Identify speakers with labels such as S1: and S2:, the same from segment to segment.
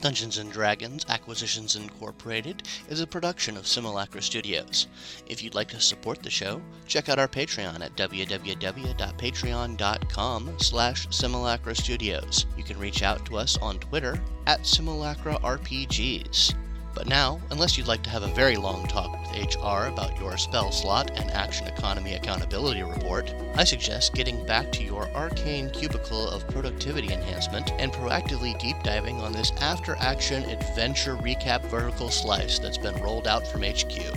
S1: Dungeons & Dragons Acquisitions Incorporated is a production of Simulacra Studios. If you'd like to support the show, check out our Patreon at www.patreon.com slash Simulacra Studios. You can reach out to us on Twitter at Simulacra RPGs. But now, unless you'd like to have a very long talk with HR about your spell slot and action economy accountability report, I suggest getting back to your arcane cubicle of productivity enhancement and proactively deep diving on this after action adventure recap vertical slice that's been rolled out from HQ.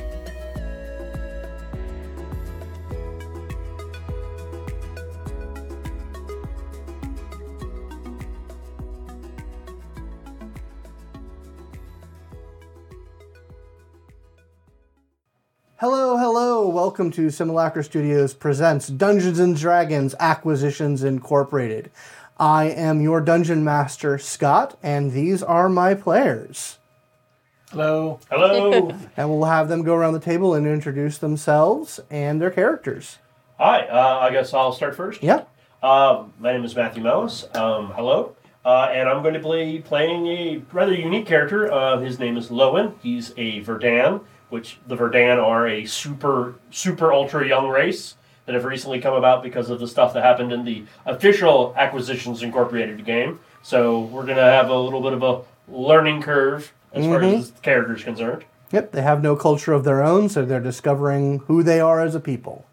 S2: Hello, hello. Welcome to Simulacra Studios presents Dungeons and Dragons Acquisitions Incorporated. I am your dungeon master, Scott, and these are my players.
S3: Hello.
S4: Hello.
S2: And we'll have them go around the table and introduce themselves and their characters.
S4: Hi. Uh, I guess I'll start first.
S2: Yeah.
S4: Um, my name is Matthew Mouse. Um, hello. Uh, and I'm going to be playing a rather unique character. Uh, his name is Lowen. He's a Verdan, which the Verdan are a super, super ultra young race that have recently come about because of the stuff that happened in the official Acquisitions Incorporated game. So we're going to have a little bit of a learning curve as far as this character is concerned.
S2: Yep, they have no culture of their own, so they're discovering who they are as a people.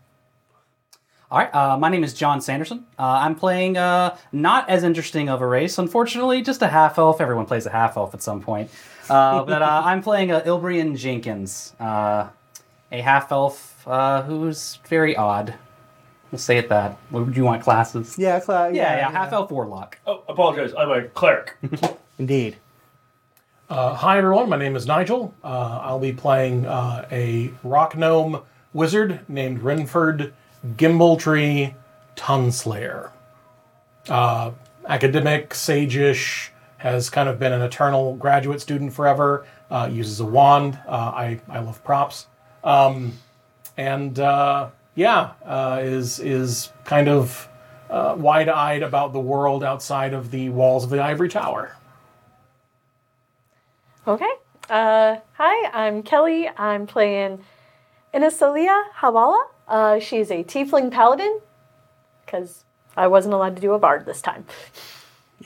S3: All right. Uh, my name is John Sanderson. Uh, I'm playing uh, not as interesting of a race, unfortunately, just a half elf. Everyone plays a half elf at some point. Uh, but uh, I'm playing uh, Ilbrian Jenkins, uh, a half elf uh, who's very odd. We'll say it that. Would you want classes?
S2: Yeah, Cla-
S3: yeah, yeah, half elf warlock.
S4: Oh, apologize. I'm a cleric.
S2: Indeed.
S5: Uh, hi, everyone. My name is Nigel. Uh, I'll be playing uh, a rock gnome wizard named Renford Gimbletree Tonslayer. Uh, academic, sageish, has kind of been an eternal graduate student forever, uh, uses a wand. Uh, I, I love props. Um, and uh, yeah, uh, is, is kind of uh, wide eyed about the world outside of the walls of the ivory tower.
S6: Okay. Uh, hi, I'm Kelly. I'm playing Inasalia Hawala. Uh, she's a tiefling paladin because I wasn't allowed to do a bard this time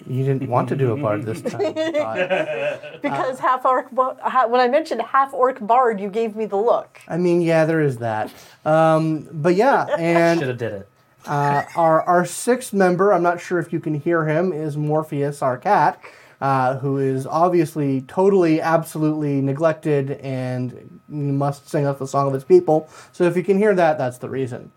S2: You didn't want to do a bard this time. I thought.
S6: because half orc. bo- ha- When I mentioned half orc bard, you gave me the look.
S2: I mean, yeah, there is that. Um, but yeah, and
S3: Should have did it.
S2: Uh, our our sixth member, I'm not sure if you can hear him, is Morpheus, our cat, uh, who is obviously totally, absolutely neglected and must sing us the song of his people. So if you can hear that, that's the reason.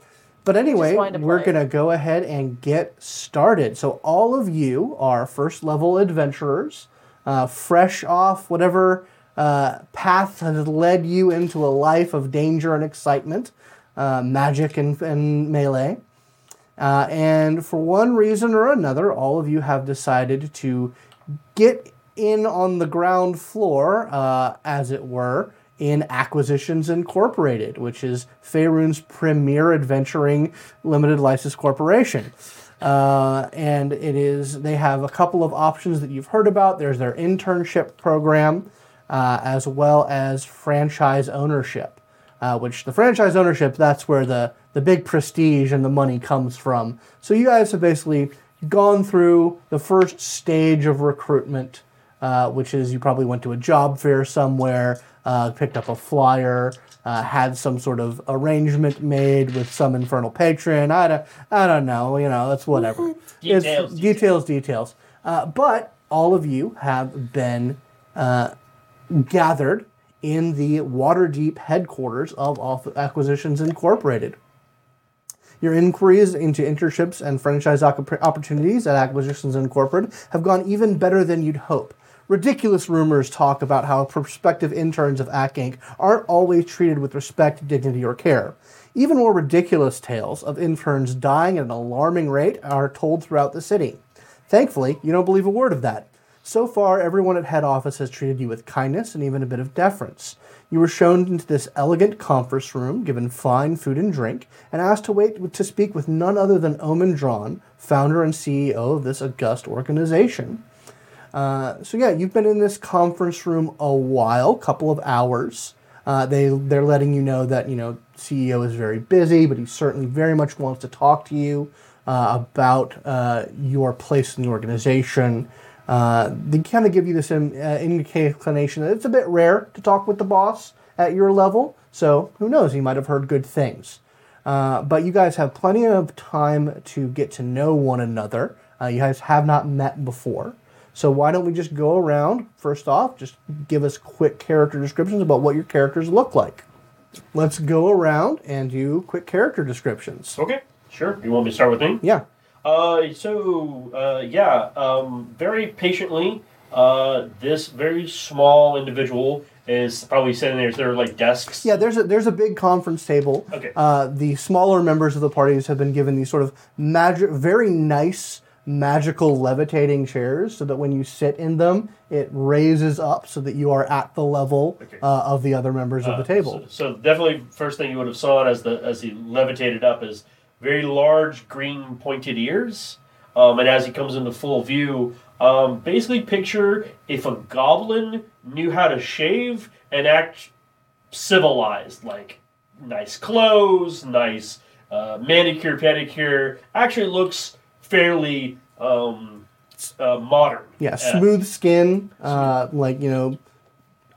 S2: But anyway,
S6: Just wanted to
S2: we're
S6: play.
S2: gonna go ahead and get started. So all of you are first level adventurers, uh, fresh off whatever uh, path has led you into a life of danger and excitement, uh, magic and, and melee. Uh, and for one reason or another, all of you have decided to get in on the ground floor, uh, as it were, in Acquisitions Incorporated, which is Faerun's premier adventuring limited license corporation. Uh, and it is they have a couple of options that you've heard about. There's their internship program, uh, as well as franchise ownership uh, which the franchise ownership that's where the the big prestige and the money comes from. So you guys have basically gone through the first stage of recruitment, uh, which is you probably went to a job fair somewhere, uh, picked up a flyer. Uh, had some sort of arrangement made with some infernal patron. I don't, I don't know. You know, it's whatever. It's-
S4: Details,
S2: details, details. Uh, but all of you have been gathered in the Waterdeep headquarters of Off- Acquisitions Incorporated. Your inquiries into internships and franchise occupar- opportunities at Acquisitions Incorporated have gone even better than you'd hope. Ridiculous rumors talk about how prospective interns of AC Inc. aren't always treated with respect, dignity, or care. Even more ridiculous tales of interns dying at an alarming rate are told throughout the city. Thankfully, you don't believe a word of that. So far, everyone at head office has treated you with kindness and even a bit of deference. You were shown into this elegant conference room, given fine food and drink, and asked to wait to speak with E none other than Omen Drawn, founder and CEO of this august organization. Uh, so yeah, you've been in this conference room a while, couple of hours. Uh, they they're letting you know that you know CEO is very busy, but he certainly very much wants to talk to you uh, about uh, your place in the organization. Uh, they kind of give you this in, uh, inclination that it's a bit rare to talk with the boss at your level. So who knows? He might have heard good things. Uh, but you guys have plenty of time to get to know one another. Uh, you guys have not met before. So why don't we just go around? First off, just give us quick character descriptions about what your characters look like. Let's go around and do quick character descriptions.
S4: Okay, sure. You want me to start with me?
S2: Yeah.
S4: Uh, so uh, yeah, um, very patiently, uh, this very small individual is probably sitting there. Is there like desks?
S2: Yeah, there's a there's a big conference table.
S4: Okay.
S2: Uh, the smaller members of the parties have been given these sort of magic, very nice magical levitating chairs, so that when you sit in them, it raises up so that you are at the level
S4: Okay. Uh,
S2: uh, of the other members of the table.
S4: So, so definitely, first thing you would have saw as the as he levitated up is very large green pointed ears, um, and as he comes into full view, um, basically picture if a goblin knew how to shave and act civilized, like nice clothes, nice uh, manicure pedicure, actually looks fairly um, s- uh, modern.
S2: yeah,
S4: Uh,
S2: smooth skin, uh, like you know,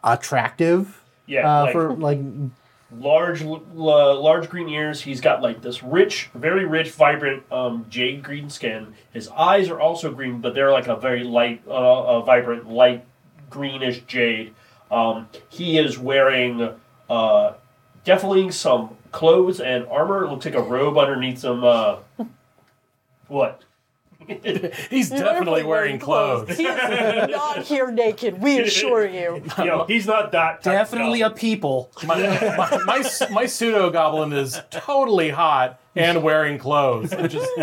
S2: attractive.
S4: Yeah,
S2: uh,
S4: like-
S2: for like
S4: large l- l- large green ears he's got like this rich very rich vibrant um, jade green skin his eyes are also green but they're like a very light uh, uh, vibrant light greenish jade um, he is wearing uh, definitely some clothes and armor it looks like a robe underneath some uh, what
S5: He's definitely wearing clothes.
S6: He is not here naked, we assure you.
S4: you know he's not that type of
S3: Definitely a
S4: goblin.
S3: people.
S5: My, my, my, s- my pseudo goblin is totally hot and wearing clothes, which is.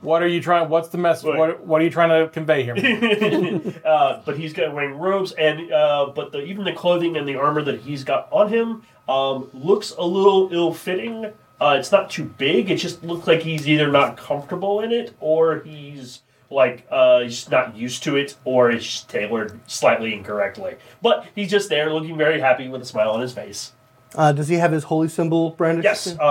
S5: what are you trying? What's the message? What, what are you trying to convey here? man?
S4: uh, but he's got wearing robes and uh, but the, even the clothing and the armor that he's got on him um, looks a little ill-fitting uh, it's not too big it just looks like he's either not comfortable in it or he's like uh, he's just not used to it or it's just tailored slightly incorrectly but he's just there looking very happy with a smile on his face
S2: uh, does he have his holy symbol brandished?
S4: Yes, uh,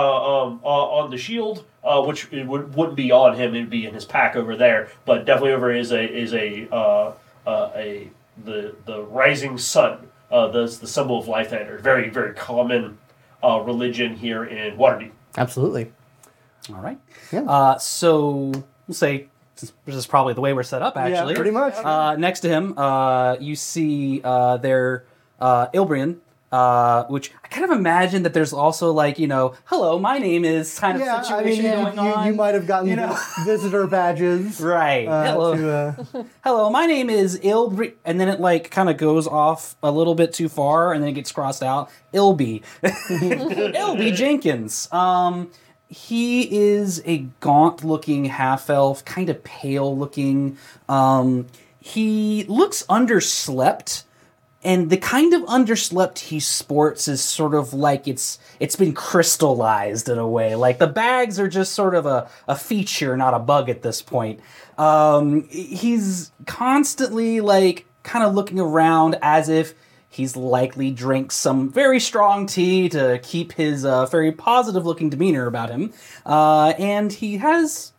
S4: um, uh, on the shield, uh, which it would wouldn't be on him; it'd be in his pack over there. But definitely over is a is a uh, uh, a the the rising sun. Uh, that's the symbol of life. That are very very common uh, religion here in Waterdeep.
S2: absolutely.
S3: All right.
S2: Yeah.
S3: Uh, so we'll say this is probably the way we're set up. Actually,
S2: yeah, pretty much.
S3: Uh, next to him, uh, you see uh, their uh, Ilbrian, uh, which I kind of imagine that there's also like you know, hello, my name is kind of
S2: yeah, I mean,
S3: situation
S2: you,
S3: going
S2: you,
S3: on.
S2: you might have gotten
S3: you know.
S2: visitor badges.
S3: Right.
S2: Uh,
S3: hello.
S2: to, uh,
S3: hello, my name is Ilbri, and then it like kind of goes off a little bit too far, and then it gets crossed out. Ilby, Ilby Jenkins. Um, he is a gaunt-looking half-elf, kind of pale-looking. Um, he looks underslept, and the kind of underslept he sports is sort of like it's it's been crystallized in a way like the bags are just sort of a, a feature not a bug at this point um, he's constantly like kind of looking around as if he's likely drank some very strong tea to keep his uh, very positive looking demeanor about him uh, and he has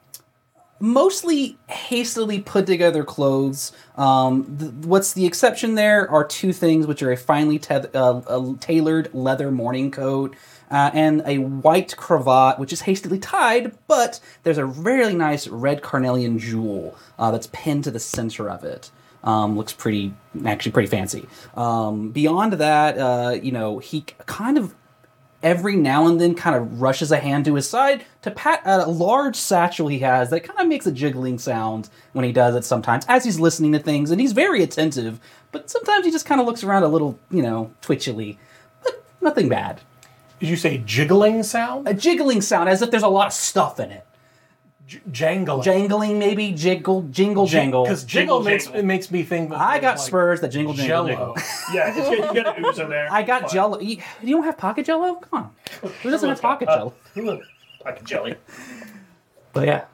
S3: mostly hastily put together clothes. Um, th- what's the exception there are two things, which are a finely teth- uh, a tailored leather morning coat uh, and a white cravat, which is hastily tied, but there's a really nice red carnelian jewel uh, that's pinned to the center of it. Um, looks pretty, actually pretty fancy. Um, beyond that, uh, you know, he k- kind of every now and then kind of rushes a hand to his side to pat at a large satchel he has that kind of makes a jiggling sound when he does it sometimes as he's listening to things and he's very attentive but sometimes he just kind of looks around a little you know twitchily but nothing bad
S5: Did you say jiggling sound?
S3: a jiggling sound as if there's a lot of stuff in it
S5: J- jangling.
S3: jangling maybe jiggle jingle jangle
S5: Because jiggle,
S4: Jingle
S5: makes
S4: jangle.
S5: it makes me think. that
S3: i
S5: there's,
S3: got
S5: like,
S3: spurs that jingle jangle
S5: Jello.
S4: Yeah, it's good. you got an ooze in there.
S3: i got
S4: Fine.
S3: jello you you don't have pocket jello come on who doesn't have pocket jello
S4: Like jelly.
S3: but yeah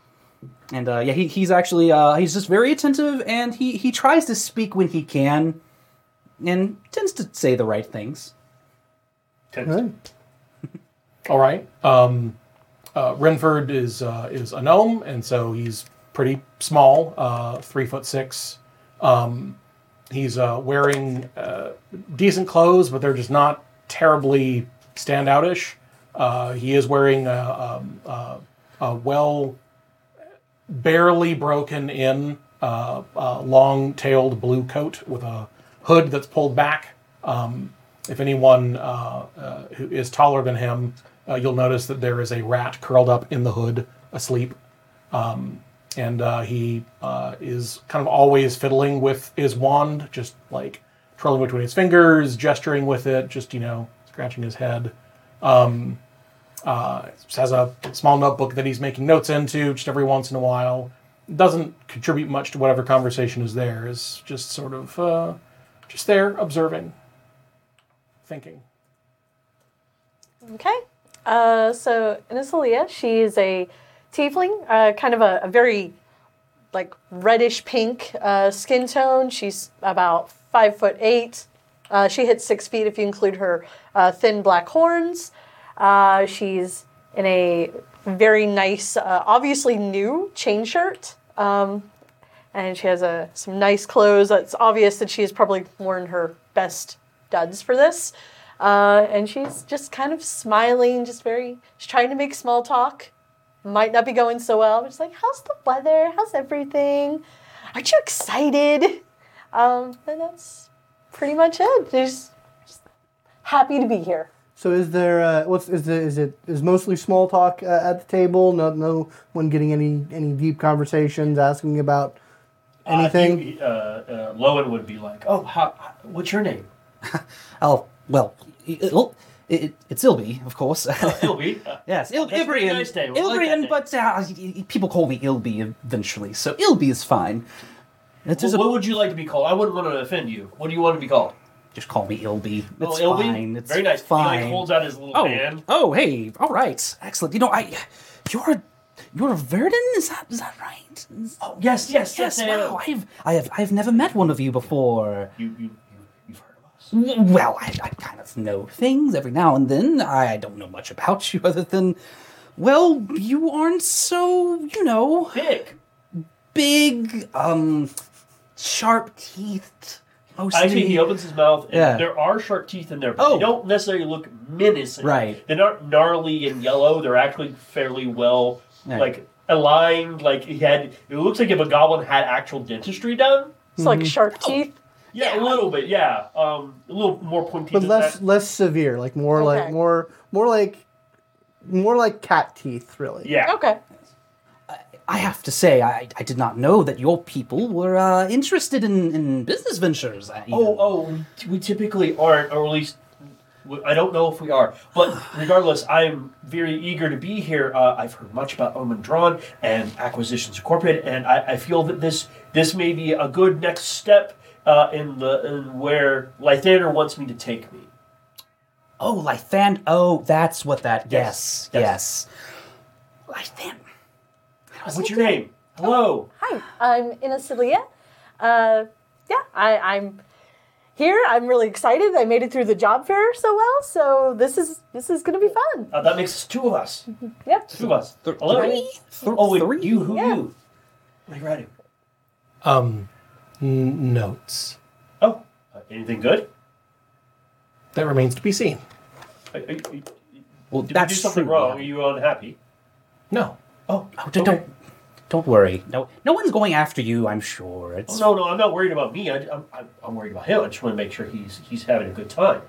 S3: And uh, yeah, he, he's actually uh, he's just very attentive, and he he tries to speak when he can, and tends to say the right things.
S4: Tends-
S5: All right. Um, uh, Renford is uh, is a gnome, and so he's pretty small, uh, three foot six. Um, he's uh, wearing uh, decent clothes, but they're just not terribly standoutish. Uh, he is wearing a, um uh a well, barely broken in uh, uh, long tailed blue coat with a hood that's pulled back Um, if anyone uh, uh, who is taller than him, uh, you'll notice that there is a rat curled up in the hood, asleep. Um, and uh, he uh, is kind of always fiddling with his wand, just like twirling between his fingers, gesturing with it, just, you know, scratching his head. Um, uh, has a small notebook that he's making notes into just every once in a while. Doesn't contribute much to whatever conversation is there, is just sort of uh, just there observing, thinking.
S6: Okay. Uh, so Inesalia, she is a tiefling, uh, kind of a, a very like reddish pink uh, skin tone. She's about five foot eight. Uh, she hits six feet if you include her uh, thin black horns. Uh, she's in a very nice, uh, obviously new chain shirt. Um, and she has a, some nice clothes. It's obvious that she has probably worn her best duds for this. Uh, and she's just kind of smiling, just very, she's trying to make small talk. Might not be going so well. But she's like, how's the weather? How's everything? Aren't you excited? Um, and that's pretty much it. She's just happy to be here.
S2: So is there uh, what's is the is it is mostly small talk uh, at the table? No, no one getting any any deep conversations, asking about anything.
S4: Uh, you- uh, uh, Lowen would be like, "Oh, how, how- what's your name?"
S3: Oh well, it, it, it, it's Ilby, of course.
S4: Ilby. Uh,
S3: Yes, Il-
S4: That's pretty
S3: Ilbrian.
S4: nice day. We like
S3: Ilbrian,
S4: that
S3: but uh, y- y- people call me Ilby eventually, so Ilby is fine. It's just,
S4: wh- what would you like to be called? I wouldn't want to offend you. What do you want to be called?
S3: just call me Ilby. It's
S4: Oh, Ilby?
S3: fine. It's
S4: Very nice.
S3: Fine.
S4: He like, holds out his little
S3: oh,
S4: hand.
S3: oh, hey, all right, excellent. You know, I, you're, a, you're a Verdon. Is that is that right? Is-
S4: Oh, yes, yes,
S3: yes.
S4: yes. I am.
S3: Wow. I've I have I have never met one of you before.
S4: You, you, you, you've heard of us.
S3: W- Well, I, I kind of know things every now and then. I don't know much about you other than, well, you aren't so you know
S4: Big.
S3: big, um, sharp teethed. Mostly.
S4: Actually, he opens his mouth, and
S3: Yeah.
S4: there are sharp teeth in there, but
S3: Oh.
S4: they don't necessarily look menacing.
S3: Right.
S4: They're not gnarly and yellow. They're actually fairly well,
S3: Yeah.
S4: like, aligned. Like, he had, it looks like if a goblin had actual dentistry done.
S6: It's like sharp teeth.
S4: Yeah, a little bit, yeah. Um, a little more pointy
S2: but
S4: than
S2: less
S4: that.
S2: less severe, like more like
S6: Okay.
S2: more more like more like cat teeth, really.
S4: Yeah.
S6: Okay.
S3: I have to say, I, I did not know that your people were uh, interested in, in business ventures. uh, you
S4: Oh,
S3: know.
S4: oh, we- we typically aren't, or at least w- I don't know if we are. But regardless, I'm very eager to be here. Uh, I've heard much about Omen Drawn and Acquisitions Incorporated, and I, I feel that this this may be a good next step uh, in the in where Lythander wants me to take me.
S3: Oh, Lythan. Oh, that's what that. Yes,
S4: Yes,
S3: yes. Lythan.
S4: What's your name? Hello.
S6: Hi, I'm Inesalia. Uh, yeah, I, I'm here. I'm really excited. I made it through the job fair so well, so this is this is gonna be fun.
S4: Uh, that makes two of us.
S6: Yep.
S4: Two of us. Hello.
S3: Three? Th-
S4: Oh, wait,
S3: three?
S4: you? Who
S6: Yeah.
S4: you? What are you writing?
S5: Um, n- notes.
S4: Oh, uh, anything good?
S5: That remains to be seen.
S4: Uh, uh, uh, Did
S3: Well,
S4: we
S3: that's
S4: do something
S3: true.
S4: wrong? Are you unhappy?
S5: No.
S4: Oh,
S3: Oh, d- don't, don't worry. No, no one's going after you. I'm sure. It's
S2: Oh,
S4: No, no, I'm not worried about me. I, I'm, I'm- I'm worried about him. I just want to make sure he's he's having a good time.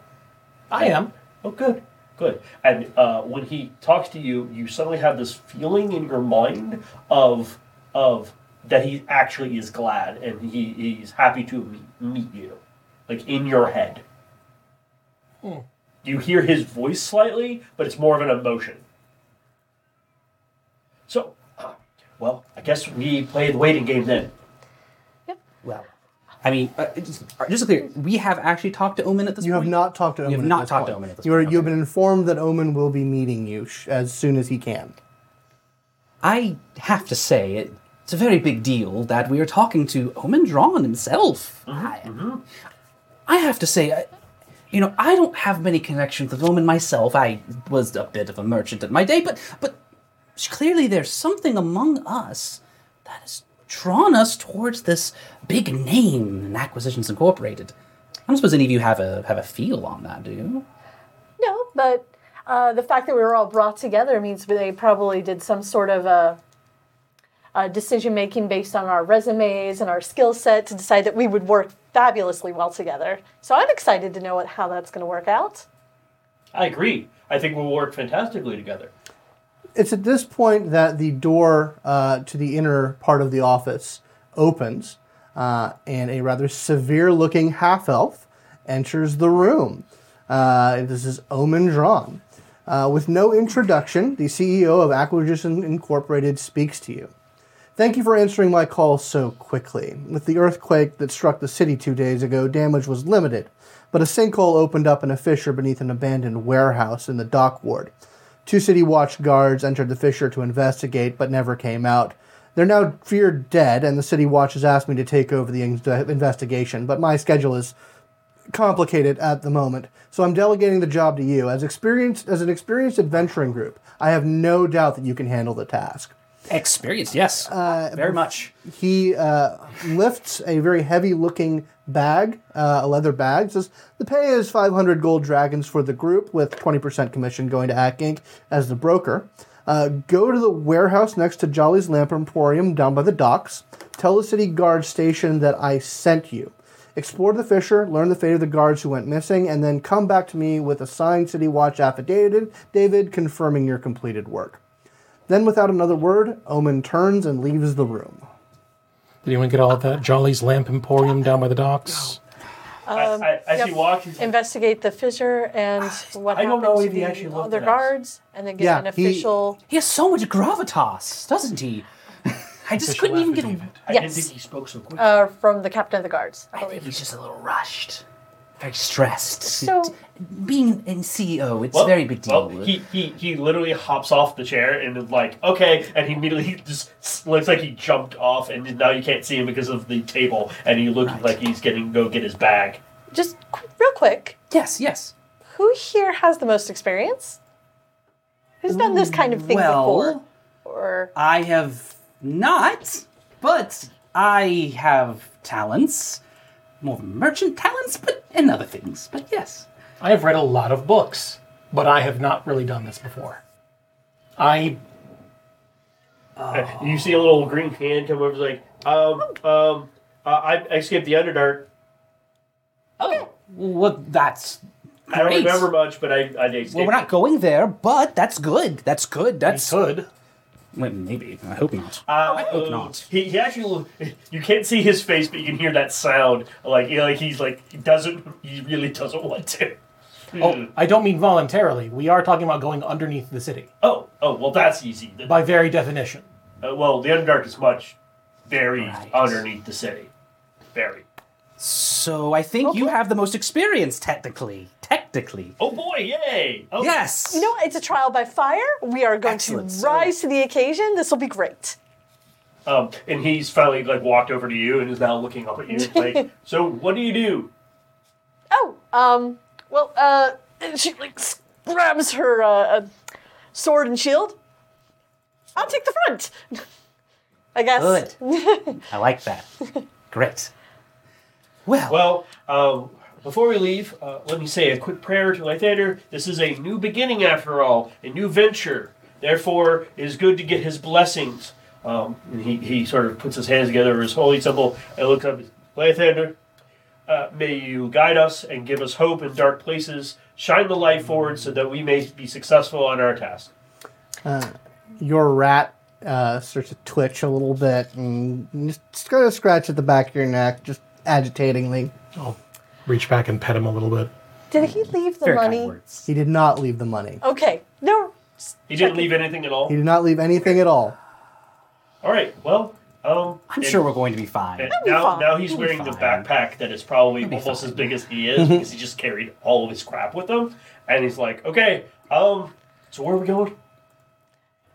S5: I am.
S4: Oh, good, good. And uh, when he talks to you, you suddenly have this feeling in your mind of of that he actually is glad and he, he's happy to meet, meet you, like in your head. You hear his voice slightly, but it's more of an emotion. So, uh, well, I guess we play the waiting game then.
S3: well. I mean, uh, just, just to be clear, we have actually talked to Omen at this
S2: You
S3: point.
S2: have not talked to Omen.
S3: have
S2: at
S3: not
S2: this
S3: talked to
S2: point.
S3: Omen at this
S2: You're,
S3: point,
S2: You've
S3: okay.
S2: been informed that Omen will be meeting you sh- as soon as he can.
S3: I have to say, it, it's a very big deal that we are talking to Omen Drawn himself. I, I have to say, I, you know, I don't have many connections with Omen myself. I was a bit of a merchant in my day, but but clearly there's something among us that has drawn us towards this big name in Acquisitions Incorporated. I don't suppose any of you have a have a feel on that, do you?
S6: No, but uh, the fact that we were all brought together means they probably did some sort of a, a decision making based on our resumes and our skill set to decide that we would work fabulously well together. So I'm excited to know what, how that's going to work out.
S4: I agree. I think we'll work fantastically together.
S2: It's at this point that the door uh, to the inner part of the office opens, uh, and a rather severe looking half elf enters the room. Uh, this is Omen Drawn. Uh, with no introduction, the CEO of Acquisition Incorporated speaks to you. Thank you for answering my call so quickly. With the earthquake that struck the city two days ago, damage was limited, but a sinkhole opened up in a fissure beneath an abandoned warehouse in the dock ward. Two city watch guards entered the fissure to investigate, but never came out. They're now feared dead, and the city watch has asked me to take over the in- investigation, but my schedule is complicated at the moment, so I'm delegating the job to you. As experienced as an experienced adventuring group, I have no doubt that you can handle the task.
S3: Experienced, yes, very much.
S2: He uh, lifts a very heavy-looking bag, uh, a leather bag. Says the pay is 500 gold dragons for the group, with 20% commission going to Hack Inc. as the broker. Uh, go to the warehouse next to Jolly's Lamp Emporium down by the docks. Tell the city guard station that I sent you. Explore the fissure, learn the fate of the guards who went missing, and then come back to me with a signed City Watch affidavit, David, confirming your completed work. Then, without another word, Omen turns and leaves the room.
S5: Did anyone get all of that? Jolly's Lamp Emporium down by the docks.
S4: I, I, as
S6: yep.
S4: he walks, he's like,
S6: Investigate the fissure and what
S4: I don't
S6: happened
S4: know
S6: to
S4: if he
S6: the
S4: actually looked
S6: other
S4: at us.
S6: guards, and then get
S2: Yeah,
S6: an
S2: he-
S6: official.
S3: He has so much gravitas, doesn't he? I just couldn't even get him.
S4: I didn't
S6: Yes.
S4: think he spoke so quick.
S6: Uh, from the captain of the guards, I
S3: I think
S6: believe.
S3: he's just a little rushed, very stressed.
S6: So-
S3: It- being in CEO, it's
S4: Well,
S3: a very big deal.
S4: Well, he, he he literally hops off the chair and is like, okay, and he immediately just s- looks like he jumped off, and now you can't see him because of the table, and he looks like he's getting go get his bag.
S6: Just qu- real quick,
S3: yes, yes.
S6: who here has the most experience? Who's done this kind of thing
S3: Well-
S6: before? Or
S3: I have not, but I have talents, more merchant talents, but and other things. But yes,
S5: I have read a lot of books, but I have not really done this before. I
S4: Uh, You see a little green hand come over, he's like, um, um, uh, I, I skipped the Underdark.
S3: oh, well, that's
S4: I don't
S3: great.
S4: remember much, but I I did.
S3: Well, we're not going there, but that's good. That's good. That's
S5: could.
S3: Well, maybe. I hope not.
S4: Uh,
S3: I hope
S4: uh,
S3: not.
S4: He, he actually, you can't see his face, but you can hear that sound. Like, you know, like he's like, he doesn't, he really doesn't want to.
S5: Oh, I don't mean voluntarily. We are talking about going underneath the city,
S4: Oh, oh, well, that's easy. The-
S5: by very definition.
S4: uh, well, the Underdark is much, very
S3: Right.
S4: underneath the city. Very.
S3: So I think you have the most experience, technically. Technically.
S4: Oh boy, yay! Oh,
S3: Yes.
S6: you know, what? it's a trial by fire. We are going
S3: Excellent.
S6: to
S3: So-
S6: rise to the occasion. This will be great.
S4: Um, and he's finally like walked over to you and is now looking up at you. Like, so what do you do?
S6: Oh, um, well, uh, and she like s- grabs her uh, uh, sword and shield. I'll take the front. I guess.
S3: Good. I like that. Great. Well,
S4: Well, um, before we leave, uh, let me say a quick prayer to Lythander. This is a new beginning, after all, a new venture. Therefore, it is good to get his blessings. Um, and he, he sort of puts his hands together over his holy temple and looks up. Lythander, uh, may you guide us and give us hope in dark places. Shine the light forward so that we may be successful on our task.
S2: Your rat uh, starts to twitch a little bit and just kind of scratch at the back of your neck, just agitatingly.
S5: I'll reach back and pet him a little bit.
S6: Did he leave the
S3: very kind
S6: money?
S3: words.
S2: He did not leave the money.
S6: Okay. No.
S4: He didn't leave anything at all.
S2: He did not leave anything at all.
S4: All right. Well, um,
S3: I'm
S4: and-
S3: sure we're going to be fine.
S4: And
S6: be
S4: now,
S6: fine.
S4: now he's
S3: He'll be
S4: wearing the
S3: fine.
S4: backpack that is probably almost as big as he is because he just carried all of his crap with him. And he's like, okay, um, so where are we going?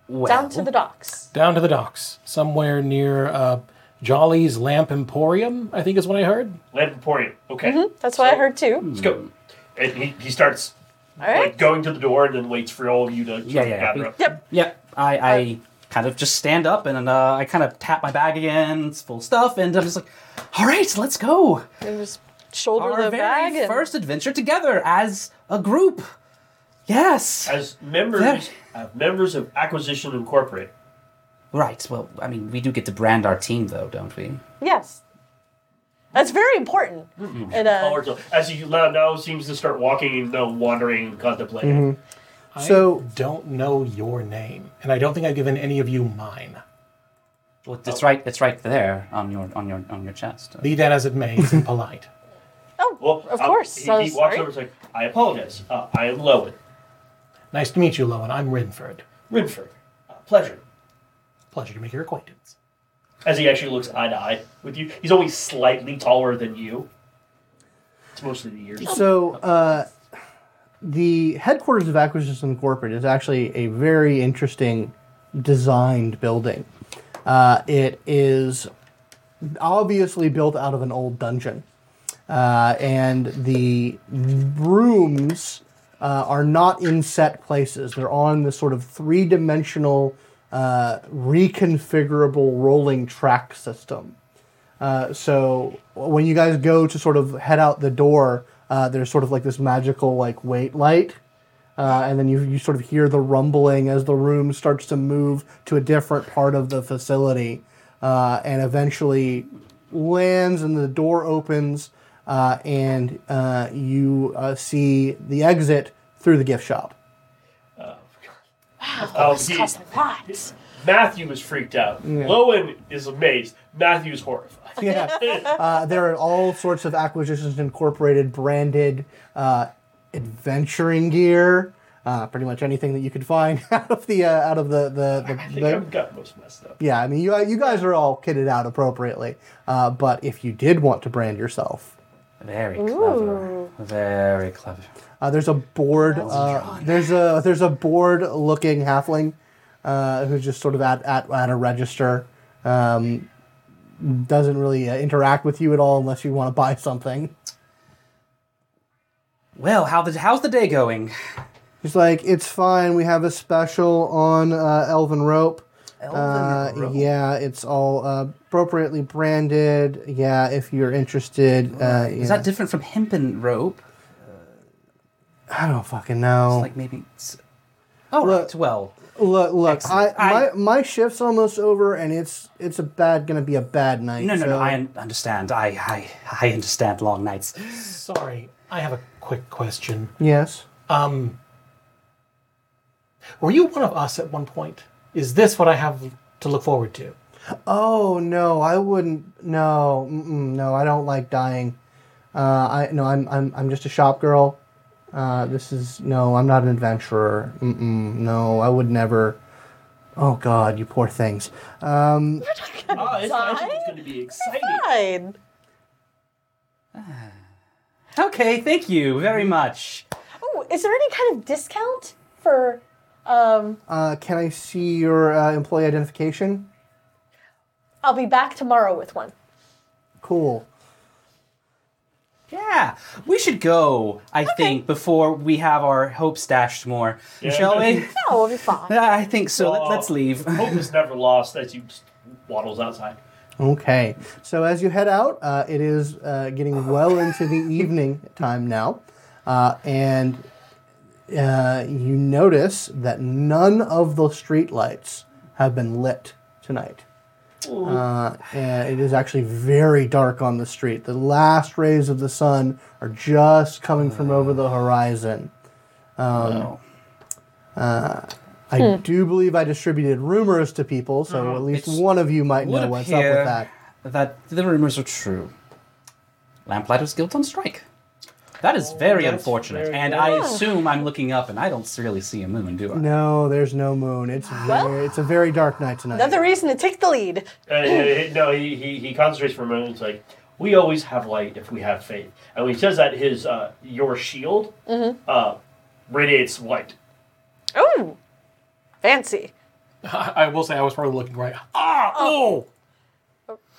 S3: Well,
S6: down to the docks.
S5: Down to the docks, somewhere near uh, Jolly's Lamp Emporium, I think is what I heard.
S4: Land Emporium. Okay.
S6: That's what I heard
S3: hmm.
S6: too.
S4: Let's go. And he, he starts
S6: All right.
S4: like going to the door and then waits for all of you to sort
S3: Yeah,
S4: of
S3: yeah, yeah.
S4: gather
S3: We-
S4: up.
S6: Yep.
S3: Yep. I, I
S6: Uh,
S3: kind of just stand up and uh, I kind of tap my bag again. It's full of stuff, and I'm just like, "All right, let's go."
S6: And just shoulder
S3: Our
S6: the
S3: very
S6: bag and
S3: first adventure together as a group. Yes.
S4: As members, uh, members of Acquisition Incorporated.
S3: right. Well, I mean, we do get to brand our team, though, don't we?
S6: yes, that's very important. And uh,
S4: Colorado. As he now now seems to start walking and now wandering, contemplating.
S2: So-
S5: I don't know your name, and I don't think I've given any of you mine.
S3: Well, it's right. It's right there on your on your on your chest.
S5: Be that as it may, it's polite.
S6: oh,
S4: Well,
S6: of
S4: um,
S6: course.
S4: he,
S6: so
S4: he walks
S6: sorry.
S4: over and is like, "I apologize. Uh, I am Lowen
S5: Nice to meet you, Lowen. I'm Rinford.
S4: Rinford. Uh, pleasure."
S5: Pleasure to make your acquaintance.
S4: As he actually looks eye to eye with you, he's only slightly taller than you. It's mostly the years.
S2: So uh, the headquarters of Acquisition Corporate is actually a very interesting designed building. Uh, it is obviously built out of an old dungeon, uh, and the rooms uh, are not in set places. They're on this sort of three-dimensional, uh, reconfigurable rolling track system. Uh, so when you guys go to sort of head out the door, uh, there's sort of like this magical like wait light, uh, and then you you sort of hear the rumbling as the room starts to move to a different part of the facility, uh, and eventually lands and the door opens, uh, and uh, you uh, see the exit through the gift shop.
S4: Um,
S6: This
S4: he-
S6: costs a lot.
S4: Matthew is freaked out. Lowen is amazed. Matthew's horrified.
S2: yeah. Uh, there are all sorts of acquisitions incorporated, branded uh, adventuring gear. Uh, pretty much anything that you could find out of the uh, out of the the,
S4: I
S2: the,
S4: think
S2: the
S4: I've got most messed up.
S2: yeah. I mean, you you guys are all kitted out appropriately. Uh, but if you did want to brand yourself,
S3: Very clever. Very clever.
S2: Uh, there's a bored. Uh, there's a there's a bored looking halfling, uh, who's just sort of at at, at a register. Um, doesn't really uh, interact with you at all unless you want to buy something.
S3: Well, how the how's the day going?
S2: He's like, it's fine. We have a special on uh, Elven Rope. Uh, yeah, it's all uh, appropriately branded. Yeah, if you're interested. Uh, yeah.
S3: Is that different from hempen rope?
S2: I don't fucking know.
S3: Like maybe. It's... Oh,
S2: Look.
S3: right. Well,
S2: look, look. I,
S3: Excellent. I-
S2: my my shift's almost over, and it's it's a bad gonna be a bad night.
S3: no, no, no.
S2: so-
S3: I un- understand. I, I, I understand long nights.
S5: Sorry, I have a quick question.
S2: yes.
S5: Um, were you one of us at one point? Is this what I have to look forward to?
S2: Oh no, I wouldn't. No, mm-mm, no, I don't like dying. Uh, I no, I'm I'm I'm just a shop girl. Uh, this is no, I'm not an adventurer. Mm-mm, no, I would never. Oh God, you poor things. Um,
S4: Ah, it's, I think it's going to be exciting.
S6: Fine.
S3: Okay, thank you very much.
S6: Oh, is there any kind of discount for? Um,
S2: uh, can I see your uh, employee identification?
S6: I'll be back tomorrow with one.
S2: Cool.
S3: Yeah, we should go. I think before we have our hopes dashed more, shall we?
S6: No, Oh, we'll be fine.
S3: Yeah, I think so. Let,
S4: Aw.
S3: let's leave.
S4: Hope is never lost as he just waddles outside.
S2: Okay. So as you head out, uh, it is uh, getting well into the evening time now, uh, and uh, you notice that none of the streetlights have been lit tonight. Uh, and it is actually very dark on the street. The last rays of the sun are just coming from over the horizon.
S3: Oh. Hmm.
S2: I do believe I distributed rumors to people, so at least
S3: Oh, It's-
S2: one of you might
S3: would
S2: know what's up
S3: appear
S2: with that.
S3: that the rumors are true. Lamplighters Guild on strike. That is very
S4: that's
S3: unfortunate,
S4: very
S3: and I assume I'm looking up and I don't really see a moon, do I?
S2: No, there's no moon. It's very, it's a very dark night tonight.
S6: Another reason to take the lead.
S4: Uh, uh, no, he, he, he concentrates for a moment. It's like, we always have light if we have faith. And when he says that, his uh, your shield uh, radiates light.
S6: Oh, fancy.
S5: I, I will say I was probably looking right. Ah, oh,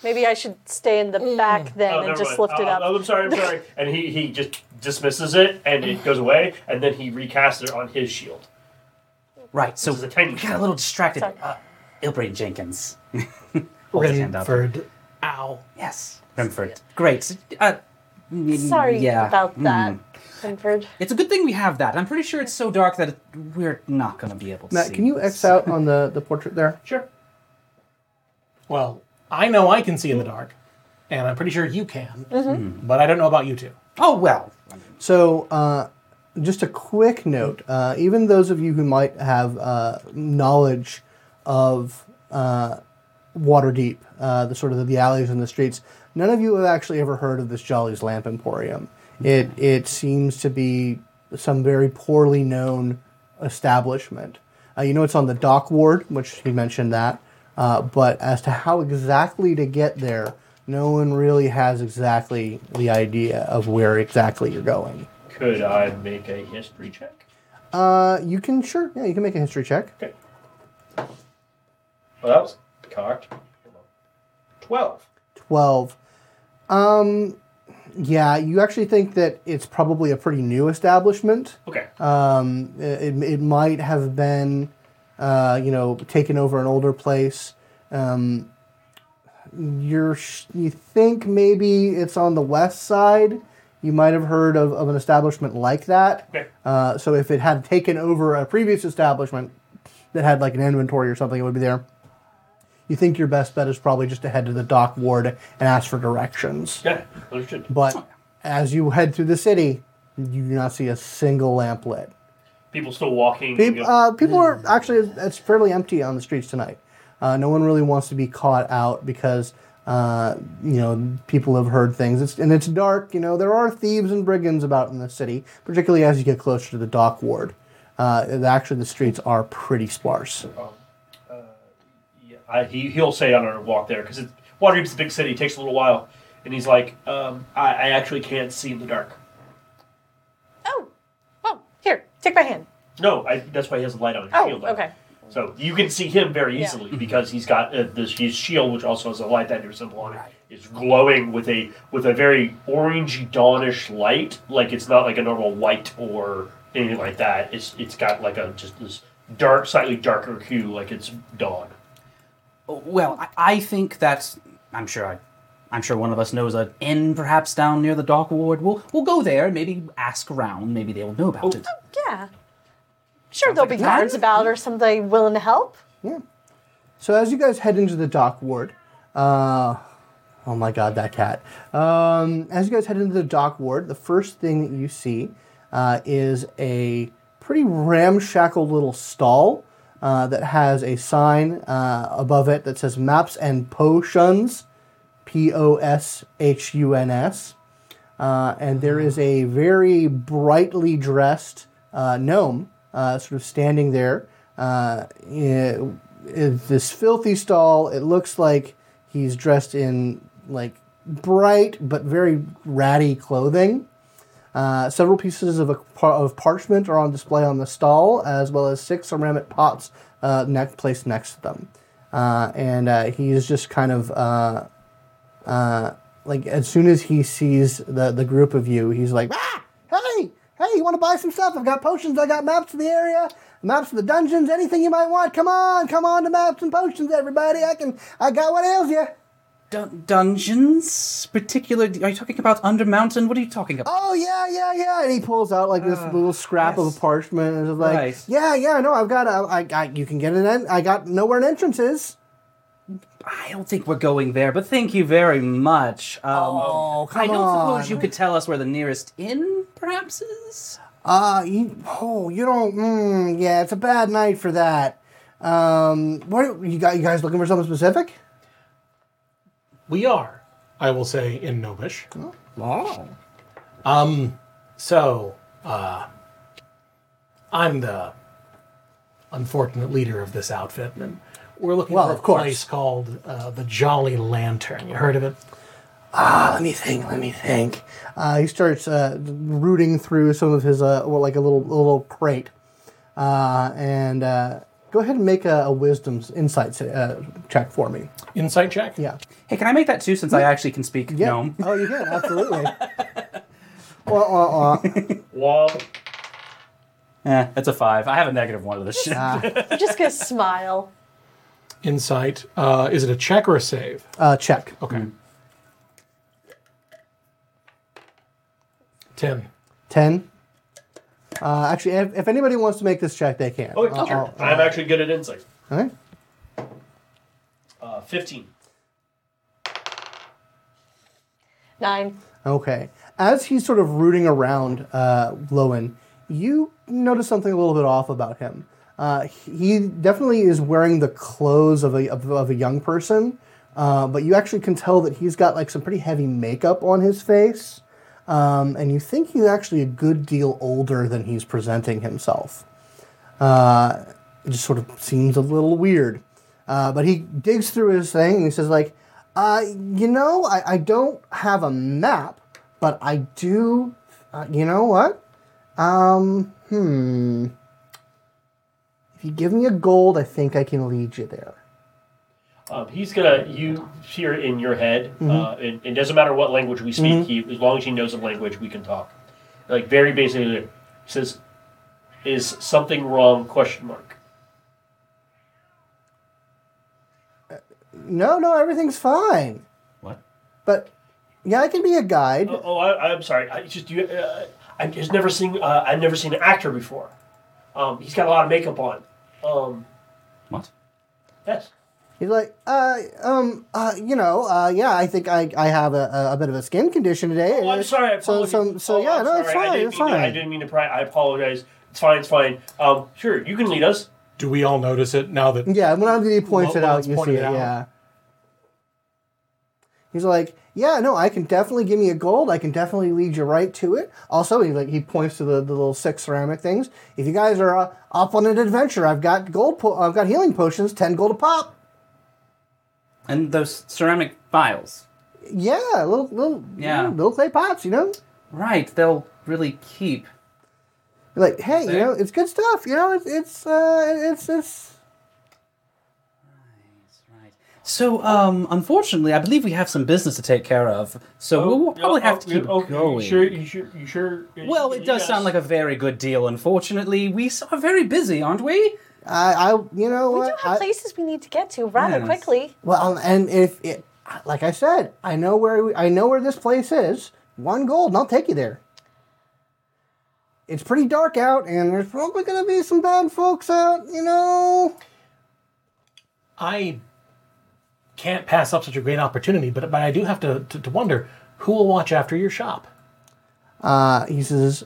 S6: Maybe I should stay in the back then
S4: Oh,
S6: and
S4: never
S6: just
S4: mind.
S6: lift it
S4: Uh,
S6: up.
S4: Oh, I'm sorry, I'm sorry. and he, he just dismisses it and it goes away, and then he recasts it on his shield.
S3: Right, so
S4: is a tiny
S3: we got a little distracted.
S6: Sorry.
S3: Uh, Ilbrey Jenkins. Hold his hand up.
S5: Renford. Ow.
S3: Yes, Renford. Great. Uh, mm,
S6: Sorry
S3: yeah.
S6: about
S3: Mm.
S6: that, Renford.
S3: It's a good thing we have that. I'm pretty sure it's so dark that it, we're not going to be able to
S2: Matt,
S3: see.
S2: can you
S3: this.
S2: X out on the, the portrait there?
S4: Sure.
S5: Well, I know I can see in the dark, and I'm pretty sure you can, but I don't know about you two.
S3: Oh, well.
S2: So, uh, just a quick note uh, even those of you who might have uh, knowledge of uh, Waterdeep, uh, the sort of the alleys and the streets, none of you have actually ever heard of this Jolly's Lamp Emporium. It, it seems to be some very poorly known establishment. Uh, you know, it's on the dock ward, which he mentioned that, uh, but as to how exactly to get there, no one really has exactly the idea of where exactly you're going.
S4: Could I make a history check?
S2: Uh, you can sure, yeah, you can make a history check.
S4: Okay. Well, that was cocked. Hold on. Twelve.
S2: 12. Um, yeah, you actually think that it's probably a pretty new establishment.
S4: Okay.
S2: Um, it, it might have been, uh, you know, taken over an older place. Um, you're, sh- you think maybe it's on the west side. You might have heard of, of an establishment like that.
S4: Okay.
S2: Uh, so if it had taken over a previous establishment that had like an inventory or something, it would be there. You think your best bet is probably just to head to the dock ward and ask for directions.
S4: Yeah, understood.
S2: But as you head through the city, you do not see a single lamp lit.
S4: People still walking.
S2: Peop-
S4: you know,
S2: uh, people are actually it's fairly empty on the streets tonight. Uh, no one really wants to be caught out because uh, you know people have heard things. It's and it's dark. You know there are thieves and brigands about in the city, particularly as you get closer to the dock ward. Uh, and actually, the streets are pretty sparse.
S4: yeah, I, he he'll say on our walk there because it's Waterdeep's a big city. Takes a little while, and he's like, um, I, I actually can't see in the dark.
S6: Oh, oh, here, take my hand.
S4: No, I, that's why he has a light on his
S6: Oh,
S4: shield. on.
S6: okay.
S4: So you can see him very
S6: Yeah.
S4: easily because he's got uh, this his shield, which also has a light that symbol on it, is glowing with a with a very orangey dawnish light. Like it's not like a normal white or anything like that. It's it's got like a just this dark, slightly darker hue, like it's dawn.
S3: Well, I, I think that I'm sure I, I'm sure one of us knows an inn perhaps down near the dock ward. We'll we'll go there and maybe ask around. Maybe they will know
S2: Oh.
S3: about it.
S6: Yeah. Sure, there'll be
S3: plan.
S6: guards about or somebody willing to help.
S2: So as you guys head into the dock ward, uh, oh my god, that cat. Um, as you guys head into the dock ward, the first thing that you see uh, is a pretty ramshackle little stall uh, that has a sign uh, above it that says "Maps and Potions," P O S H U N S, uh, and there is a very brightly dressed uh, gnome uh, sort of standing there. Uh, in- in this filthy stall, it looks like he's dressed in like bright but very ratty clothing. Uh, several pieces of, a, par- of parchment are on display on the stall, as well as six ceramic pots uh, neck, placed next to them. Uh, and uh, he is just kind of uh, uh, like as soon as he sees the, the group of you, he's like, ah, hey, hey, you want to buy some stuff? I've got potions, I got maps of the area, maps of the dungeons, anything you might want. Come on, come on to maps and potions, everybody. I can, I got what ails you.
S3: Dun- dungeons, particular? Are you talking about Under Mountain? What are you talking about?
S2: oh yeah, yeah, yeah, and he pulls out like this little scrap of
S3: yes.
S2: a parchment and is like,
S3: Right.
S2: yeah, yeah, no, I've got, a, I, I, you can get an, en- I got nowhere an entrance is.
S3: I don't think we're going there, but thank you very much. Um,
S2: Oh,
S3: I
S2: come
S3: don't
S2: on.
S3: suppose you could tell us where the nearest inn perhaps is.
S2: Uh, you, oh, you don't, mm, yeah, it's a bad night for that. Um, what you got? You guys looking for something specific?
S5: We are, I will say in Novish.
S2: Oh,
S3: Wow.
S5: So, uh, I'm the unfortunate leader of this outfit, and we're looking
S2: Well,
S5: for a
S2: of course.
S5: place called uh, the Jolly Lantern. You heard of it?
S2: Let me think. Let me think. Uh, he starts uh, rooting through some of his uh, well, like a little little crate, uh, and uh, Go ahead and make a, a wisdom's insight uh, check for me.
S5: Insight check.
S2: Yeah.
S3: Hey, can I make that too since I actually can speak
S2: Yeah.
S3: gnome?
S2: Oh, you did absolutely. Wah, wah, wah.
S4: Wall.
S3: Eh, it's a five. I have a negative one to this shit.
S2: Ah.
S6: I'm just gonna smile.
S5: Insight. Uh, is it a check or a save?
S2: Uh, check.
S5: Okay. Ten.
S2: Ten. Uh, actually, if, if anybody wants to make this check, they can.
S4: Oh,
S2: Uh,
S4: sure.
S2: I'll-
S4: I'm actually good at insight.
S2: all right.
S4: Uh, 15.
S6: Nine.
S2: Okay. As he's sort of rooting around uh, Lowen, you notice something a little bit off about him. Uh, he definitely is wearing the clothes of a, of, of a young person, uh, but you actually can tell that he's got like some pretty heavy makeup on his face, um, and you think he's actually a good deal older than he's presenting himself. Uh, it just sort of seems a little weird. Uh, but he digs through his thing and he says, like, uh, you know, I, I don't have a map, but I do, uh, you know what? Um, hmm. If you give me a gold, I think I can lead you there.
S4: Um, he's gonna you hear it in your head.
S2: Mm-hmm.
S4: Uh, it, it doesn't matter what language we speak. He, as long as he knows the language, we can talk. Like very basically, he says, "Is something wrong?" Question mark.
S2: No, no, everything's fine.
S3: What?
S2: But, yeah, I can be a guide.
S4: Oh, oh I, I'm sorry. I just you. Uh, I've just never seen. Uh, I've never seen an actor before. Um, he's got a lot of makeup on. Um,
S3: What?
S4: yes.
S2: He's like, uh, um, uh, you know, uh, yeah, I think I, I have a, a- a bit of a skin condition today.
S4: Oh, I'm sorry. I
S2: so,
S4: apologize.
S2: so, so,
S4: Oh,
S2: yeah,
S4: I'm
S2: no, it's
S4: sorry. I
S2: fine,
S4: didn't
S2: it's
S4: mean to-
S2: fine.
S4: I didn't mean to pry. I apologize. It's fine. It's fine. Um, sure, you can lead us.
S5: Do we all notice it now that
S2: Yeah, when Anthony points
S5: Well,
S2: it
S5: well,
S2: out,
S5: it's
S2: you see
S5: pointed
S2: it.
S5: out.
S2: Yeah. He's like, yeah, no, I can definitely give me a gold. I can definitely lead you right to it. Also, he like he points to the, the little six ceramic things. If you guys are uh, up on an adventure, I've got gold. Po- I've got healing potions, ten gold a pop.
S3: And those ceramic vials.
S2: Yeah, little little
S3: Yeah.
S2: little clay pots. You know,
S3: Right, they'll really keep.
S2: You're like hey, you
S3: Sick.
S2: know, it's good stuff. You know, it's it's uh, it's it's
S3: Right. So, um, unfortunately, I believe we have some business to take care of, so we'll probably
S4: Oh,
S3: have to
S4: oh,
S3: keep
S4: oh,
S3: going.
S4: You sure? You sure? You sure uh,
S3: Well, it does sound like a very good deal. Unfortunately, we s- are very busy, aren't we?
S2: I I you know
S6: We
S2: what
S6: do have
S2: I-
S6: places we need to get to rather
S3: Yes.
S6: quickly.
S2: Well, and if it, like I said, I know where we, I know where this place is. One gold, and I'll take you there. It's pretty dark out, and there's probably gonna be some bad folks out. You know.
S5: I can't pass up such a great opportunity, but but I do have to, to, to wonder who will watch after your shop.
S2: Uh, he says,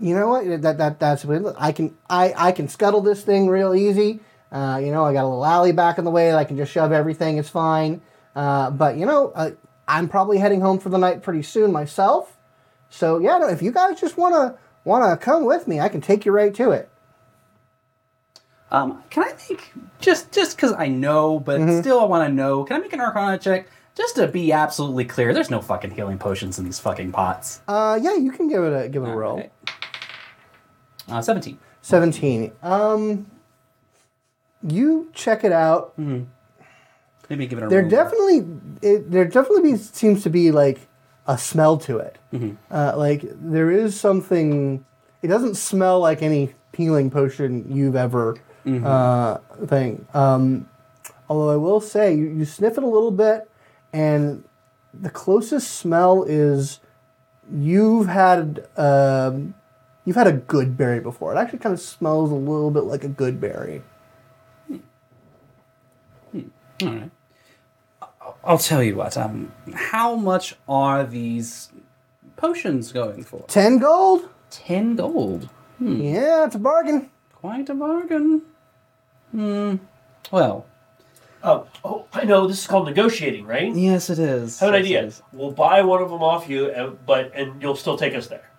S2: "You know what? That that that's what I can I I can scuttle this thing real easy. Uh, you know, I got a little alley back in the way. that I can just shove everything. It's fine. Uh, but you know, uh, I'm probably heading home for the night pretty soon myself. So yeah, no, if you guys just wanna wanna come with me, I can take you right to it.
S3: Um, can I make just just because I know, but
S2: Mm-hmm.
S3: still I want to know? Can I make an Arcana check just to be absolutely clear? There's no fucking healing potions in these fucking pots.
S2: Uh, yeah, you can give it a give it a roll.
S3: Alright. Uh, Seventeen.
S2: Seventeen. Um, you check it out.
S3: Maybe give it a
S2: There
S3: roll.
S2: definitely, it, there definitely be, seems to be like a smell to it. Uh, like there is something. It doesn't smell like any healing potion you've ever uh, thing. Um, although I will say, you, you sniff it a little bit, and the closest smell is you've had um, you've had a good berry before. It actually kind of smells a little bit like a good berry.
S3: All right. I'll tell you what. Um, how much are these potions going for?
S2: Ten gold.
S3: Mm-hmm. Ten gold.
S2: Yeah, it's a bargain.
S3: Quite a bargain. Hmm. Well,
S4: Oh, oh, I know. This is called negotiating, right?
S3: yes, it is.
S4: I have an
S3: Yes, it
S4: idea.
S3: is.
S4: We'll buy one of them off you, and, but and you'll still take us there.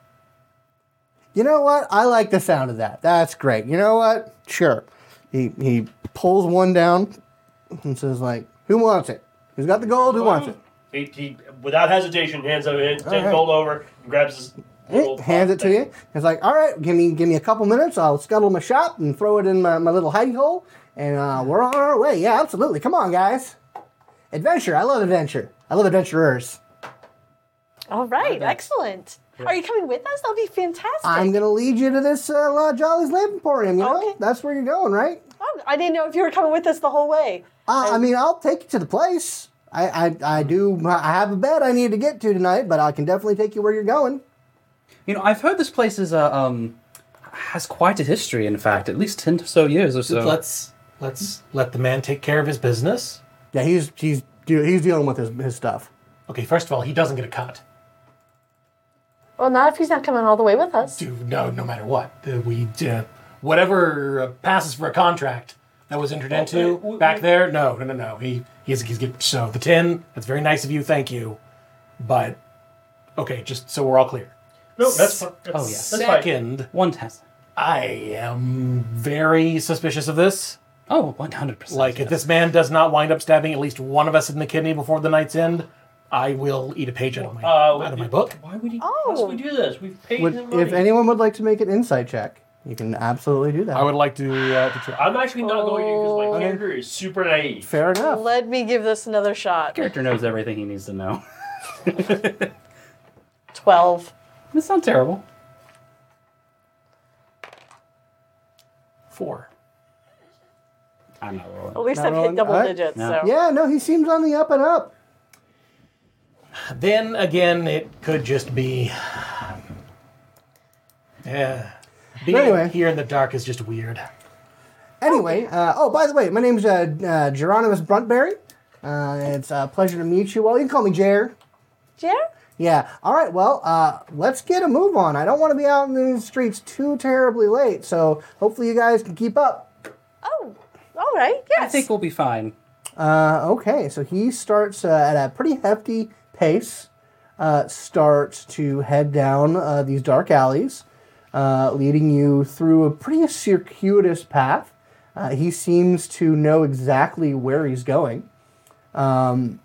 S2: You know what? I like the sound of that. That's great. You know what? Sure. He he pulls one down and says like, "Who wants it? Who's got the gold? Who wants it?"
S4: He, he, without hesitation, hands over, hands
S2: right.
S4: gold over, and grabs his
S2: It
S4: little
S2: hands it
S4: pot
S2: to you.
S4: thing.
S2: It's like, all right, give me give me a couple minutes. I'll scuttle my shop and throw it in my, my little hidey hole, and uh, we're on our way. Yeah, absolutely. Come on, guys. Adventure. I love adventure. I love adventurers.
S6: All right, excellent. Are you coming with us? That'll be fantastic.
S2: I'm gonna lead you to this uh, La Jolly's Lamp Emporium. You know,
S6: Okay.
S2: that's where you're going, right?
S6: oh, I didn't know if you were coming with us the whole way.
S2: Uh, I mean, I'll take you to the place. I, I I do. I have a bed I need to get to tonight, but I can definitely take you where you're going.
S3: You know, I've heard this place is uh, um has quite a history. In fact, at least ten or so years or so.
S5: Let's let's let the man take care of his business.
S2: Yeah, he's he's de- he's dealing with his, his stuff.
S5: Okay, first of all, he doesn't get a cut.
S6: Well, not if he's not coming all the way with us.
S5: Do no, no matter what uh, we uh, whatever uh, passes for a contract that was entered into
S4: we- we-
S5: back there. No, no, no, no. He he's, he's get, so the ten. That's very nice of you. Thank you, but okay, just so we're all clear.
S4: No, that's fine. That's,
S3: Oh, yeah.
S4: that's fine.
S5: Second,
S3: One test.
S5: I am very suspicious of this.
S3: Oh, one hundred percent.
S5: Like, if this man does not wind up stabbing at least one of us in the kidney before the night's end, I will eat a page out of my,
S4: Uh,
S5: out of my book.
S4: Why would he
S6: Oh.
S4: possibly do this? We've paid
S2: Would,
S4: him money.
S2: if anyone would like to make an insight check, you can absolutely do that.
S5: I would like to, uh, to try.
S4: I'm actually not going to because
S6: Oh.
S4: my character is super naive.
S2: Fair enough.
S6: Let me give this another shot.
S3: character knows everything he needs to know.
S6: Twelve.
S3: it's not terrible.
S5: Four.
S3: I'm not rolling.
S6: At least
S2: Not
S6: I've
S2: wrong.
S6: hit double
S2: All right.
S6: digits.
S3: Yeah.
S6: So
S2: Yeah, no, he seems on the up and up.
S5: Then again, it could just be. Yeah. Being
S2: Anyway.
S5: here in the dark is just weird.
S2: Anyway, uh, oh, by the way, my name's uh, uh, Geronimus Bruntberry. Uh, it's a pleasure to meet you all. You can call me Jer.
S6: Jer?
S2: Yeah. All right. Well, uh, let's get a move on. I don't want to be out in the streets too terribly late, so hopefully you guys can keep up.
S6: Oh, all right. Yes.
S3: I think we'll be fine.
S2: Uh, okay. So he starts uh, at a pretty hefty pace. Uh, starts to head down uh, these dark alleys, uh, leading you through a pretty circuitous path. Uh, he seems to know exactly where he's going.
S4: Question: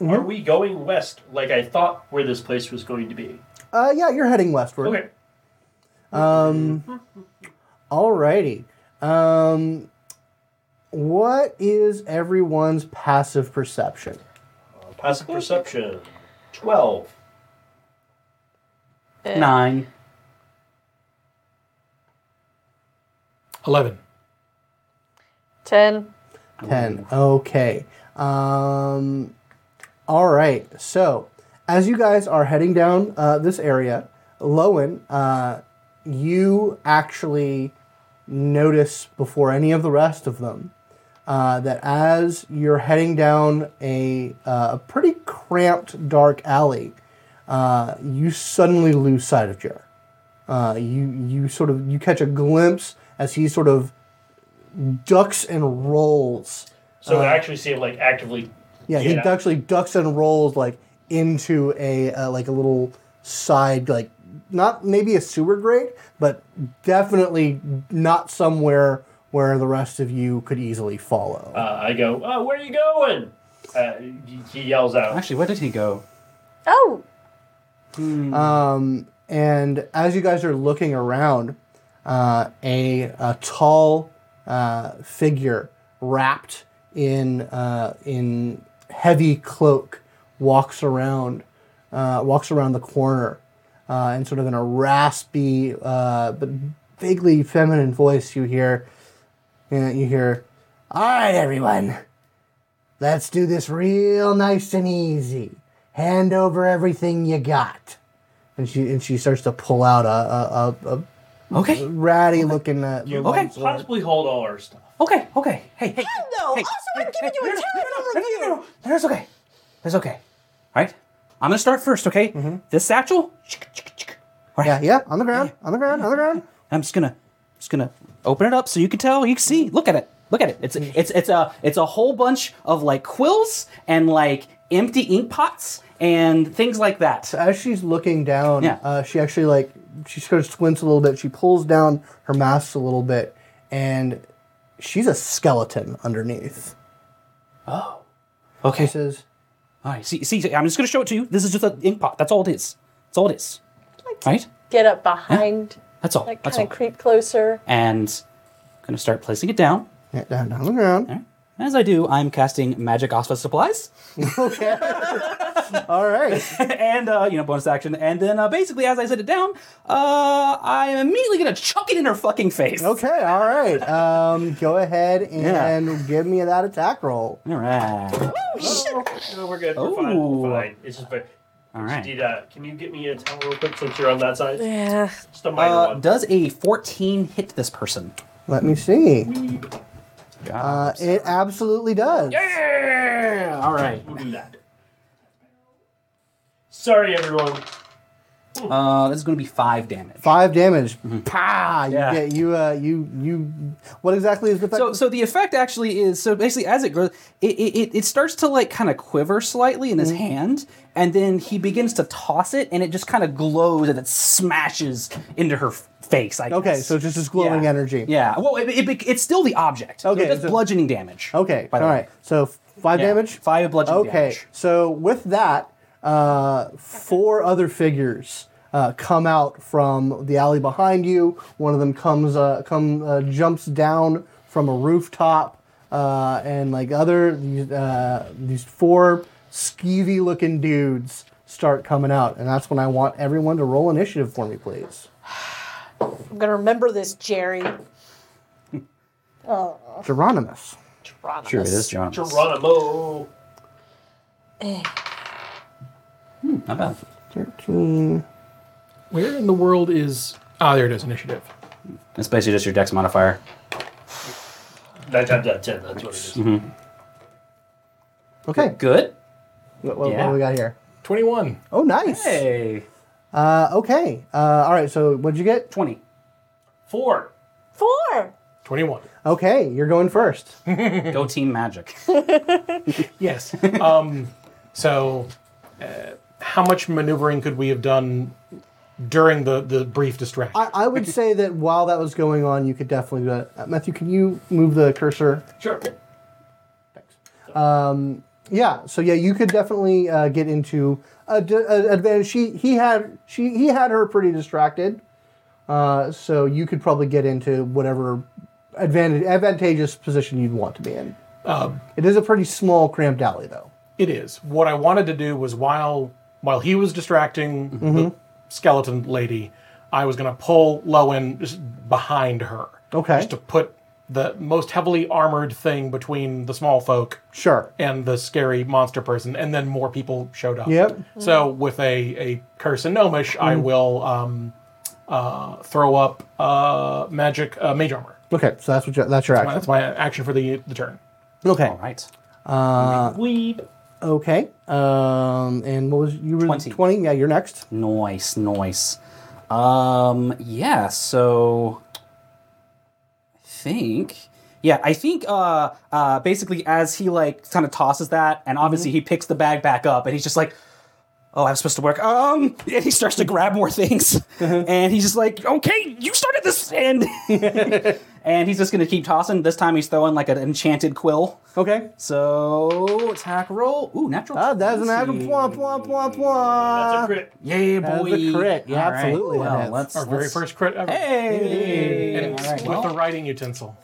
S3: Mm-hmm.
S4: Are we going west like I thought where this place was going to be?
S2: Uh, yeah, you're heading westward.
S4: Okay.
S2: Alrighty. Um, what is everyone's passive perception?
S4: Passive perception. Twelve.
S6: Eh.
S3: Nine.
S5: 11.
S6: Ten.
S2: Ten. Okay. Um, all right. So, as you guys are heading down uh, this area, Lowen, uh, you actually notice before any of the rest of them uh, that as you're heading down a, uh, a pretty cramped, dark alley, uh, you suddenly lose sight of Jer. Uh, you you sort of you catch a glimpse as he sort of ducks and rolls.
S4: So I actually see him like actively.
S2: Uh, Yeah, he
S4: get out.
S2: actually ducks and rolls like into a uh, like a little side like not maybe a sewer grate, but definitely not somewhere where the rest of you could easily follow.
S4: Uh, I go. Oh, where are you going? Uh, he- he yells out.
S3: Actually, where did he go?
S6: Oh,
S2: Um, and as you guys are looking around, uh, a, a tall uh, figure wrapped in uh, in heavy cloak walks around uh, walks around the corner, uh, and sort of in a raspy uh, but vaguely feminine voice, you hear uh, you hear, "All right, everyone." Let's do this real nice and easy. Hand over everything you got. And she and she starts to pull out a a, a, a
S3: Okay.
S2: ratty looking uh,
S3: okay.
S4: Possibly hold all our stuff.
S3: Okay. Okay. Hey. Hey.
S6: no. Oh, also, I'm giving you a terrible review.
S3: No, no, no, no, it's okay. It's okay. All right. I'm gonna start first, okay? This satchel. All right.
S2: Yeah, yeah, on the ground, on the ground, on the ground.
S3: I'm just gonna, just gonna open it up so you can tell. You can see. Look at it. Look at it. It's it's it's a it's a whole bunch of like quills and like empty ink pots and things like that.
S2: As she's looking down,
S3: Yeah.
S2: uh, she actually like she starts to wince a little bit. She pulls down her mask a little bit, and she's a skeleton underneath.
S3: Okay.
S2: She says,
S3: All right. See, see. I'm just gonna show it to you. This is just an ink pot. That's all it is. That's all it is. Right?
S6: Get up behind,
S3: That's all.
S6: like
S3: That's
S6: kind
S3: all.
S6: of creep closer.
S3: And I'm gonna start placing it down.
S2: Yeah, down, down on the ground.
S3: All right. As I do, I'm casting magic office supplies.
S2: Okay. All right.
S3: and uh, you know bonus action. And then uh, basically, as I set it down, uh, I am immediately gonna chuck it in her fucking face.
S2: Okay. All right. Um, go ahead
S3: Yeah.
S2: and give me that attack roll.
S3: All right.
S2: Oh,
S4: Oh, No, we're good. We're fine.
S3: Ooh.
S4: We're fine. It's just, but
S3: All right.
S4: did, uh, can you get me a towel real quick since you're on that side?
S6: Yeah.
S4: Just a minor
S3: Uh,
S4: one.
S3: does a 14 hit this person?
S2: Let me see. Uh,
S3: God.
S2: it absolutely does.
S3: yeah. All right.
S4: We'll do that. Sorry, everyone.
S3: Uh, this is gonna be five damage.
S2: Five damage.
S3: Mm-hmm.
S2: Pah! You
S3: Yeah.
S2: get you uh you you. What exactly is the effect?
S3: So, so the effect actually is so basically as it grows, it it, it- it starts to like kind of quiver slightly in his
S2: Mm-hmm.
S3: hand, and then he begins to toss it, and it just kind of glows and it smashes into her f- face. I
S2: okay,
S3: guess.
S2: so it's just this glowing
S3: Yeah.
S2: energy.
S3: Yeah. Well, it, it, bec- it's still the object.
S2: Okay,
S3: Okay. It's
S2: so-
S3: bludgeoning damage.
S2: Okay.
S3: By the
S2: all
S3: way.
S2: right. So five
S3: Yeah,
S2: damage.
S3: Five bludgeoning
S2: okay.
S3: damage.
S2: So with that, uh, four other figures uh, come out from the alley behind you. One of them comes, uh, come, uh, jumps down from a rooftop, uh, and like other uh, these four skeevy-looking dudes start coming out, and that's when I want everyone to roll initiative for me, please.
S6: I'm gonna remember this, Jerry.
S2: Geronimus.
S6: Geronimo.
S3: Sure, it is John.
S4: Geronimo.
S3: Not bad.
S2: Thirteen.
S5: Where in the world is. Ah, there it is, initiative.
S3: It's basically just your dex modifier.
S4: Nine times out of ten. That's what it
S2: Mm-hmm.
S4: is.
S2: Okay.
S3: Good.
S2: What, what, what
S3: Yeah.
S2: do we got here?
S5: 21.
S2: Oh, nice.
S3: Hey.
S2: Uh, okay. Uh, all right. So what'd you get?
S3: Twenty.
S4: Four.
S6: Four.
S5: 21.
S2: Okay, you're going first.
S3: Go team magic.
S5: Yes. um, so, uh, how much maneuvering could we have done during the, the brief distraction?
S2: I, I would say that while that was going on, you could definitely do that. Uh, Matthew, can you move the cursor? Um,
S4: Sure.
S2: Yeah. So yeah, you could definitely uh, get into a d- a advantage. She he had she he had her pretty distracted, uh, so you could probably get into whatever advantage advantageous position you'd want to be in. it is a pretty small, cramped alley, though.
S5: It is. What I wanted to do was while while he was distracting
S3: Mm-hmm.
S5: the skeleton lady, I was going to pull Lowen just behind her.
S2: Okay.
S5: Just to put the most heavily armored thing between the small folk
S2: Sure.
S5: and the scary monster person, and then more people showed up.
S2: Yep.
S5: So with a, a curse and gnomish, I
S3: Mm-hmm.
S5: will um, uh, throw up uh, magic uh, mage armor.
S2: Okay. So that's what you, that's your action.
S5: That's my action for the the turn.
S2: Okay.
S3: All right.
S4: Weep.
S2: Okay. Um, and what was you were
S3: 20.
S2: twenty? Yeah, you're next.
S3: Nice, nice. Um, yeah, so I think yeah, I think uh uh basically as he like kind of tosses that and obviously he picks the bag back up and he's just like Oh, I'm supposed to work. Um, and he starts to grab more things, and he's just like, "Okay, you started this," and and he's just gonna keep tossing. This time, he's throwing like an enchanted quill.
S2: Okay.
S3: So attack roll. Ooh, natural.
S2: Ah, that's an
S3: 20.
S2: apple. Plomp, plomp, plomp,
S4: That's a
S2: plomp.
S4: crit.
S3: Yay,
S2: That's a
S3: boy!
S2: crit. Yeah,
S3: All right.
S2: absolutely it
S3: Well,
S2: is.
S3: let's,
S5: Our very
S3: let's-
S5: first crit ever.
S3: Hey.
S5: And
S3: All right,
S5: with the
S3: well,
S5: writing util.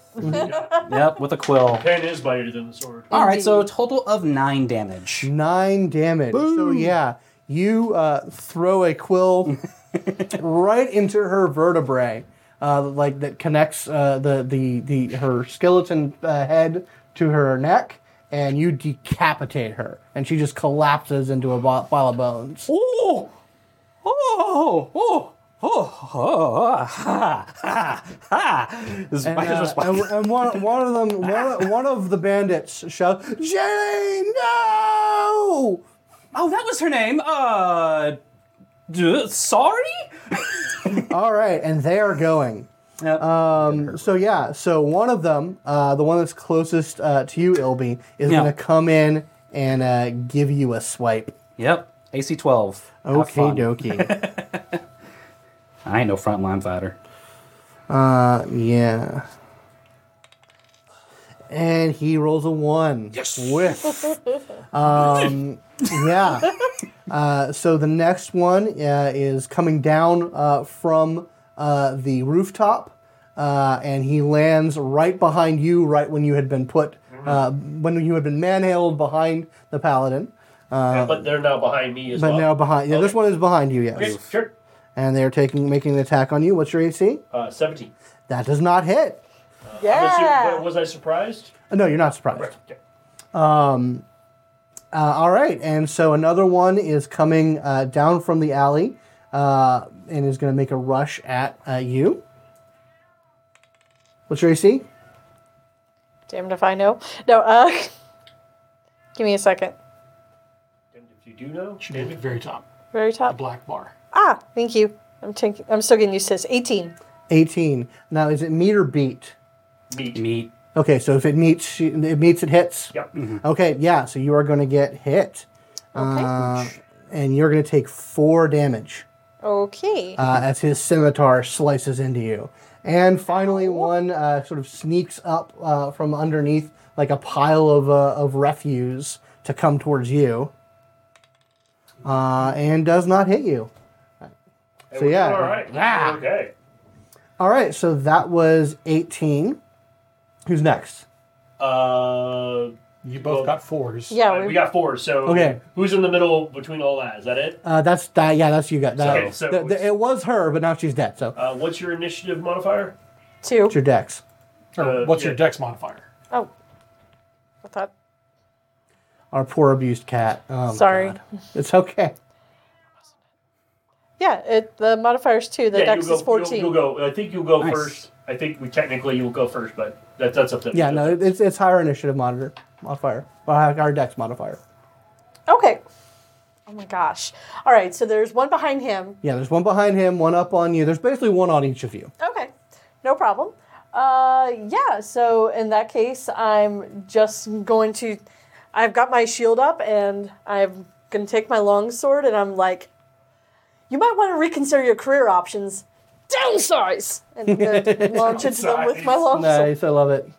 S3: yep, with a quill.
S4: Pen is mightier than the sword.
S3: All right, so total of nine damage.
S2: Nine damage. So yeah, you uh, throw a quill right into her vertebrae, uh, like that connects uh, the, the the her skeleton uh, head to her neck, and you decapitate her, and she just collapses into a bo- pile of bones.
S3: Oh, oh, oh, oh, oh, ha, ha, ha. This
S2: And,
S3: spider's
S2: uh,
S3: response.
S2: and, and one, one of them, one, one of the bandits shouts, "Jenny, no!"
S3: Oh, that was her name. Uh, d- sorry.
S2: All right, and they are going.
S3: Yep.
S2: Um, so yeah, so one of them, uh, the one that's closest uh, to you, Ilby, is
S3: Yeah.
S2: going to come in and uh, give you a swipe.
S3: yep. AC twelve. Have
S2: Okay,
S3: fun.
S2: dokie.
S3: I ain't no frontline fighter.
S2: uh, yeah. And he rolls a one. Yes. With. Um, yeah. Uh, so the next one uh, is coming down uh, from uh, the rooftop, uh, and he lands right behind you, right when you had been put,
S4: Mm-hmm.
S2: uh, when you had been manhandled behind the paladin.
S4: Yeah, but they're now behind me as
S2: uh, But
S4: well.
S2: now behind, yeah, this
S4: Okay.
S2: one is behind you, yes.
S4: Okay, sure.
S2: And they are taking, making an attack on you. What's your AC?
S4: Uh, 17.
S2: That does not hit. Uh,
S4: I'm assuming-
S6: Yeah.
S4: but was I surprised?
S2: No, you're not surprised.
S4: Right. Okay.
S2: Uh, all right, and so another one is coming uh, down from the alley uh, and is going to make a rush at uh, you. What's your AC?
S6: Damned if I know. No, uh, give me a second.
S4: And if you do know,
S5: Should be at the very top,
S6: Very
S5: the
S6: top.
S5: black bar.
S6: Ah, thank you. I'm taking. I'm still getting used to this. 18.
S2: 18. Now, is it meet or beat?
S4: meet.
S3: Meat.
S2: Okay, so if it meets, it meets, it hits.
S4: Yep.
S2: Okay, yeah, so you are going to get hit.
S6: Okay.
S2: Uh, and you're going to take four damage
S6: okay.
S2: uh, as his scimitar slices into you. And finally, one uh, sort of sneaks up uh, from underneath like a pile of, uh, of refuse to come towards you uh, and does not hit you.
S4: Hey,
S2: So,
S4: we're
S2: yeah.
S4: doing All right.
S5: Yeah.
S4: Okay.
S2: All right, so that was 18. Who's next?
S4: Uh,
S5: You both
S4: Well-
S5: got fours.
S6: yeah.
S4: we
S6: we-
S4: got four. So
S2: Okay.
S4: who's in the middle between all that? Is that it?
S2: Uh, that's that. Yeah, that's you guys. That,
S4: Okay, so
S2: the- the- it was her, but now she's dead. So
S4: Uh, what's your initiative modifier?
S6: Two.
S2: it's your dex.
S5: Or
S4: Uh,
S5: what's your
S4: yeah.
S5: dex modifier?
S6: Oh. I thought.
S2: Our poor abused cat. Oh, my
S6: Sorry.
S2: God. It's okay.
S6: Yeah, it, the modifier's two. The
S4: yeah,
S6: dex
S4: you'll
S6: is
S4: go,
S6: 14.
S4: You'll, you'll go. I think you'll go
S3: Nice.
S4: first. I think we technically you'll go first, but that, that's up to
S2: Yeah, no, it- it's it's higher initiative monitor modifier, or hi- higher dex modifier.
S6: Okay. Oh my gosh. All right, so there's one behind him.
S2: Yeah, there's one behind him, one up on you. There's basically one on each of you.
S6: Okay, no problem. Uh, yeah, so in that case, I'm just going to. I've got my shield up and I'm going to take my longsword and I'm like, you might want to reconsider your career options. Downsize! And I'm gonna launch into them with my longsword.
S2: Nice, I love it.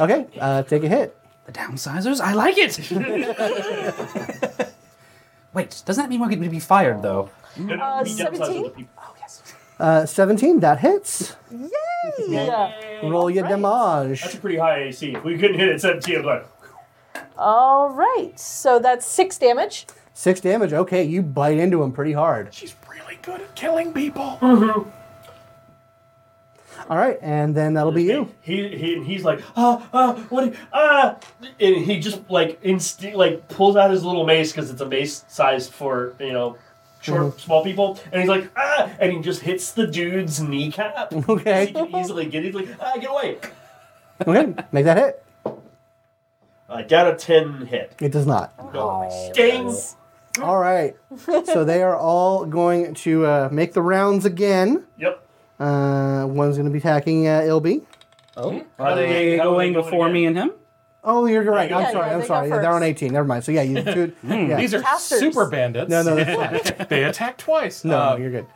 S2: Okay, uh, take a hit.
S3: The downsizers? I like it! Wait, doesn't that mean we're going to be fired, though?
S4: no, no,
S6: Uh,
S4: we downsize
S6: 17?
S4: other people.
S3: Oh, yes.
S2: Uh, 17, that hits.
S6: Yeah.
S2: Roll your damage.
S4: That's a pretty high AC. If we couldn't hit it 17, I'm like,
S6: All right, so that's six damage.
S2: Six damage. Okay, you bite into him pretty hard.
S5: She's really good at killing people.
S2: All right, and then that'll be you.
S4: He, he, and he's like, ah, ah, what, ah, and he just like insti- like pulls out his little mace because it's a mace sized for you know short small people, and he's like, ah, and he just hits the dude's kneecap.
S2: Okay.
S4: he can easily get. He's like, ah, get away.
S2: Okay, make that hit.
S4: Uh, down a ten hit.
S2: It does not.
S6: Oh,
S4: Dang.
S2: All right, so they are all going to uh, make the rounds again.
S4: Yep.
S2: Uh, one's going to be attacking uh, Ilby.
S3: Oh.
S4: How
S3: Are
S4: do they- how
S3: they
S4: do they
S3: going
S4: go
S3: before
S4: again?
S3: me and him?
S2: Oh, you're right. I'm
S6: Yeah,
S2: sorry.
S6: yeah,
S2: I'm
S6: they
S2: sorry.
S6: go
S2: Yeah, they're on
S6: first. Mm.
S2: 18. Never mind. So yeah, you two. yeah.
S5: These are
S6: Casters.
S5: super bandits.
S2: no, no, that's fine.
S5: they attack twice.
S2: no,
S5: Uh,
S2: you're good.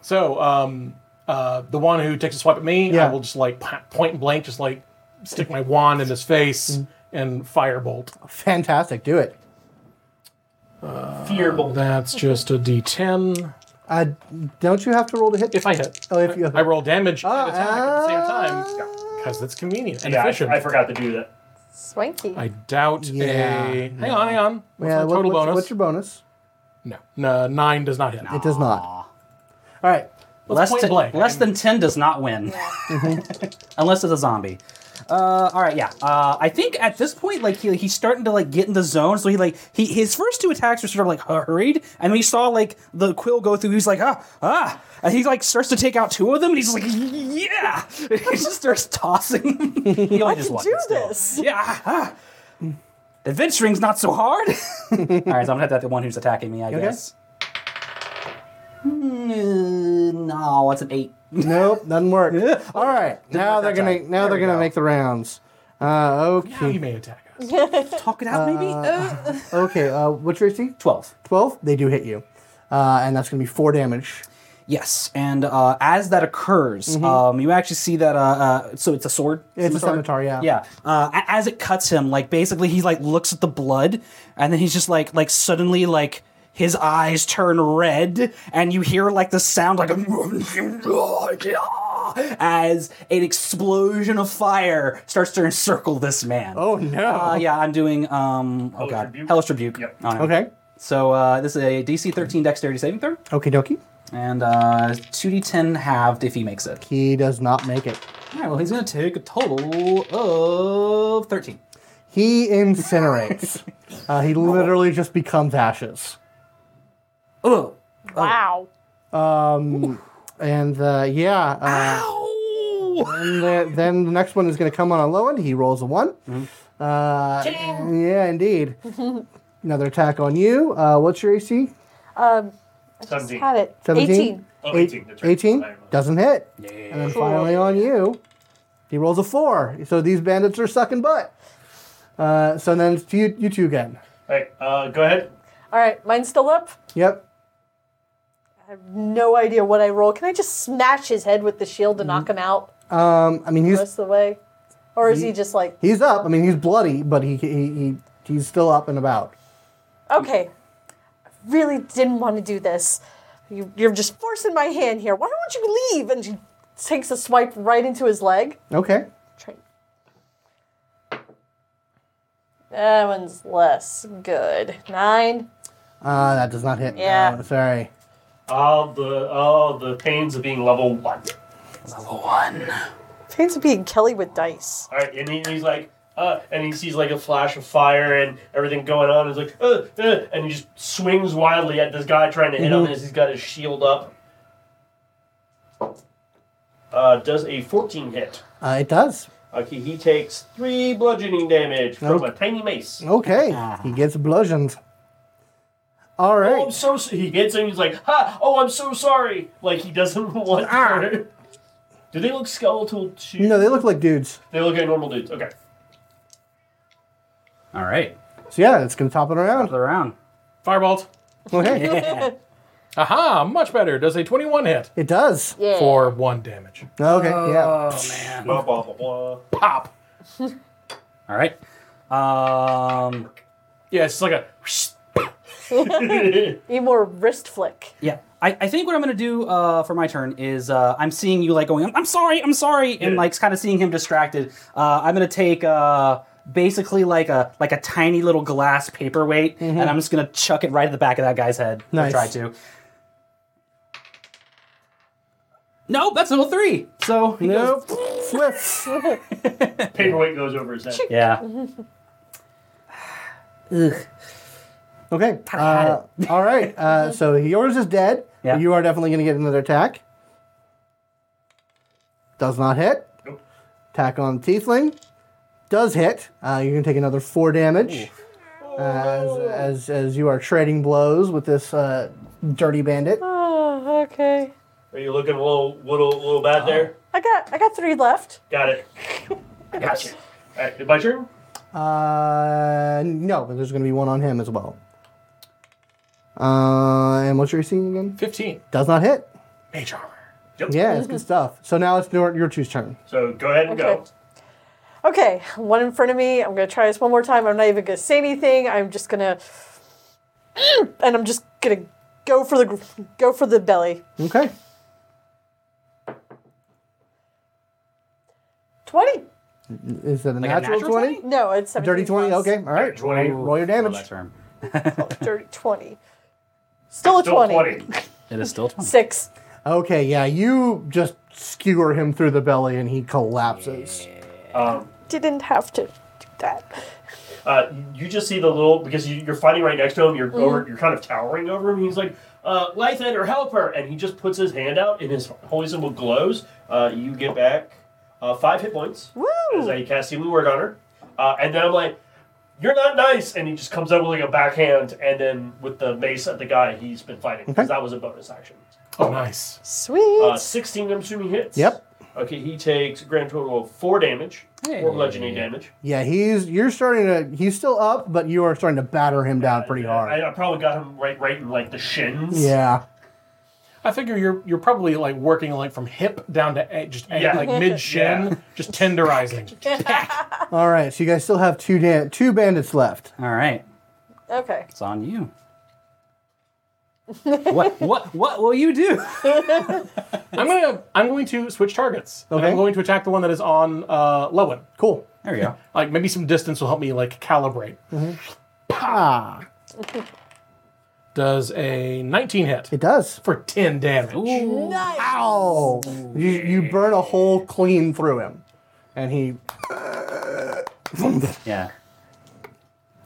S5: so um, uh, the one who takes a swipe at me,
S2: Yeah.
S5: I will just like p- point blank, just like stick my wand in his
S2: Mm.
S5: face and firebolt.
S2: Fantastic. Do it.
S4: Fearable.
S5: That's just a d10.
S2: Uh, don't you have to roll to hit?
S5: If I hit,
S2: Oh, if you-
S5: I, I roll damage
S2: Ah,
S5: and attack at the same
S2: ah.
S5: time because it's convenient and
S4: Yeah, I,
S5: efficient.
S4: I forgot to do that.
S6: Swanky.
S5: I doubt
S2: Yeah.
S5: a. Hang on, hang on. What's
S2: yeah,
S5: my
S2: what-
S5: total
S2: what's,
S5: bonus?
S2: what's your bonus?
S5: No. no, nine does not hit.
S2: It does not. All right.
S3: Less,
S5: Let's point
S3: than-
S5: blank.
S3: less than 10 does not win. Unless it's a zombie. Uh, all right, yeah. Uh, I think at this point, like he, he's starting to like get in the zone. So he like he his first two attacks are sort of like hurried, and we saw like the quill go through. He's like ah ah, and he like starts to take out two of them, and he's just like yeah, and he just starts tossing. them. he only just
S6: can
S3: one,
S6: do
S3: but still.
S6: this.
S3: Yeah. ah, ah. Adventuring's not so hard. all right, so I'm gonna have to have the one who's attacking me, I
S2: okay?
S3: guess. Mm, no, it's an eight.
S2: Nope, doesn't work. All right. Now
S3: work
S2: they're
S3: that
S2: gonna
S3: time.
S2: now
S3: There
S2: they're
S3: we
S2: gonna
S3: go.
S2: make the rounds. Uh,
S5: Now
S2: okay.
S5: you may attack us.
S3: Talk it out, maybe. Uh,
S2: Okay. Uh, what's your AC?
S3: Twelve.
S2: Twelve. They do hit you, uh, and that's gonna be four damage.
S3: Yes, and uh, as that occurs, um, you actually see that. Uh, uh, so it's a sword.
S2: Mm-hmm. It's a scimitar,
S3: Scimitar?
S2: yeah.
S3: Yeah. Uh, a- as it cuts him, like basically he like looks at the blood, and then he's just like like suddenly like his eyes turn red, and you hear like the sound like a as an explosion of fire starts to encircle this man.
S2: Oh no.
S3: Uh, yeah, I'm doing um. Oh
S4: Hellish
S3: god,
S4: Rebuke?
S3: hellish rebuke.
S4: Yep.
S3: on him.
S2: Okay.
S3: So uh, this is a DC 13 Dexterity saving throw,
S2: Okie dokie.
S3: and uh, 2d10 halved if he makes it.
S2: He does not make it.
S3: All right, well he's gonna take a total of 13.
S2: He incinerates. uh, he literally just becomes ashes.
S3: Oh.
S6: Wow.
S2: And uh, yeah, uh, and the, then the next one is going to come on a low end. He rolls a one.
S4: Mm-hmm.
S2: Uh, yeah, indeed. Another attack on you. Uh, what's your AC?
S6: Just
S4: 17.
S6: had it.
S2: 17?
S6: 18.
S4: Oh, 18. That's right.
S2: 18?
S4: I remember.
S2: Doesn't hit. And then finally on you, he rolls a four. So these bandits are sucking butt. Uh, so then it's you, you two again.
S4: All right, uh, go ahead.
S6: All right, mine's still up.
S2: Yep.
S6: No idea what I roll. Can I just smash his head with the shield to knock him out
S2: Um, I mean,
S6: the
S2: he's
S6: rest of the way? Or is he just like,
S2: he's up. I mean, he's bloody, but he, he, he he's still up and about.
S6: okay, I really didn't want to do this. You, you're just forcing my hand here. Why don't you leave? And she takes a swipe right into his leg.
S2: Okay.
S6: Try. That one's less good. Nine.
S2: Uh, that does not hit.
S6: Yeah.
S2: No, sorry.
S4: All the all the pains of being level one.
S3: Level one.
S6: Pains of being Kelly with dice.
S4: All right, and he, he's like, uh, and he sees like a flash of fire and everything going on. He's like, uh, uh, and he just swings wildly at this guy trying to hit him as he's got his shield up. Uh, does a 14 hit?
S2: Uh, it does.
S4: Okay, he takes three bludgeoning damage from a tiny mace.
S2: Okay. he gets bludgeoned. All
S4: Oh, I'm
S2: right.
S4: so so- he hits him. He's like, "Ha! Oh, I'm so sorry." Like he doesn't want. to- Do they look skeletal too?
S2: No, they look like dudes.
S4: They look like normal dudes. Okay.
S3: All right.
S2: So yeah, it's gonna top it around.
S3: Another round.
S5: Firebolt.
S2: Okay.
S3: Yeah.
S5: Aha, much better. Does a 21 hit
S2: It does.
S6: Yeah.
S5: for one damage.
S2: Okay. yeah.
S3: oh man.
S4: Blah blah blah blah.
S5: Pop.
S3: All right. Um.
S5: Yeah, it's just like a.
S6: Need more wrist flick.
S3: Yeah. I, I think what I'm gonna do uh, for my turn is uh, I'm seeing you like going I'm, I'm sorry I'm sorry and
S4: Yeah.
S3: like kind of seeing him distracted. Uh, I'm gonna take uh, basically like a like a tiny little glass paperweight and I'm just gonna chuck it right at the back of that guy's head. or
S2: Mm-hmm. Nice.
S3: Try to. No, that's level three. So he goes-
S2: Nope. Swift.
S4: Paperweight goes over his head.
S3: Yeah.
S2: Mm-hmm.
S3: Ugh.
S2: Okay. Uh, all right. Uh, so yours is dead.
S3: Yeah.
S2: You are definitely going to get another attack. Does not hit.
S4: Nope.
S2: Attack on Tiefling. Does hit. Uh, you're going to take another four damage as, as, as you are trading blows with this uh, dirty bandit.
S6: Oh, okay.
S4: Are you looking a little little little bad there?
S6: I got I got three left.
S4: Got it. Gotcha. All right, my turn.
S2: Uh, no, but there's going to be one on him as well. Uh, and what's your AC again?
S5: 15.
S2: Does not hit.
S5: Mage armor.
S2: Yeah, it's good stuff. So now it's your, your two's turn.
S4: So go ahead and
S6: Okay. Okay, one in front of me. I'm gonna try this one more time. I'm not even gonna say anything. I'm just gonna, and I'm just gonna go for the gr- go for the belly.
S2: Okay.
S6: Twenty?
S2: Is that a,
S3: a
S2: natural,
S3: natural
S2: 20?
S3: 20?
S6: No, it's seventeen.
S2: Dirty 20?
S6: plus.
S2: Okay, all
S4: go.
S2: right.
S4: Twenty.
S2: Roll your damage.
S3: Love that term.
S6: Dirty twenty. Still a
S4: Still
S6: 20.
S4: twenty.
S3: It is still 20.
S6: Six.
S2: Okay, yeah, you just skewer him through the belly and he collapses.
S4: Um,
S6: Didn't have to do that.
S4: uh, you just see the little because you, you're fighting right next to him. You're
S6: Mm-hmm.
S4: over. You're kind of towering over him. He's like, uh, "Lythan or help her!" And he just puts his hand out, and his holy symbol glows. Uh, you get back uh, five hit points as
S6: Woo!
S4: I cast healing word on her. Uh, and then I'm like, "You're not nice!" And he just comes up with like a backhand, and then with the mace at the guy he's been fighting because that was a bonus action.
S5: Oh, nice.
S6: Sweet.
S4: Uh, 16, I'm assuming hits.
S2: Yep.
S4: Okay, he takes a grand total of four damage, four bludgeoning damage.
S2: Yeah, he's you're starting to he's still up, but you are starting to batter him down pretty hard.
S4: I, I probably got him right, right in like the shins.
S2: Yeah.
S5: I figure you're you're probably like working like from hip down to a, just a,
S4: Yeah.
S5: like mid shin,
S4: Yeah.
S5: just tenderizing.
S2: All right, so you guys still have two dan- two bandits left.
S3: All right,
S6: Okay.
S3: it's on you. what what what will you do?
S5: I'm gonna I'm going to switch targets. and
S2: Okay.
S5: I'm going to attack the one that is on uh, Lowen.
S2: Cool.
S3: There we go.
S5: Like maybe some distance will help me like calibrate.
S2: Ah,
S5: Does a 19 hit
S2: it does.
S5: for 10 damage?
S6: Nice.
S2: Ow! You, you burn a hole clean through him, and he
S3: Yeah.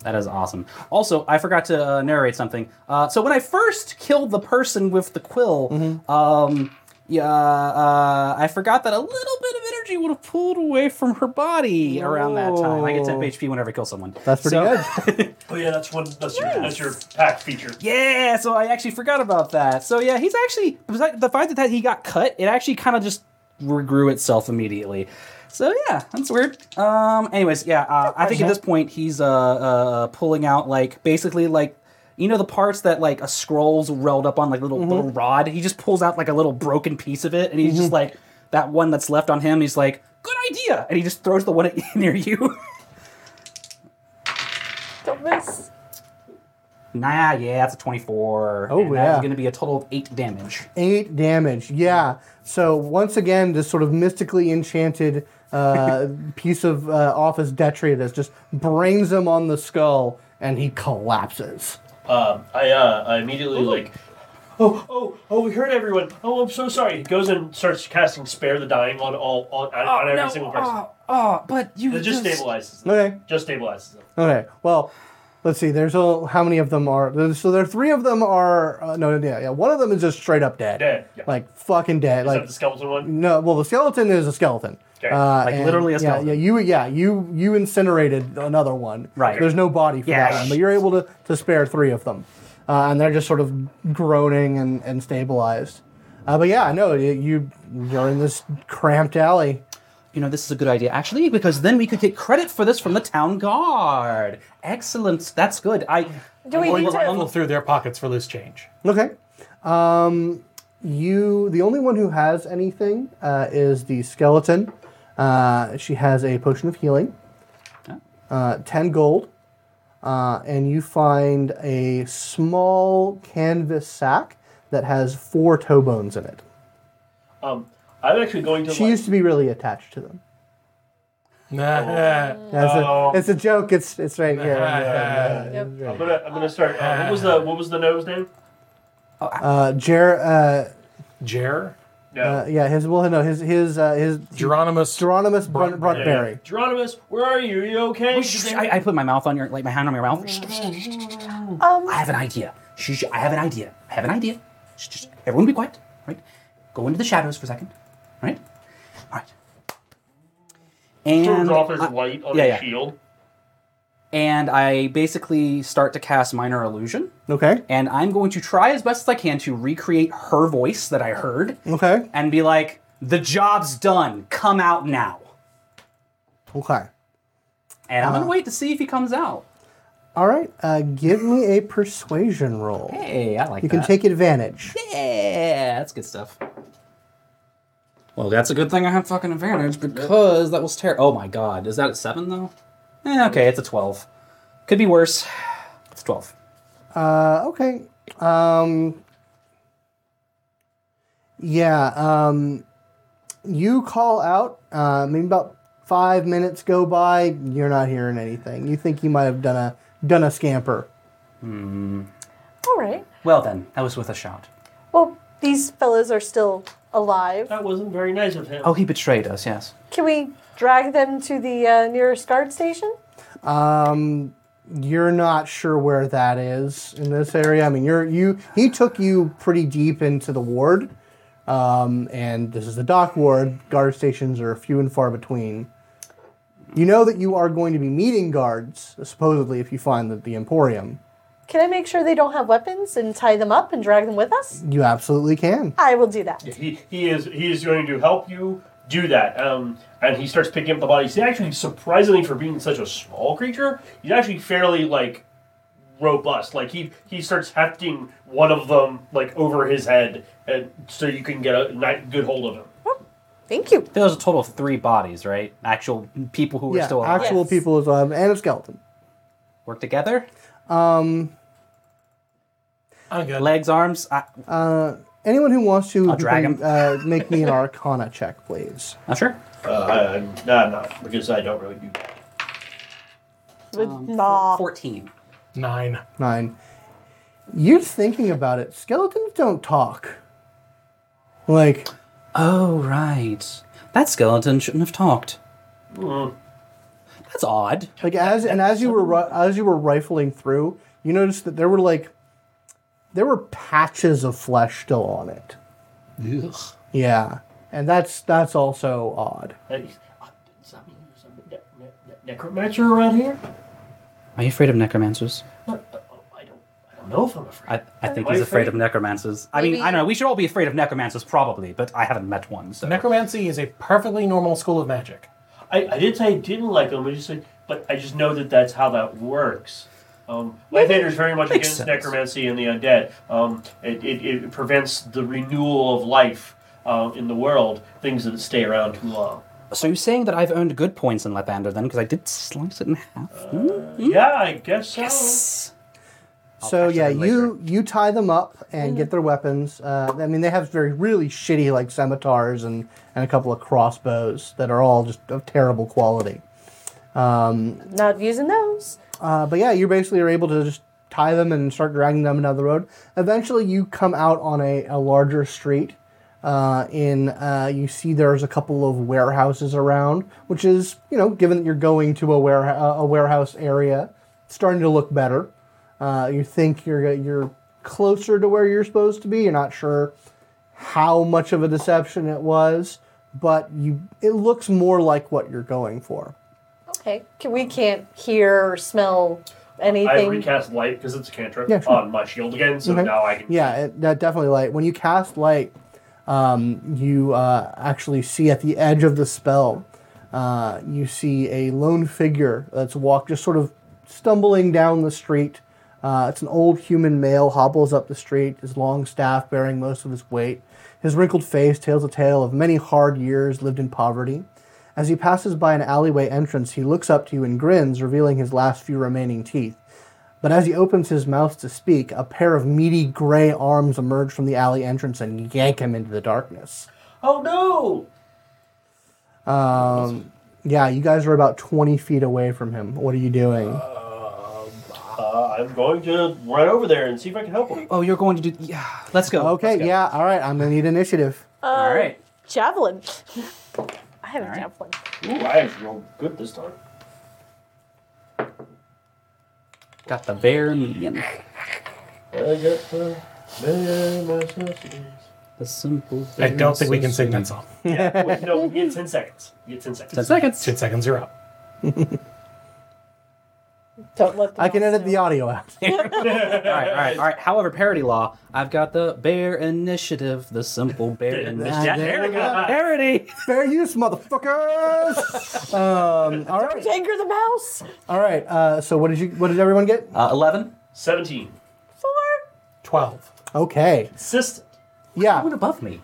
S3: That is awesome. Also, I forgot to uh, narrate something. Uh, so when I first killed the person with the quill,
S2: Mm-hmm.
S3: um, yeah, uh, I forgot that a little bit of energy would have pulled away from her body around that time. I get 10 HP whenever I kill someone.
S2: that's pretty
S3: So-
S2: good.
S4: Oh yeah, that's one. That's your that's your pack feature.
S3: Yeah, so I actually forgot about that. So yeah, he's actually besides the fact that he got cut, it actually kind of just regrew itself immediately. So yeah, that's weird. Um, anyways, yeah, uh, I think at this point he's uh, uh pulling out like basically like you know the parts that like a scroll's rolled up on like little little
S2: Mm-hmm.
S3: rod. He just pulls out like a little broken piece of it, and he's just like that one that's left on him. He's like, good idea, and he just throws the one at, near you.
S6: Don't miss.
S3: nah, yeah, that's a twenty-four.
S2: Oh,
S3: and that is
S2: yeah.
S3: going to be a total of eight damage.
S2: Eight damage. Yeah. So once again, this sort of mystically enchanted uh, piece of uh, office detritus just brains him on the skull, and he collapses.
S4: Um, I uh, I immediately like, oh oh oh, we hurt everyone. Oh, I'm so sorry. He goes and starts casting spare the dying on all on, on, on every single person.
S6: uh,
S3: oh, but you
S4: it just stabilizes. Them.
S2: Okay.
S4: Just stabilizes. Them.
S2: Okay. Well, let's see. There's a, how many of them are? there's- So there are three of them are. Uh, no, yeah, yeah. One of them is just straight up dead.
S4: Dead, yeah.
S2: Like fucking dead.
S4: Is
S2: like Mm.
S4: that the skeleton one?
S2: no. Well, the skeleton is a skeleton. Uh,
S4: Okay.
S3: Like, literally a
S2: yeah,
S3: skeleton.
S2: Yeah, you yeah you you incinerated another one.
S3: Right.
S2: There's no body for
S3: Yeah.
S2: that one, but you're able to, to spare three of them, uh, and they're just sort of groaning and, and stabilized. Uh, but yeah, no, you, you you're in this cramped alley.
S3: You know, this is a good idea actually, because then we could get credit for this from the town guard. Excellent. That's good. I.
S6: Do we
S5: Or
S6: need
S5: you
S6: to?
S5: fumble through their pockets for loose change.
S2: Okay. Um, you, the only one who has anything uh, is the skeleton. Uh, she has a potion of healing, uh, 10 gold, uh, and you find a small canvas sack that has four toe bones in it.
S4: Um, I'm actually going to.
S2: She
S4: like,
S2: used to be really attached to them.
S5: Nah.
S2: That's
S4: Oh.
S2: a, it's a joke. It's it's right here.
S4: I'm gonna I'm gonna start. Uh, what was the what was the nose name?
S2: Uh, Jer, uh,
S5: Jer?
S4: No.
S2: uh, yeah, his well, no, his his uh, his
S5: Geronimus.
S2: Geronimus Brun-
S5: Bruntberry.
S2: Bruntberry.
S4: Geronimus, where are you? Are you okay?
S3: I, I put my mouth on your, like my hand on your mouth.
S6: Mm. Um,
S3: I have an idea. Shh, shh, I have an idea. I have an idea. Shh, just everyone be quiet. Right? Go into the shadows for a second. Right? All right.
S4: Turns
S3: And
S4: off his
S3: I-
S4: light on
S3: yeah,
S4: his
S3: yeah.
S4: shield.
S3: and I basically start to cast minor illusion.
S2: Okay.
S3: and I'm going to try as best as I can to recreate her voice that I heard
S2: Okay.
S3: and be like, the job's done. Come out now.
S2: Okay.
S3: And I'm going to wait to see if he comes out.
S2: All right, uh, give me a persuasion roll.
S3: Hey, I like
S2: You can take advantage.
S3: Yeah, that's good stuff. Well, that's a good thing I have fucking advantage because that was terrible. Oh my god. Is that a 7 though? Eh, okay, it's a 12. Could be worse. It's 12.
S2: Uh, okay. Um, yeah. Um, you call out. Uh, maybe about five minutes go by. You're not hearing anything. You think you might have done a done a scamper.
S6: all right.
S3: Well then, that was with a shot.
S6: Well, these fellas are still alive.
S4: That wasn't very nice of him.
S3: Oh, he betrayed us, yes.
S6: Can we drag them to the uh, nearest guard station?
S2: Um, you're not sure where that is in this area. I mean, you're you. He took you pretty deep into the ward, um, and this is the dock ward. Guard stations are few and far between. You know that you are going to be meeting guards supposedly if you find the, the Emporium.
S6: Can I make sure they don't have weapons and tie them up and drag them with us?
S2: You absolutely can.
S6: I will do that.
S4: He, he is he is going to help you do that. Um, and he starts picking up the bodies. He actually, surprisingly for being such a small creature, he's actually fairly like robust. Like he he starts hefting one of them like over his head, and so you can get a ni- good hold of him.
S6: Thank you.
S3: There was a total of three bodies, right? Actual people who were
S2: yeah,
S3: still alive.
S2: actual
S6: Yes.
S2: people as well, and a skeleton.
S3: Work together.
S5: I'm good.
S3: Legs, arms. I,
S2: Anyone who wants to who
S3: drag
S2: can,
S3: him.
S2: uh, make me an Arcana check, please.
S3: not sure.
S4: Uh, I, I'm, no, I'm not because I don't really do that.
S6: Um, nah.
S3: Fourteen.
S5: Nine.
S2: Nine. You're thinking about it. Skeletons don't talk. Like,
S3: Oh right. That skeleton shouldn't have talked.
S5: Hmm.
S3: That's odd.
S2: like as and as you were ru- as you were rifling through, you noticed that there were like there were patches of flesh still on it.
S5: Ugh.
S2: Yeah, and that's that's also odd.
S4: Hey, uh, does that mean there's a ne- ne- ne- necromancer around here?
S3: Are you afraid of necromancers?
S4: Uh, uh, I don't. I don't know if I'm afraid.
S3: I, I think
S4: Why
S3: he's
S4: you
S3: afraid
S4: afraid?
S3: of necromancers. I mean,
S6: Maybe-
S3: I don't know. We should all be afraid of necromancers, probably, but I haven't met one. So.
S5: Necromancy is a perfectly normal school of magic.
S4: I, I didn't say I didn't like them. I just said, but I just know that that's how that works. Um, Lythander is very much
S3: Makes
S4: against
S3: sense.
S4: necromancy and the undead. Um, it, it, it prevents the renewal of life uh, in the world, things that stay around too long.
S3: so you're saying that I've earned good points in Lathander then, because I did slice it in half. Oh, Hmm?
S4: Yeah, I guess so.
S2: so
S3: patch it
S2: yeah,
S3: in
S2: you you tie them up and get their weapons. Uh, I mean, they have very really shitty like scimitars and and a couple of crossbows that are all just of terrible quality.
S6: Not using those.
S2: Uh, but yeah, you basically are able to just tie them and start dragging them down the road. Eventually, you come out on a, a larger street. Uh, in uh, you see there's a couple of warehouses around, which is you know given that you're going to a, ware- a warehouse area, it's starting to look better. Uh, you think you're you're closer to where you're supposed to be. You're not sure how much of a deception it was, but you it looks more like what you're going for.
S6: Okay. Can, we can't hear or smell
S4: I
S6: anything.
S4: recast light because it's a cantrip
S2: Yeah, sure.
S4: on my shield again, so
S2: Okay.
S4: now I can.
S2: Yeah, it, that definitely light. When you cast light, um, you uh, actually see at the edge of the spell, uh, you see a lone figure that's walk just sort of stumbling down the street. Uh, it's an old human male hobbles up the street, his long staff bearing most of his weight. His wrinkled face tells a tale of many hard years lived in poverty. As he passes by an alleyway entrance, he looks up to you and grins, revealing his last few remaining teeth. But as he opens his mouth to speak, a pair of meaty gray arms emerge from the alley entrance and yank him into the darkness.
S4: Oh no!
S2: Yeah, you guys are about 20 feet away from him. What are you doing?
S4: Uh, I'm going to run over there and see if I can help him.
S3: Oh, you're going to do. Yeah, let's go.
S2: okay,
S3: let's go.
S2: yeah, all right, I'm going to need initiative.
S3: All right.
S6: Javelin. I have
S3: All
S6: a
S3: right.
S6: javelin.
S4: Ooh, I actually rolled good this time.
S3: Got the bare medium.
S4: I got the man myself.
S3: The simple.
S5: I don't think we can
S3: things.
S5: sing that song.
S4: Yeah, wait, no, you get 10 seconds. You get 10 seconds.
S3: Ten seconds.
S5: Ten seconds, you're up.
S6: Don't let. them
S2: I can
S6: all
S2: edit
S6: know.
S2: the audio out.
S3: all right, all right, all right. However, parody law. I've got the bare initiative. The simple bare initiative.
S4: Yeah, there we go.
S3: Parody.
S2: Fair use, motherfuckers! um, all right,
S6: Tanker the mouse.
S2: all right. Uh, so what did you? What did everyone get?
S3: Uh, Eleven.
S4: 17.
S6: Four.
S5: Twelve.
S2: Okay,
S4: Assistant.
S2: yeah.
S3: One above me.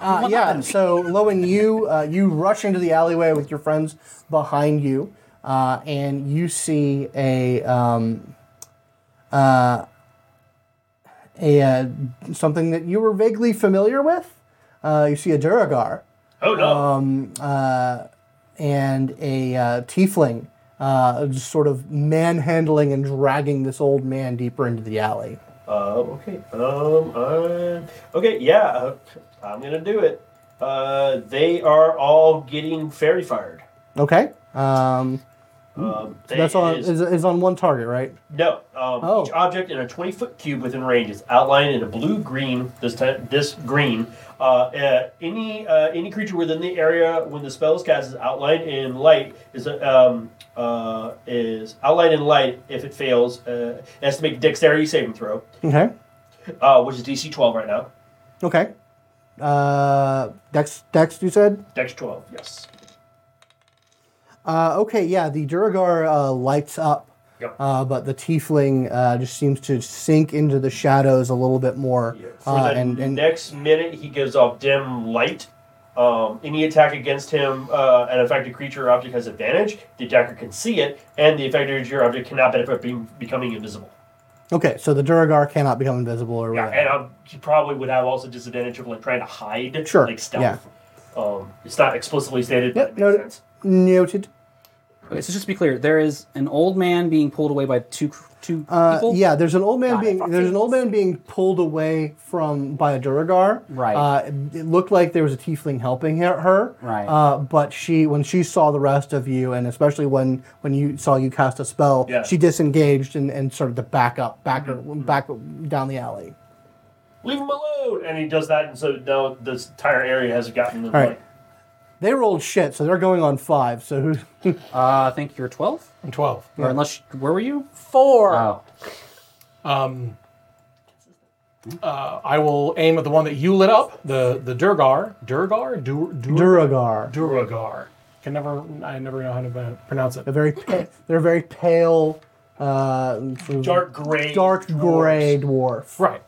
S2: Uh, yeah, so Lowen, you uh, you rush into the alleyway with your friends behind you, uh, and you see a um, uh, a uh, something that you were vaguely familiar with. Uh, you see a Duragar
S4: Oh no.
S2: and a uh, Tiefling uh, just sort of manhandling and dragging this old man deeper into the alley.
S4: um, okay. Um. Uh, okay. Yeah. uh, I'm gonna do it. Uh, they are all getting fairy fired.
S2: Okay, um,
S4: Um, they
S2: that's on
S4: is-
S2: is, is on one target, right?
S4: no. Um,
S2: Oh.
S4: Each object in a 20 foot cube within range is outlined in a blue green. This time, this green. Uh, uh, any uh, any creature within the area when the spell is cast is outlined in light is uh, um uh is outlined in light. If it fails, uh, it has to make a dexterity saving throw,
S2: Okay,
S4: uh, which is DC 12 right now.
S2: okay. Uh, Dex, Dex, you said.
S4: Dex 12. Yes.
S2: Uh, okay, yeah, the Duragar uh, lights up
S4: Yep.
S2: Uh, but the tiefling uh, just seems to sink into the shadows a little bit more.
S4: For
S2: Uh,
S4: the
S2: and, and
S4: next minute, he gives off dim light. Um, any attack against him, uh, an affected creature or object has advantage. The attacker can see it, and the affected creature or object cannot benefit from being, becoming invisible.
S2: okay, so the Duragar cannot become invisible or
S4: Yeah,
S2: whatever.
S4: and um, he probably would have also disadvantage of like trying to hide,
S2: Sure,
S4: like stealth.
S2: yeah.
S4: Um, it's not explicitly
S2: Yep,
S4: stated, but it makes
S2: noted.
S4: sense.
S2: Noted.
S3: Okay, so just to be clear, there is an old man being pulled away by two cr- two
S2: Uh,
S3: people.
S2: yeah, there's an old man
S3: Got it.
S2: being there's an old man being pulled away from by a Duragar.
S3: Right.
S2: Uh, it- it looked like there was a tiefling helping her. her.
S3: Right.
S2: Uh, but she when she saw the rest of you, and especially when when you saw you cast a spell,
S4: Yeah. Mm-hmm.
S2: she disengaged and, and started to back up, back back down the alley.
S4: Leave him alone, and he does that, and so now this entire area has gotten.
S2: All right. They rolled shit, so they're going on five. So who?
S3: Uh, I think you're 12,
S5: I'm 12.
S3: or unless where were you?
S6: Four.
S3: Oh,
S5: Uh, I will aim at the one that you lit up, the the Durgar. Durgar? Dur, Dur,
S2: Duragar.
S5: Durgar. Can never, I never know how to uh, pronounce it.
S2: They're very pa- they're very pale, uh, sort of
S4: Dark gray.
S2: dark gray
S4: dwarves.
S2: dwarf,
S5: Right.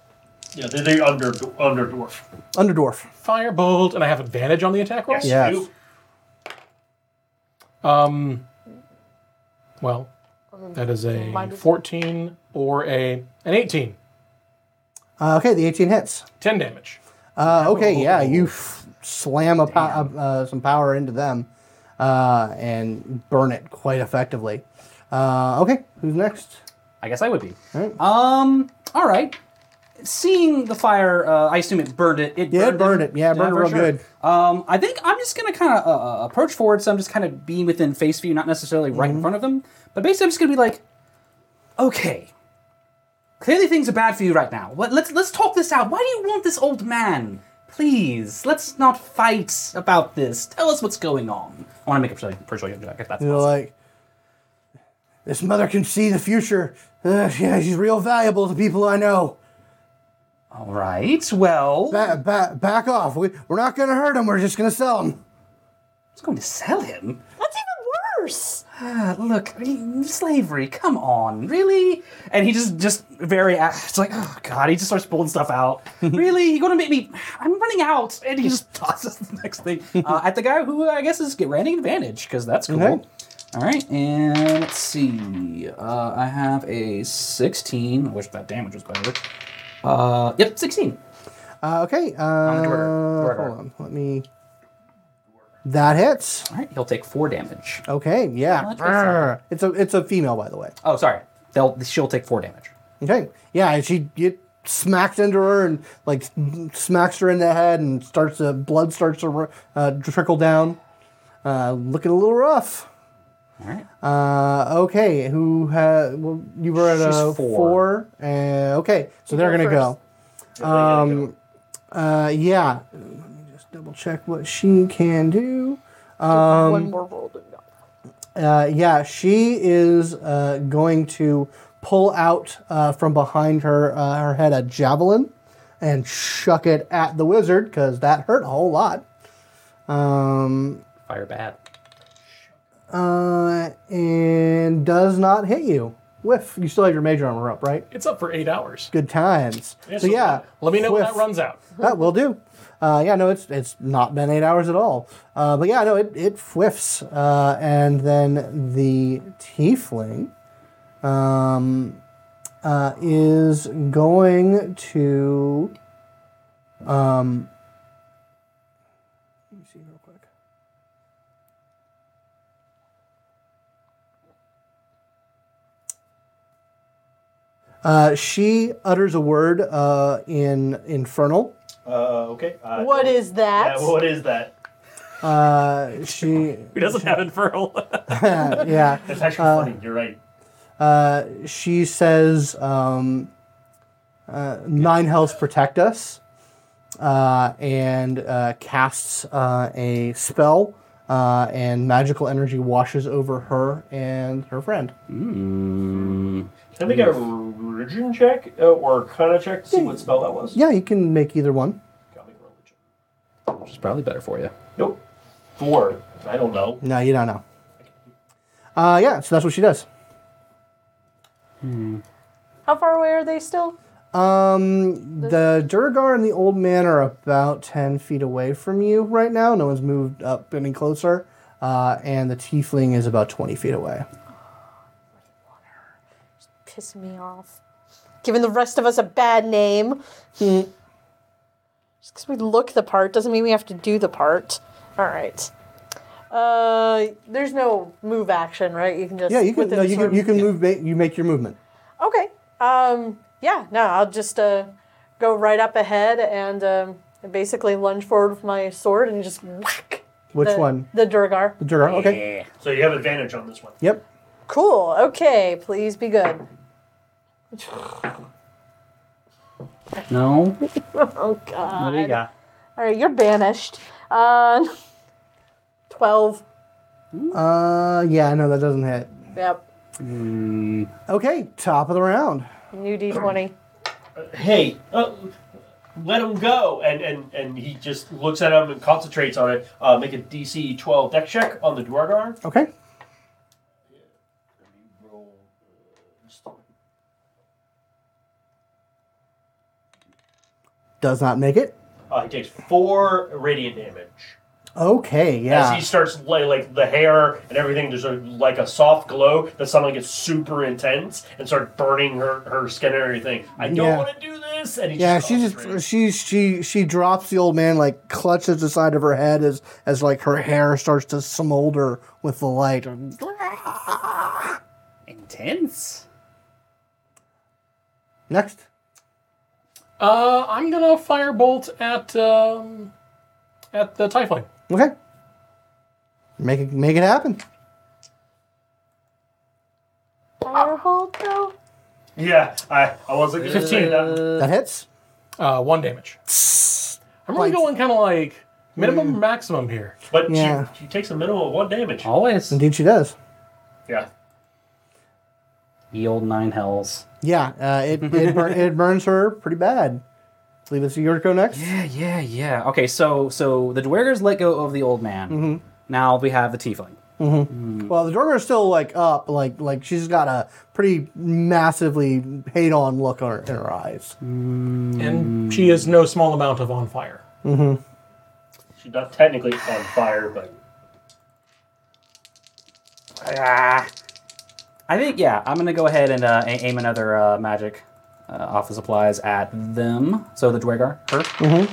S4: Yeah, they're, they're under under dwarf.
S2: underdwarf.
S5: Firebolt, and I have advantage on the attack roll?
S4: Yes.
S2: Yes.
S4: you-
S5: Um, well, that is a 14 or a an 18.
S2: Uh, okay, the 18 hits.
S5: 10 damage.
S2: Uh, okay, yeah, you f- slam a po- uh, uh, some power into them uh, and burn it quite effectively. Uh, okay, who's next?
S3: I guess I would be. Um, all right. Seeing the fire, uh, I assume it burned it. it
S2: Yeah, it
S3: burned,
S2: burned it. Yeah, it burned it
S3: for
S2: real good.
S3: Um, I think I'm just gonna kind of uh, uh, approach forward, so I'm just kind of being within face view, not necessarily right
S2: Mm-hmm.
S3: in front of them, but basically I'm just gonna be like, okay, clearly things are bad for you right now. What, let's let's talk this out. Why do you want this old man? Please, let's not fight about this. Tell us what's going on. I want to make a persuasion persuasion check if that's
S2: You're
S3: possible.
S2: like, this mother can see the future. Uh, yeah, she's real valuable to people I know.
S3: All right. Well,
S2: Ba- ba- back off. We- we're not going to hurt him. We're just going to sell him.
S3: I was going to sell him.
S6: That's even worse.
S3: Uh, look, I mean, slavery. Come on, really? And he just, just very. a- It's like, oh god, he just starts pulling stuff out. really, you're gonna make me? I'm running out, and he just tosses the next thing uh, at the guy who I guess is get ranting advantage because that's cool.
S2: Okay.
S3: All right, and let's see. Uh, I have a 16. I wish that damage was better. Uh, yep, 16.
S2: Uh, okay, uh,
S3: a dwarf.
S2: hold on. Let me. That hits.
S3: All right, he'll take four damage.
S2: Okay, yeah.
S3: Well, that's pretty
S2: It's a it's a female, by the way.
S3: Oh, sorry. They'll she'll take four damage.
S2: Okay. Yeah, and she it smacks into her and like smacks her in the head and starts to blood starts to ru- uh, trickle down. Uh, looking a little rough.
S3: All right.
S2: Uh, okay, who ha well, you were at
S3: She's
S2: a
S3: four.
S2: four. Uh, okay, so they're
S6: go
S2: gonna go. Um, uh, yeah. Let me just double check what she can do. Um,
S6: One more roll to go.
S2: Uh, yeah, she is uh, going to pull out uh, from behind her uh, her head a javelin and chuck it at the wizard because that hurt a whole lot. Um,
S3: Fire bad.
S2: uh, and does not hit you. Whiff. You still have your major armor up, right?
S5: It's up for eight hours.
S2: Good times. So yeah,
S5: Let me know when that
S2: whiff.
S5: runs out.
S2: That will do. Uh, yeah, no, it's it's not been eight hours at all. Uh, but yeah, no, it it whiffs, uh, and then the tiefling um, uh, is going to. Um, let me see real quick. Uh, she utters a word uh, in infernal.
S4: Uh, okay. Uh,
S6: What is that?
S4: Yeah, what is that?
S2: Uh, she,
S5: He doesn't have Infernal.
S2: yeah.
S4: That's actually funny. You're right.
S2: Uh, she says, um, uh, Nine Hells protect us, uh, and uh, casts uh, a spell, uh, and magical energy washes over her and her friend.
S4: Can I make a religion check uh, or kind of check to see what spell that was?
S2: Yeah, you can make either one.
S4: Gotta make a religion.
S3: Which is probably better for you.
S4: Nope. Four. I don't know.
S2: No, you don't know. Uh, yeah, so that's what she does.
S6: How far away are they still?
S2: Um, the Durgar and the old man are about ten feet away from you right now. No one's moved up any closer, uh, and the Tiefling is about twenty feet away.
S6: Piss me off. Giving the rest of us a bad name.
S2: Hmm.
S6: Just because we look the part doesn't mean we have to do the part. All right. Uh, there's no move action, right? You can just
S2: Yeah, you can.
S6: within
S2: No,
S6: the
S2: you
S6: sort
S2: can.
S6: of-
S2: You can move. ma- You make your movement.
S6: Okay. Um, yeah, no, I'll just uh, go right up ahead and um, basically lunge forward with my sword and just whack.
S2: Which
S6: the-
S2: one?
S6: The Durgar.
S2: The Durgar. Okay.
S4: So you have advantage on this one.
S2: Yep.
S6: Cool. Okay, please be good.
S3: No.
S6: Oh God.
S3: What do you got?
S6: All right, you're banished. Uh, Twelve.
S2: Uh, yeah. No, that doesn't hit.
S6: Yep.
S2: Okay. Top of the round.
S6: New D twenty.
S4: Hey, uh, let him go. And, and and he just looks at him and concentrates on it. Uh, make a DC 12 deck check on the Dwargar.
S2: Okay. Does not make it.
S4: Uh, he takes four radiant damage.
S2: Okay.
S4: As
S2: Yeah.
S4: he starts, like, like the hair and everything, there's a, like a soft glow that suddenly gets super intense and starts burning her, her skin and everything. I don't
S2: Yeah.
S4: want to do this. And he
S2: Yeah,
S4: just
S2: she
S4: concentrates.
S2: just she she she drops the old man like clutches the side of her head as as like her hair starts to smolder with the light.
S3: Intense.
S2: Next,
S5: Uh, I'm gonna firebolt at um, at the Tiefling.
S2: okay, make it make it happen.
S6: Firebolt though.
S4: Yeah, I, I wasn't going to say that.
S2: That hits.
S5: Uh, one damage. I'm really
S2: Like-
S5: going kind of like minimum or maximum here.
S4: But she-
S2: Yeah.
S4: she, takes a minimum of one damage.
S3: Always.
S2: Indeed, she does.
S4: Yeah.
S3: Ye old nine hells.
S2: Yeah, uh, it it, bur- it burns her pretty bad. Leave us to Yuriko next.
S3: Yeah, yeah, yeah. Okay, so so the Dwergers let go of the old man. Now we have the Tiefling.
S2: Well, the Dormer's still like up, like like she's got a pretty massively hate on look on her, in her eyes.
S5: and she is no small amount of on fire.
S4: She's not technically on fire, but
S3: Ah. I think yeah. I'm gonna go ahead and uh, a- aim another uh, magic uh, office supplies at them. So the Dwergar, her.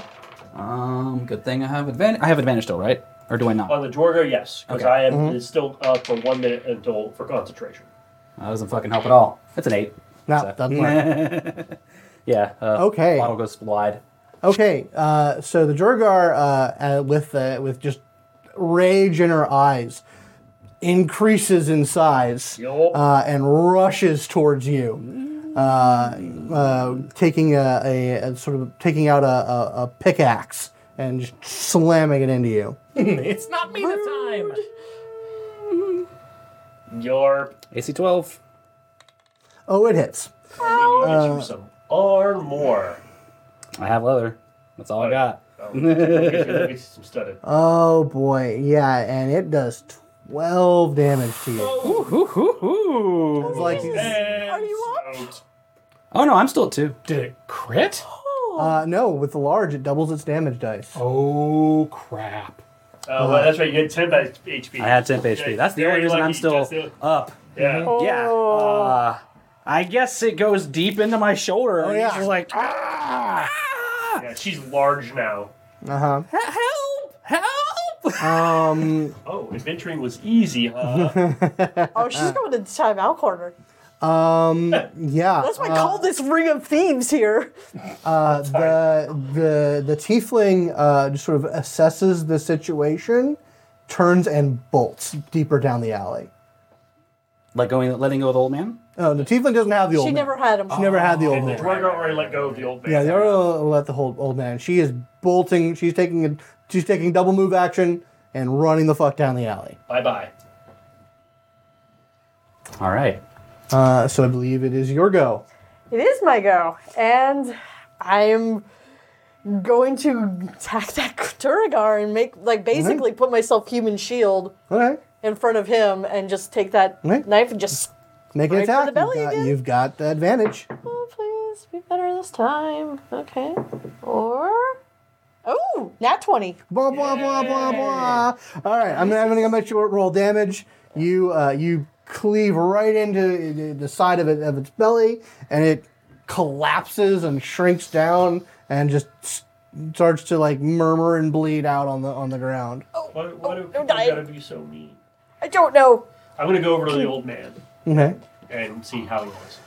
S3: Um, good thing I have advantage. I have advantage still, right? Or do I not?
S4: on the Dwargo, yes, because
S3: Okay.
S4: I am
S2: Mm-hmm.
S4: it's still up for one minute until for concentration.
S3: That doesn't fucking help at all. That's an eight.
S2: No,
S3: So-
S2: doesn't work.
S3: Yeah. Uh,
S2: Okay.
S3: Bottle goes wide.
S2: Okay, uh, so the Durgar, uh, uh, with uh, with just rage in her eyes, increases in size
S4: Yup.
S2: uh, and rushes towards you, uh, uh, taking a, a, a sort of taking out a, a, a pickaxe and just slamming it into you.
S5: it's not me this time.
S4: Your
S3: AC 12.
S2: Oh, it hits. Oh.
S4: you get you some armor.
S3: I have leather. That's all I got.
S4: Oh, get you- get you some studded.
S2: Oh boy, yeah, and it does twelve damage to you.
S3: Ooh, hoo, hoo, hoo.
S2: It's like
S4: Are
S6: you
S4: up?
S3: Oh no, I'm still at two.
S5: Did it crit?
S2: uh, no, with the large, it doubles its damage dice.
S5: Oh crap!
S4: Oh, well, that's right. You had 10 by HP.
S3: I had 10 HP. That's the
S4: Very
S3: only reason I'm
S4: lucky,
S3: still Mm-hmm.
S4: that's the-
S3: up.
S4: Yeah.
S3: Yeah. Uh, I guess it goes deep into my shoulder. Oh,
S2: yeah.
S3: It's just like, ah,
S4: yeah. She's large now.
S2: Uh huh.
S3: help, help.
S2: Um.
S4: Oh, adventuring was easy, huh?
S6: Oh, she's going to the timeout corner.
S2: Yeah.
S6: That's why I call this Ring of Thieves here.
S2: uh, the the the tiefling uh, just sort of assesses the situation, turns and bolts deeper down the alley.
S3: Like going, letting go of the old man.
S2: Oh, the tiefling doesn't have the old.
S6: She
S2: man.
S6: never had him.
S2: She never had the old
S4: the
S2: man.
S4: Dwargo already let go of the old man.
S2: Yeah, they already let the whole old man. She is bolting. She's taking a, she's taking double move action and running the fuck down the alley.
S4: Bye bye.
S3: All right.
S2: Uh, so I believe it is your go.
S6: It is my go, and I'm going to attack that Duragar and make like basically put myself human shield
S2: Okay.
S6: in front of him and just take that
S2: Right.
S6: knife and just
S2: Make an
S6: Right for
S2: attack.
S6: the belly
S2: you've, got,
S6: again.
S2: you've got the advantage.
S6: Oh, please be better this time. Okay. Or. Oh, nat 20.
S2: Blah blah blah blah blah. All right, I'm gonna, I'm gonna make sure roll damage. You uh, you cleave right into the- the side of it of its belly, and it collapses and shrinks down, and just s- starts to like murmur and bleed out on the on the ground.
S4: Why, why do people
S6: Oh, don't die.
S4: gotta be so mean?
S6: I don't know.
S4: I'm gonna go over to the old man
S2: Okay.
S4: and see how he is.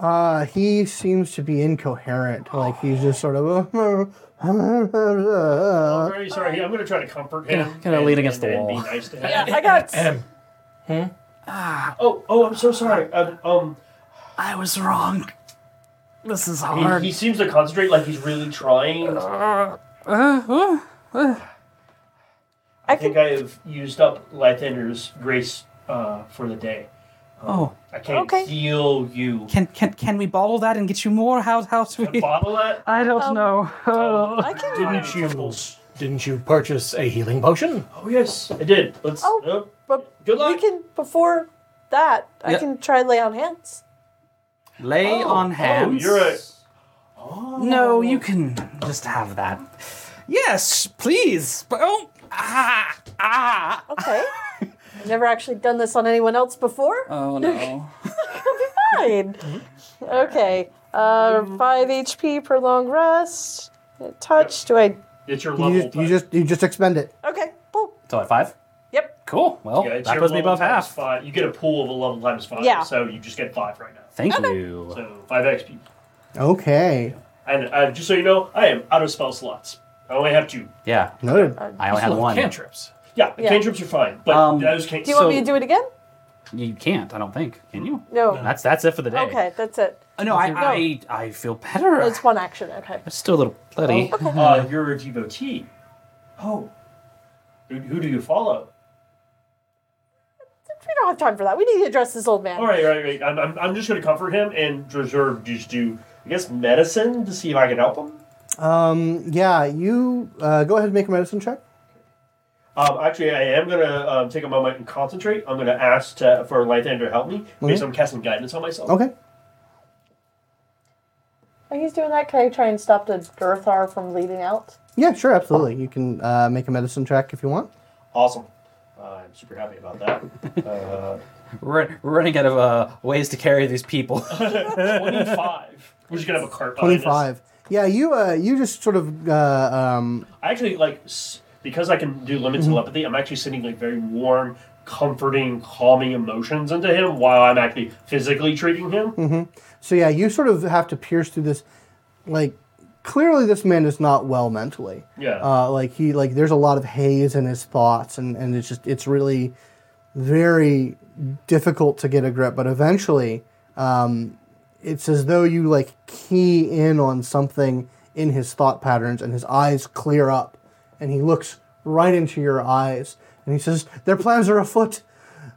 S2: Uh, he seems to be incoherent. Like he's just sort of.
S4: I'm very sorry. I'm gonna try to comfort him.
S3: Gonna- gonna
S4: and-
S3: lean against
S4: and-
S3: the
S4: and
S3: wall.
S4: Be nice to him.
S6: Yeah, I got.
S5: Em,
S4: Oh, oh, I'm so sorry. Um, um
S3: I was wrong. This is
S4: he-
S3: hard. Uh,
S4: he, seems to concentrate like he's really trying. I think I have used up Lythander's grace uh, for the day. Um,
S3: oh,
S4: I can't
S6: Okay.
S4: heal you.
S3: can can can we bottle that and get you more? How how do we?
S4: Bottle that?
S3: I don't
S6: Um,
S3: know.
S6: I can.
S5: didn't you didn't you purchase a healing potion?
S4: Oh yes, I did. Let's.
S6: Oh.
S4: Oh.
S6: But
S4: Good luck.
S6: We can before that. I
S3: Yeah.
S6: can try lay on hands.
S3: Lay on
S4: oh,
S3: hands.
S4: you're a.
S3: No, you can just have that. Yes, please. But oh, ah, ah.
S6: Okay. I've never actually done this on anyone else before.
S3: Oh no.
S6: Fine. Okay. Uh, five HP per long rest. Touch. Do I?
S4: It's your level.
S2: You just, you
S4: type.
S2: just you just expend it.
S6: Okay. Boom.
S3: So at five.
S6: Yep.
S3: Cool. Well,
S4: Yeah, it's
S3: that
S4: your
S3: puts me
S4: level
S3: above
S4: times
S3: half.
S4: Five. You get a pool of a level times five.
S6: Yeah.
S4: So you just get five right now.
S3: Thank you.
S4: So five XP.
S2: Okay.
S4: And uh, just so you know, I am out of spell slots. I only have two.
S3: Yeah,
S2: Noted.
S3: I only had
S5: Love
S3: one.
S5: Cantrips.
S4: Yeah, the
S6: Yeah.
S4: cantrips are fine, but
S3: Um,
S4: those can't.
S6: Do you want
S3: So-
S6: me to do it again?
S3: You can't. I don't think. Can you?
S6: No.
S3: That's that's it for the day.
S6: Okay. That's it.
S3: Oh, no, I, I I feel better.
S6: It's one action. Okay.
S3: I'm still a little
S6: Oh,
S3: bloody.
S4: uh, you're a devotee. Oh. Who, who do you follow?
S6: We don't have time for that. We need to address this old man.
S4: All right, all right, all right. I'm, I'm, I'm just going to comfort him and reserve just do, I guess, medicine to see if I can help him.
S2: Um, yeah, you uh, go ahead and make a medicine check.
S4: Um, actually, I am going to um, take a moment and concentrate. I'm going to ask to, for Lythander to help me because I'm casting guidance on myself.
S2: Okay.
S6: While he's doing that, can I try and stop the Durthar from bleeding out?
S2: Yeah, sure, absolutely. You can uh, make a medicine check if you want.
S4: Awesome. Uh, I'm super happy about that. Uh,
S3: We're, we're running out of uh, ways to carry these people.
S4: 25. We're just going to have a cart behind us.
S2: Twenty-five. Yeah, you uh, you just sort of uh, um,
S4: I actually like s- because I can do limit
S2: Mm-hmm.
S4: telepathy. I'm actually sending like very warm, comforting, calming emotions into him while I'm actually physically treating him.
S2: Mm-hmm. so yeah, you sort of have to pierce through this. Like, clearly, this man is not well mentally.
S4: Yeah.
S2: Uh, like he like there's a lot of haze in his thoughts, and and it's just it's really very difficult to get a grip. But eventually, um, it's as though you like key in on something in his thought patterns, and his eyes clear up, and he looks right into your eyes, and he says, "Their plans are afoot."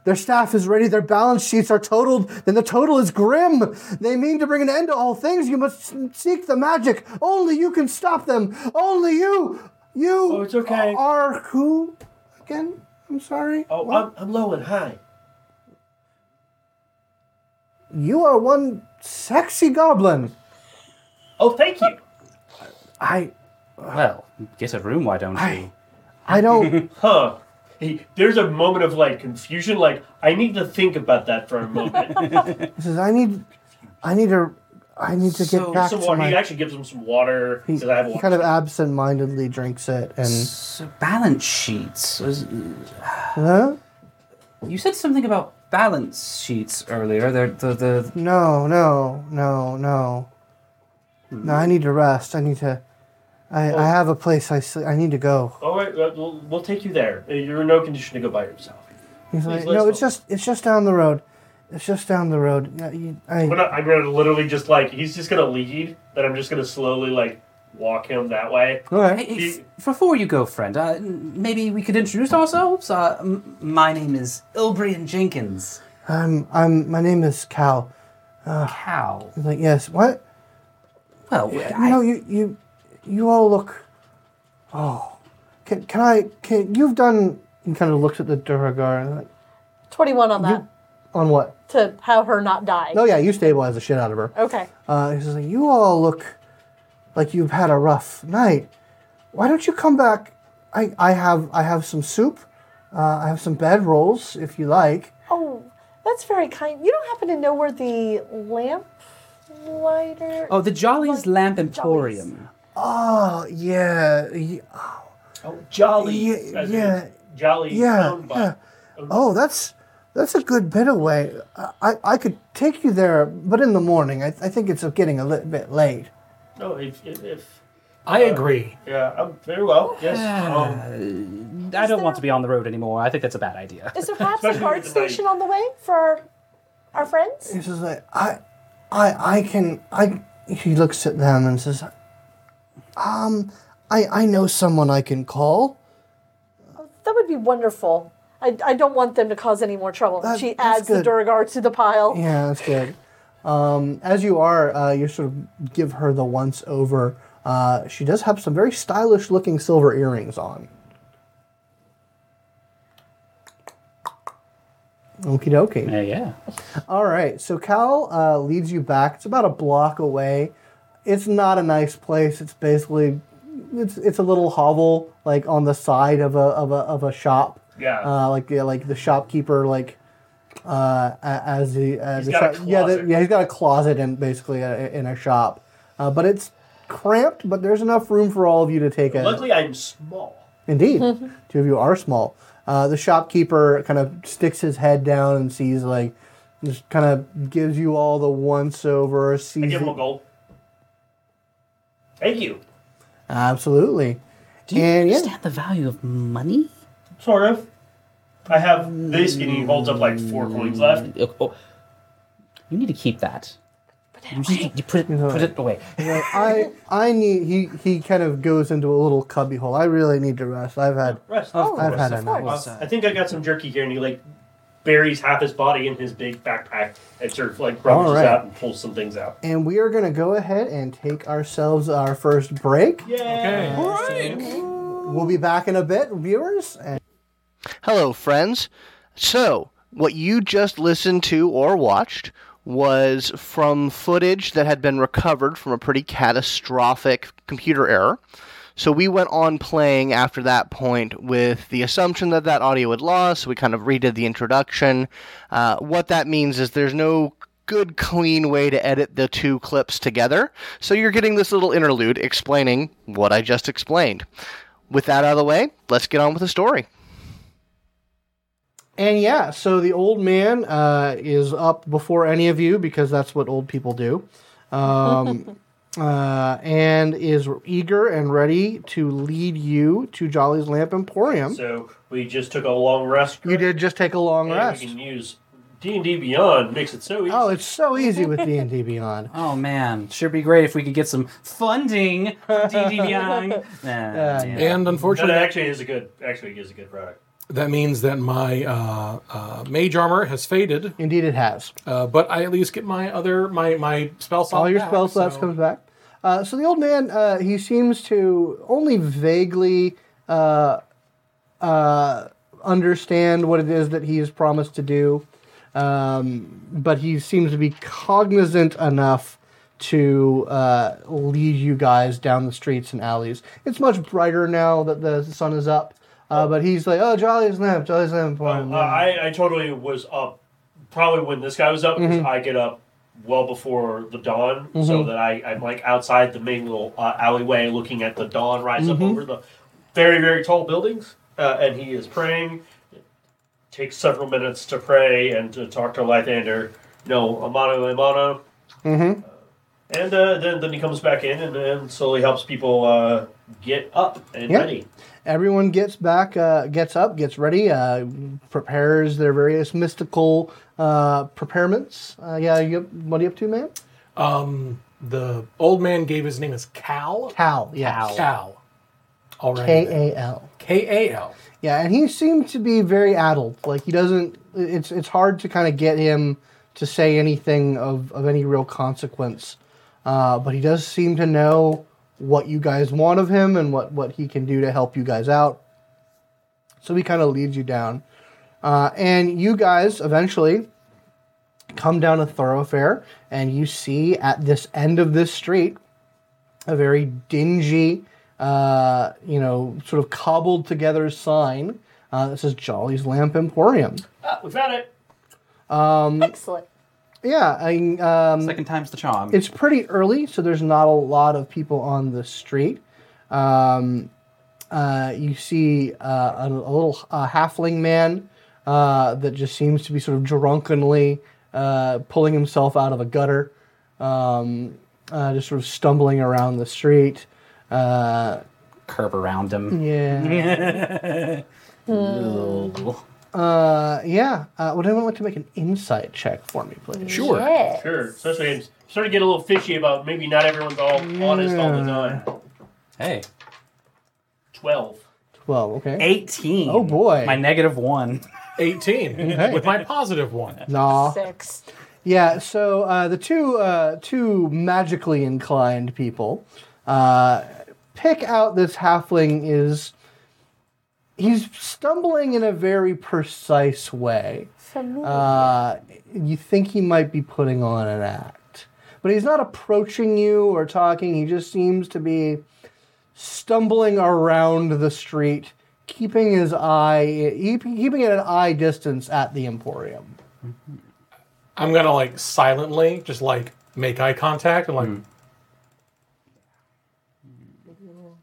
S2: Their staff is ready, their balance sheets are totaled, then the total is grim. They mean to bring an end to all things. You must seek the magic. Only you can stop them. Only you. You
S4: Oh, it's okay.
S2: are who again? I'm sorry.
S4: Oh,
S2: What?
S4: I'm, I'm low and high.
S2: you are one sexy goblin.
S4: Oh, thank you.
S2: I
S3: well, get a room, why don't you?
S2: I don't
S4: Huh. He, there's a moment of like confusion. Like I need to think about that for a moment.
S2: this is I need I need to I need to get
S3: So-
S2: back
S4: some
S2: to
S4: water. He
S2: my
S4: actually gives him some water
S2: he,
S4: because I have
S2: he
S4: water.
S2: kind of absent-mindedly drinks it and
S3: So balance sheets. Was- uh,
S2: huh?
S3: You said something about balance sheets earlier. They're the, the
S2: No, no, no, no. No, I need to rest. I need to. I,
S4: Oh.
S2: I have a place I sleep. I need to go.
S4: All right, uh, we'll, we'll take you there. Uh, You're in no condition to go by yourself.
S2: He's like, no,
S4: Please listen.
S2: it's just it's just down the road. It's just down the road. Yeah, you-
S4: But
S2: I,
S4: I- I'm gonna literally just like he's just gonna lead, then I'm just gonna slowly like walk him that way.
S2: okay.
S3: Hey, hey, f- before you go, friend, uh, n- maybe we could introduce ourselves. Uh, m- my name is Ilbrian Jenkins.
S2: I'm I'm. My name is Cal.
S3: Cow.
S2: He's like, yes. What?
S3: Well, I-
S2: No, you you you all look. Oh, can can I? Can you've done? He kind of looks at the Duragar and like,
S6: Twenty-one on that.
S2: On what?
S6: to have her not die.
S2: Oh yeah, you stabilize the shit out of her.
S6: Okay.
S2: Uh, he says, "You all look like you've had a rough night. Why don't you come back? I, I have I have some soup. Uh, I have some bed rolls if you like.
S6: Oh, that's very kind. You don't happen to know where the lamp lighter?
S7: Oh, the Jolly's Lamp Emporium.
S2: Oh yeah, y-
S4: Oh, jolly.
S2: Yeah,
S4: as in
S2: yeah,
S4: Jolly.
S2: yeah,
S4: sound bite.
S2: yeah. Oh, that's that's a good bit away. I, I I could take you there, but in the morning. I, I think it's getting a little bit late.
S4: No, if, if, if
S5: I agree.
S4: yeah, I'm very well. Yes. Um,
S3: I don't want to be on the road anymore. I think that's a bad idea.
S6: Is there perhaps a
S4: Especially
S6: guard
S4: with the light.
S6: station on the way for our, our friends?
S2: He says, like, I, I, I can, I. He looks at them and says, um, I, I know someone I can call.
S6: That would be wonderful. I, I don't want them to cause any more trouble.
S2: That-
S6: she
S2: that's
S6: adds the
S2: good.
S6: Durgar to the pile.
S2: Yeah, that's good. Um, as you are, uh, you sort of give her the once over. Uh, she does have some very stylish looking silver earrings on. Okie dokie.
S3: Yeah, yeah.
S2: All right, so Cal uh, leads you back. It's about a block away. It's not a nice place. It's basically, it's it's a little hovel like on the side of a of a, of a shop.
S4: Yeah.
S2: Uh, like yeah, like the shopkeeper like, uh, a- as the, uh, the
S4: got a
S2: shop- yeah the-
S4: closet.
S2: yeah he's got a closet in basically a, in a shop, uh, but it's cramped. But there's enough room for all of you to take a.
S4: luckily, I'm small.
S2: Indeed, two of you are small. Uh, the shopkeeper kind of sticks his head down and sees like, just kind of gives you all the once over. Sees
S4: I give him
S2: the-
S4: a gold. Thank you.
S2: absolutely.
S7: Do you
S2: And yeah.
S7: understand the value of money?
S4: Sort of. I have this, and he holds up like four coins left.
S7: Oh, oh. You need to keep that. You, need to- you put it,
S2: know,
S7: put it away.
S2: Like, I I need he he kind of goes into a little cubbyhole. I really need to rest. I've had
S4: Rest.
S6: Oh,
S2: I've had
S6: of
S2: enough.
S6: course.
S4: Uh, I think I got some jerky here, and he like buries half his body in his big backpack and sort of like
S2: All
S4: rummages
S2: right.
S4: out and pulls some things out.
S2: And we are gonna go ahead and take ourselves our first break.
S4: Yeah.
S5: Okay.
S2: We'll be back in a bit, viewers. And-
S1: Hello, friends. So, what you just listened to or watched was from footage that had been recovered from a pretty catastrophic computer error. So, we went on playing after that point with the assumption that that audio had lost. We kind of redid the introduction. Uh, what that means is there's no good, clean way to edit the two clips together. So, you're getting this little interlude explaining what I just explained. With that out of the way, let's get on with the story.
S2: And yeah, so the old man uh, is up before any of you because that's what old people do. Um, uh, and is eager and ready to lead you to Jolly's Lamp Emporium.
S4: So we just took a long rest.
S2: you did just take a long
S4: and
S2: rest.
S4: We can use D and D Beyond makes it so easy.
S2: Oh, it's so easy with D&D Beyond.
S3: Oh man, sure be great if we could get some funding from DD Young. yeah.
S5: And
S4: no, that Oh,
S5: unfortunately,
S4: actually is a good. Actually, is a good product.
S5: that means that my uh, uh, mage armor has faded.
S2: Indeed it has.
S5: Uh, but I at least get my other my my spell slot.
S2: All your
S5: back,
S2: spell slots
S5: so-
S2: comes back. Uh, so the old man, uh, he seems to only vaguely uh, uh, understand what it is that he is promised to do, um, but he seems to be cognizant enough to uh, lead you guys down the streets and alleys. It's much brighter now that the sun is up, uh, but he's like, "Oh, Jolly's lamp, Jolly's lamp."
S4: Uh, I, I totally was up probably when this guy was up because I get up well before the dawn so that I, I'm like outside the main little uh, alleyway looking at the dawn rise up over the very, very tall buildings. Uh, and he is praying. It takes several minutes to pray and to talk to Lythander. No, Amano, Amano. Mm-hmm. And uh, then, then he comes back in and, and slowly helps people uh, get up and
S2: Yeah.
S4: ready.
S2: Everyone gets back, uh, gets up, gets ready, uh, prepares their various mystical uh, preparements. Uh, yeah, you, what are you up to, man?
S5: The old man gave his name as Cal.
S2: Cal, yeah,
S5: Cal. All right.
S2: K A L.
S5: K A L.
S2: Yeah, and he seemed to be very addled. Like he doesn't. It's it's hard to kind of get him to say anything of of any real consequence. Uh, but he does seem to know what you guys want of him and what what he can do to help you guys out. So he kind of leads you down, uh, and you guys eventually come down a thoroughfare, and you see at this end of this street a very dingy, uh, you know, sort of cobbled together sign uh, that says Jolly's Lamp Emporium.
S4: Ah, we found it.
S6: Excellent.
S2: Yeah, I, um,
S3: Second time's the charm.
S2: it's pretty early, so there's not a lot of people on the street. Um, uh, you see uh, a, a little uh, halfling man uh, that just seems to be sort of drunkenly uh, pulling himself out of a gutter, um, uh, just sort of stumbling around the street. Uh,
S3: Curb around him.
S2: yeah,
S3: Ugh.
S2: uh, yeah. Uh, would anyone like to make an insight check for me, please?
S5: Sure.
S6: Yes.
S4: Sure. Especially it's starting to get a little fishy about maybe not everyone's all honest all the time.
S3: Hey.
S4: Twelve.
S2: Twelve. Okay.
S3: 18.
S2: Oh, boy.
S3: My negative one.
S5: 18 with my positive one.
S2: Nah.
S6: Six.
S2: Yeah, so uh, the two uh, two magically inclined people uh, pick out this halfling is he's stumbling in a very precise way.
S6: Familiar.
S2: Uh, you think he might be putting on an act, but he's not approaching you or talking. He just seems to be stumbling around the street, keeping his eye keeping it at an eye distance at the emporium.
S5: I'm gonna like silently just like make eye contact and like
S2: Hmm.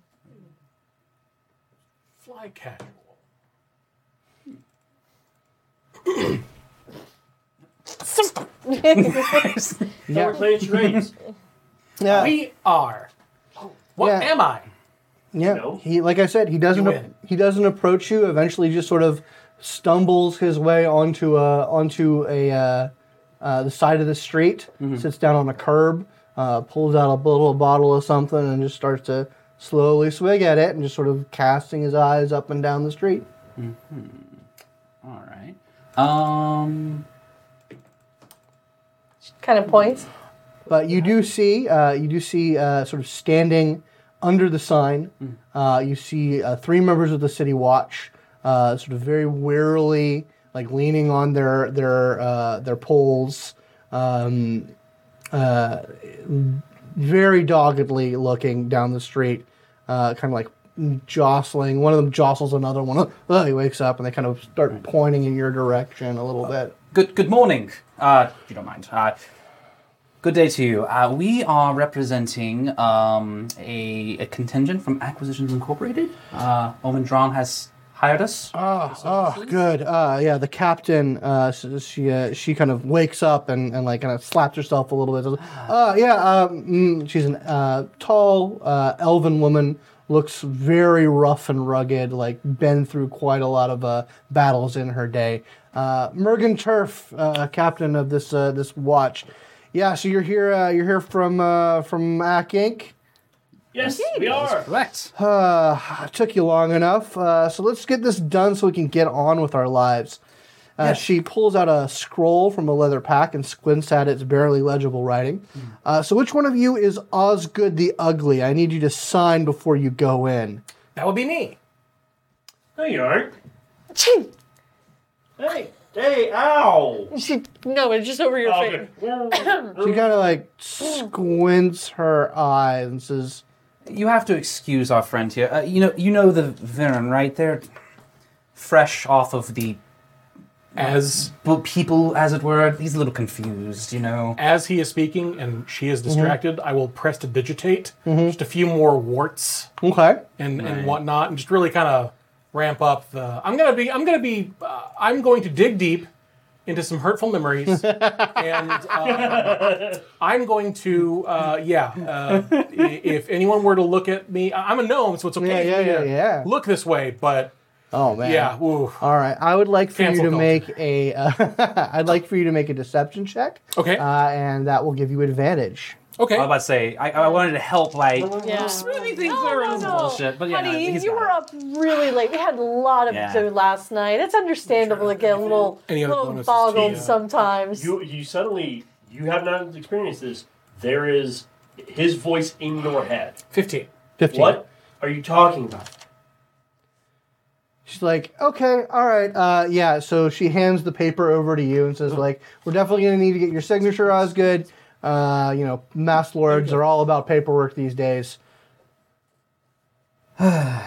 S5: fly casual.
S4: Yeah. We're playing charades.
S2: Yeah.
S5: We are. What
S2: Yeah.
S5: am I?
S2: Yeah,
S4: know?
S2: he like I said, he doesn't
S5: You
S2: ap-
S5: win.
S2: he doesn't approach you. Eventually, just sort of stumbles his way onto a onto a uh, uh, the side of the street,
S5: Mm-hmm.
S2: sits down on a curb, uh, pulls out a little bottle of something, and just starts to slowly swig at it, and just sort of casting his eyes up and down the street.
S3: All right. Um.
S6: kind of points.
S2: But you do see, uh, you do see, uh, sort of standing under the sign. Uh, you see uh, three members of the city watch, uh, sort of very warily, like leaning on their their uh, their poles, um, uh, very doggedly looking down the street, uh, kind of like jostling. One of them jostles another one. Oh, he wakes up, and they kind of start pointing in your direction a little bit.
S3: Good. Good morning. Uh, if you don't mind. Uh, good day to you. Uh, we are representing um, a, a contingent from Acquisitions Incorporated. Uh, Omen Dron has hired us.
S2: Oh, oh good. Uh, yeah, the captain. Uh, s- she uh, she kind of wakes up and, and like kind of slaps herself a little bit. Uh, yeah. Um, mm, she's an uh, tall, uh, elven woman. Looks very rough and rugged. Like been through quite a lot of uh, battles in her day. Uh, Mergen Turf, uh, captain of this uh, this watch. Yeah. So you're here. Uh, you're here from uh, from Ack Inc.
S4: yes, we are.
S3: Correct.
S2: Uh, took you long enough. Uh, so let's get this done so we can get on with our lives. Uh, She pulls out a scroll from a leather pack and squints at its barely legible writing.
S5: Hmm.
S2: Uh, so, which one of you is Osgood the Ugly? I need you to sign before you go in.
S5: That would be me.
S4: No, you aren't.
S6: Ching!
S4: Hey, hey, ow!
S6: She, no, it's just over your
S4: Oh,
S6: face.
S4: good.
S2: She kind of like squints her eyes and says,
S3: You have to excuse our friend here. Uh, you know. You know the Varen, right? They're fresh off of the
S5: As
S3: bu- people, as it were. He's a little confused. You know.
S5: as he is speaking and she
S2: Mm-hmm.
S5: is distracted, I will press to digitate just a few more warts
S2: "Okay,
S5: and, and whatnot, and just really kind of ramp up the. I'm gonna be. I'm gonna be. Uh, I'm going to dig deep into some hurtful memories, and uh, I'm going to. Uh, yeah, uh, i- if anyone were to look at me, I- I'm a gnome, so it's okay.
S2: Yeah,
S5: for me
S2: yeah,
S5: to
S2: yeah, yeah.
S5: Look this way, but
S2: oh man,
S5: yeah. Woo.
S2: All right, I would like for
S5: Cancel
S2: you to
S5: culture.
S2: make a. Uh, I'd like for you to make a deception check,
S5: Okay.
S2: uh, and that will give you advantage.
S5: okay.
S3: I was about to say, I, I wanted to help, like,
S6: Yeah.
S3: smoothie things
S6: No,
S3: that are
S6: no, no.
S3: bullshit. But yeah, no,
S6: Honey,
S3: he's
S6: you
S3: got
S6: were
S3: it.
S6: up really late. We had a lot of
S3: Yeah.
S6: to do last night. It's understandable to get a little,
S5: Any other
S6: little
S5: bonuses to
S6: boggled
S5: you?
S6: sometimes.
S4: You, you suddenly, you have not experienced this. There is his voice in your head.
S5: Fifteen.
S2: Fifteen.
S4: What are you talking about?
S2: She's like, okay, all right, uh, yeah. So she hands the paper over to you and says,
S4: Oh.
S2: like, we're definitely going to need to get your signature, Osgood. Uh, you know, mass lords are all about paperwork these days. And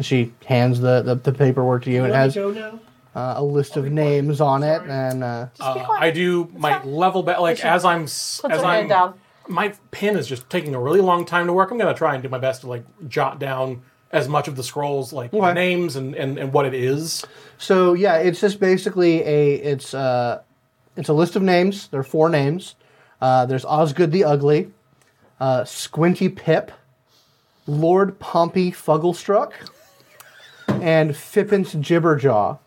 S2: she hands the, the, the paperwork to you and
S4: Let me
S2: has
S4: go now.
S2: uh, a list of names on it. And uh,
S6: Be
S5: Uh,
S6: quiet.
S5: I do my level back, like as I'm s-
S6: Puts
S5: as
S6: her hand
S5: I'm
S6: down.
S5: my pen is just taking a really long time to work. I'm gonna try and do my best to like jot down as much of the scrolls like
S2: Okay.
S5: names and, and and what it is.
S2: So yeah, it's just basically a it's uh it's a list of names. There are four names. Uh, there's Osgood the Ugly, uh, Squinty Pip, Lord Pompey Fugglestruck, and Fippence Jibberjaw.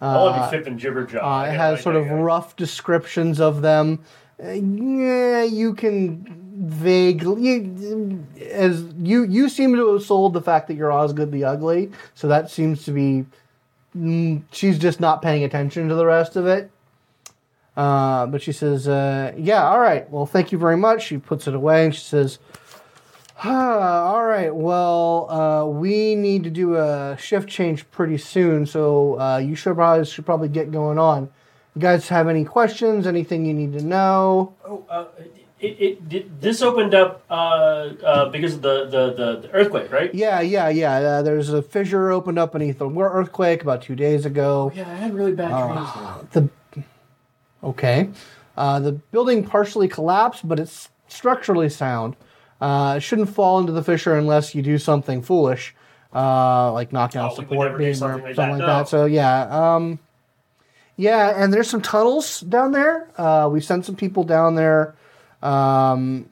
S4: I want to be fipping jibber jaw.
S2: Uh, it
S4: Yeah,
S2: has
S4: I-
S2: sort
S4: I-
S2: of
S4: I-
S2: rough descriptions of them. Uh, yeah, you can vaguely you, as you you seem to have sold the fact that you're Osgood the Ugly, so that seems to be mm, she's just not paying attention to the rest of it. Uh, but she says, uh, "Yeah, all right. Well, thank you very much." She puts it away and she says. "Ah, all right. Well, uh, we need to do a shift change pretty soon, so uh, you should probably should probably get going on. You guys have any questions? Anything you need to know?
S4: It, it, did, this opened up uh, uh, because of the, the, the, the earthquake, right?
S2: Yeah, yeah, yeah. Uh, there's a fissure opened up beneath a war earthquake about two days ago.
S4: Oh,
S2: Uh,
S4: Yeah, I had really bad dreams. though.
S2: The okay, uh, the building partially collapsed, but it's structurally sound. Uh, it shouldn't fall into the fissure unless you do something foolish, uh, like knock down
S4: Oh, we would
S2: support
S4: never do
S2: beam or
S4: something
S2: something
S4: like
S2: like
S4: that,
S2: that.
S4: no.
S2: So yeah, um, yeah, and there's some tunnels down there. Uh, we sent some people down there. Um,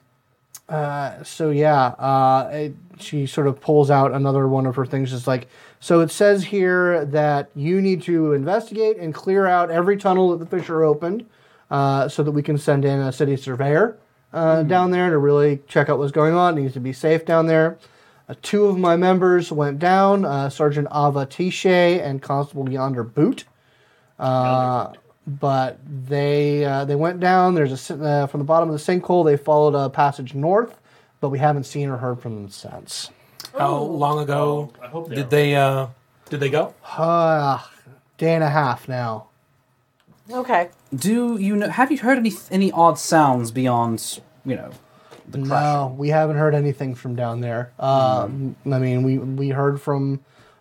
S2: uh, so yeah, uh, it, she sort of pulls out another one of her things. Just like so, it says here that you need to investigate and clear out every tunnel that the fisher opened, uh, so that we can send in a city surveyor uh, down there to really check out what's going on. It needs to be safe down there. Uh, two of my members went down, uh, Sergeant Ava Tiche and Constable Yonder Boot. Uh, but they uh, they went down. There's a sin- uh, from the bottom of the sinkhole. They followed a passage north, but we haven't seen or heard from them since.
S5: How long ago
S4: I hope they
S5: did
S4: are.
S5: they uh did they go?
S2: Uh, day and a half now.
S6: Okay.
S3: Do you know? Have you heard any any odd sounds beyond you know the crash?
S2: No, we haven't heard anything from down there. Um, I mean, we we heard from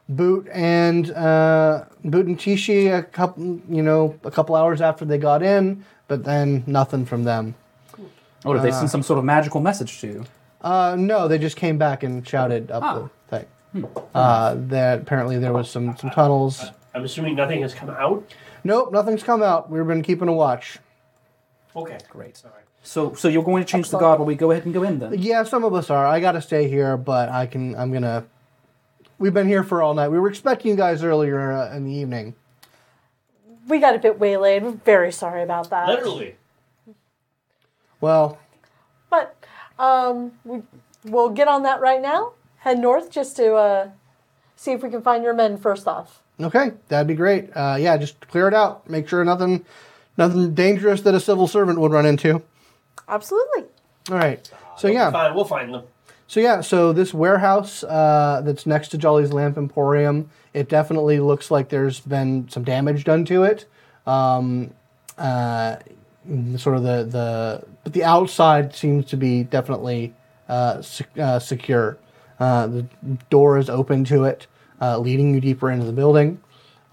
S2: Boot and uh, Boot and Tishi a couple, you know, a couple hours after they got in, but then nothing from them.
S3: Or did Oh, they send some sort of magical message to you?
S2: Uh, no, they just came back and shouted up the thing. Uh, that apparently there was some some tunnels.
S4: I'm assuming nothing has come out.
S2: Nope, nothing's come out. We've been keeping a watch.
S4: Okay.
S3: Great.
S4: All right.
S3: So, so you're going to change the guard while we go ahead and go in then?
S2: Yeah, some of us are. I gotta stay here, but I can. I'm gonna. We've been here for all night. We were expecting you guys earlier uh, in the evening.
S6: We got a bit waylaid. We're very sorry about that.
S4: Uh, Literally.
S2: Well,
S6: But um, we, we'll get on that right now. Head north just to uh, see if we can find your men first off.
S2: okay, that'd be great. Uh, yeah, just clear it out. Make sure nothing, nothing dangerous that a civil servant would run into.
S6: Absolutely.
S2: All right. So yeah.
S4: Fine, we'll find them.
S2: So yeah, so this warehouse uh, that's next to Jolly's Lamp Emporium, it definitely looks like there's been some damage done to it. Um, uh, mm, sort of the the but the outside seems to be definitely uh, sec- uh, secure. Uh, the door is open to it, uh, leading you deeper into the building.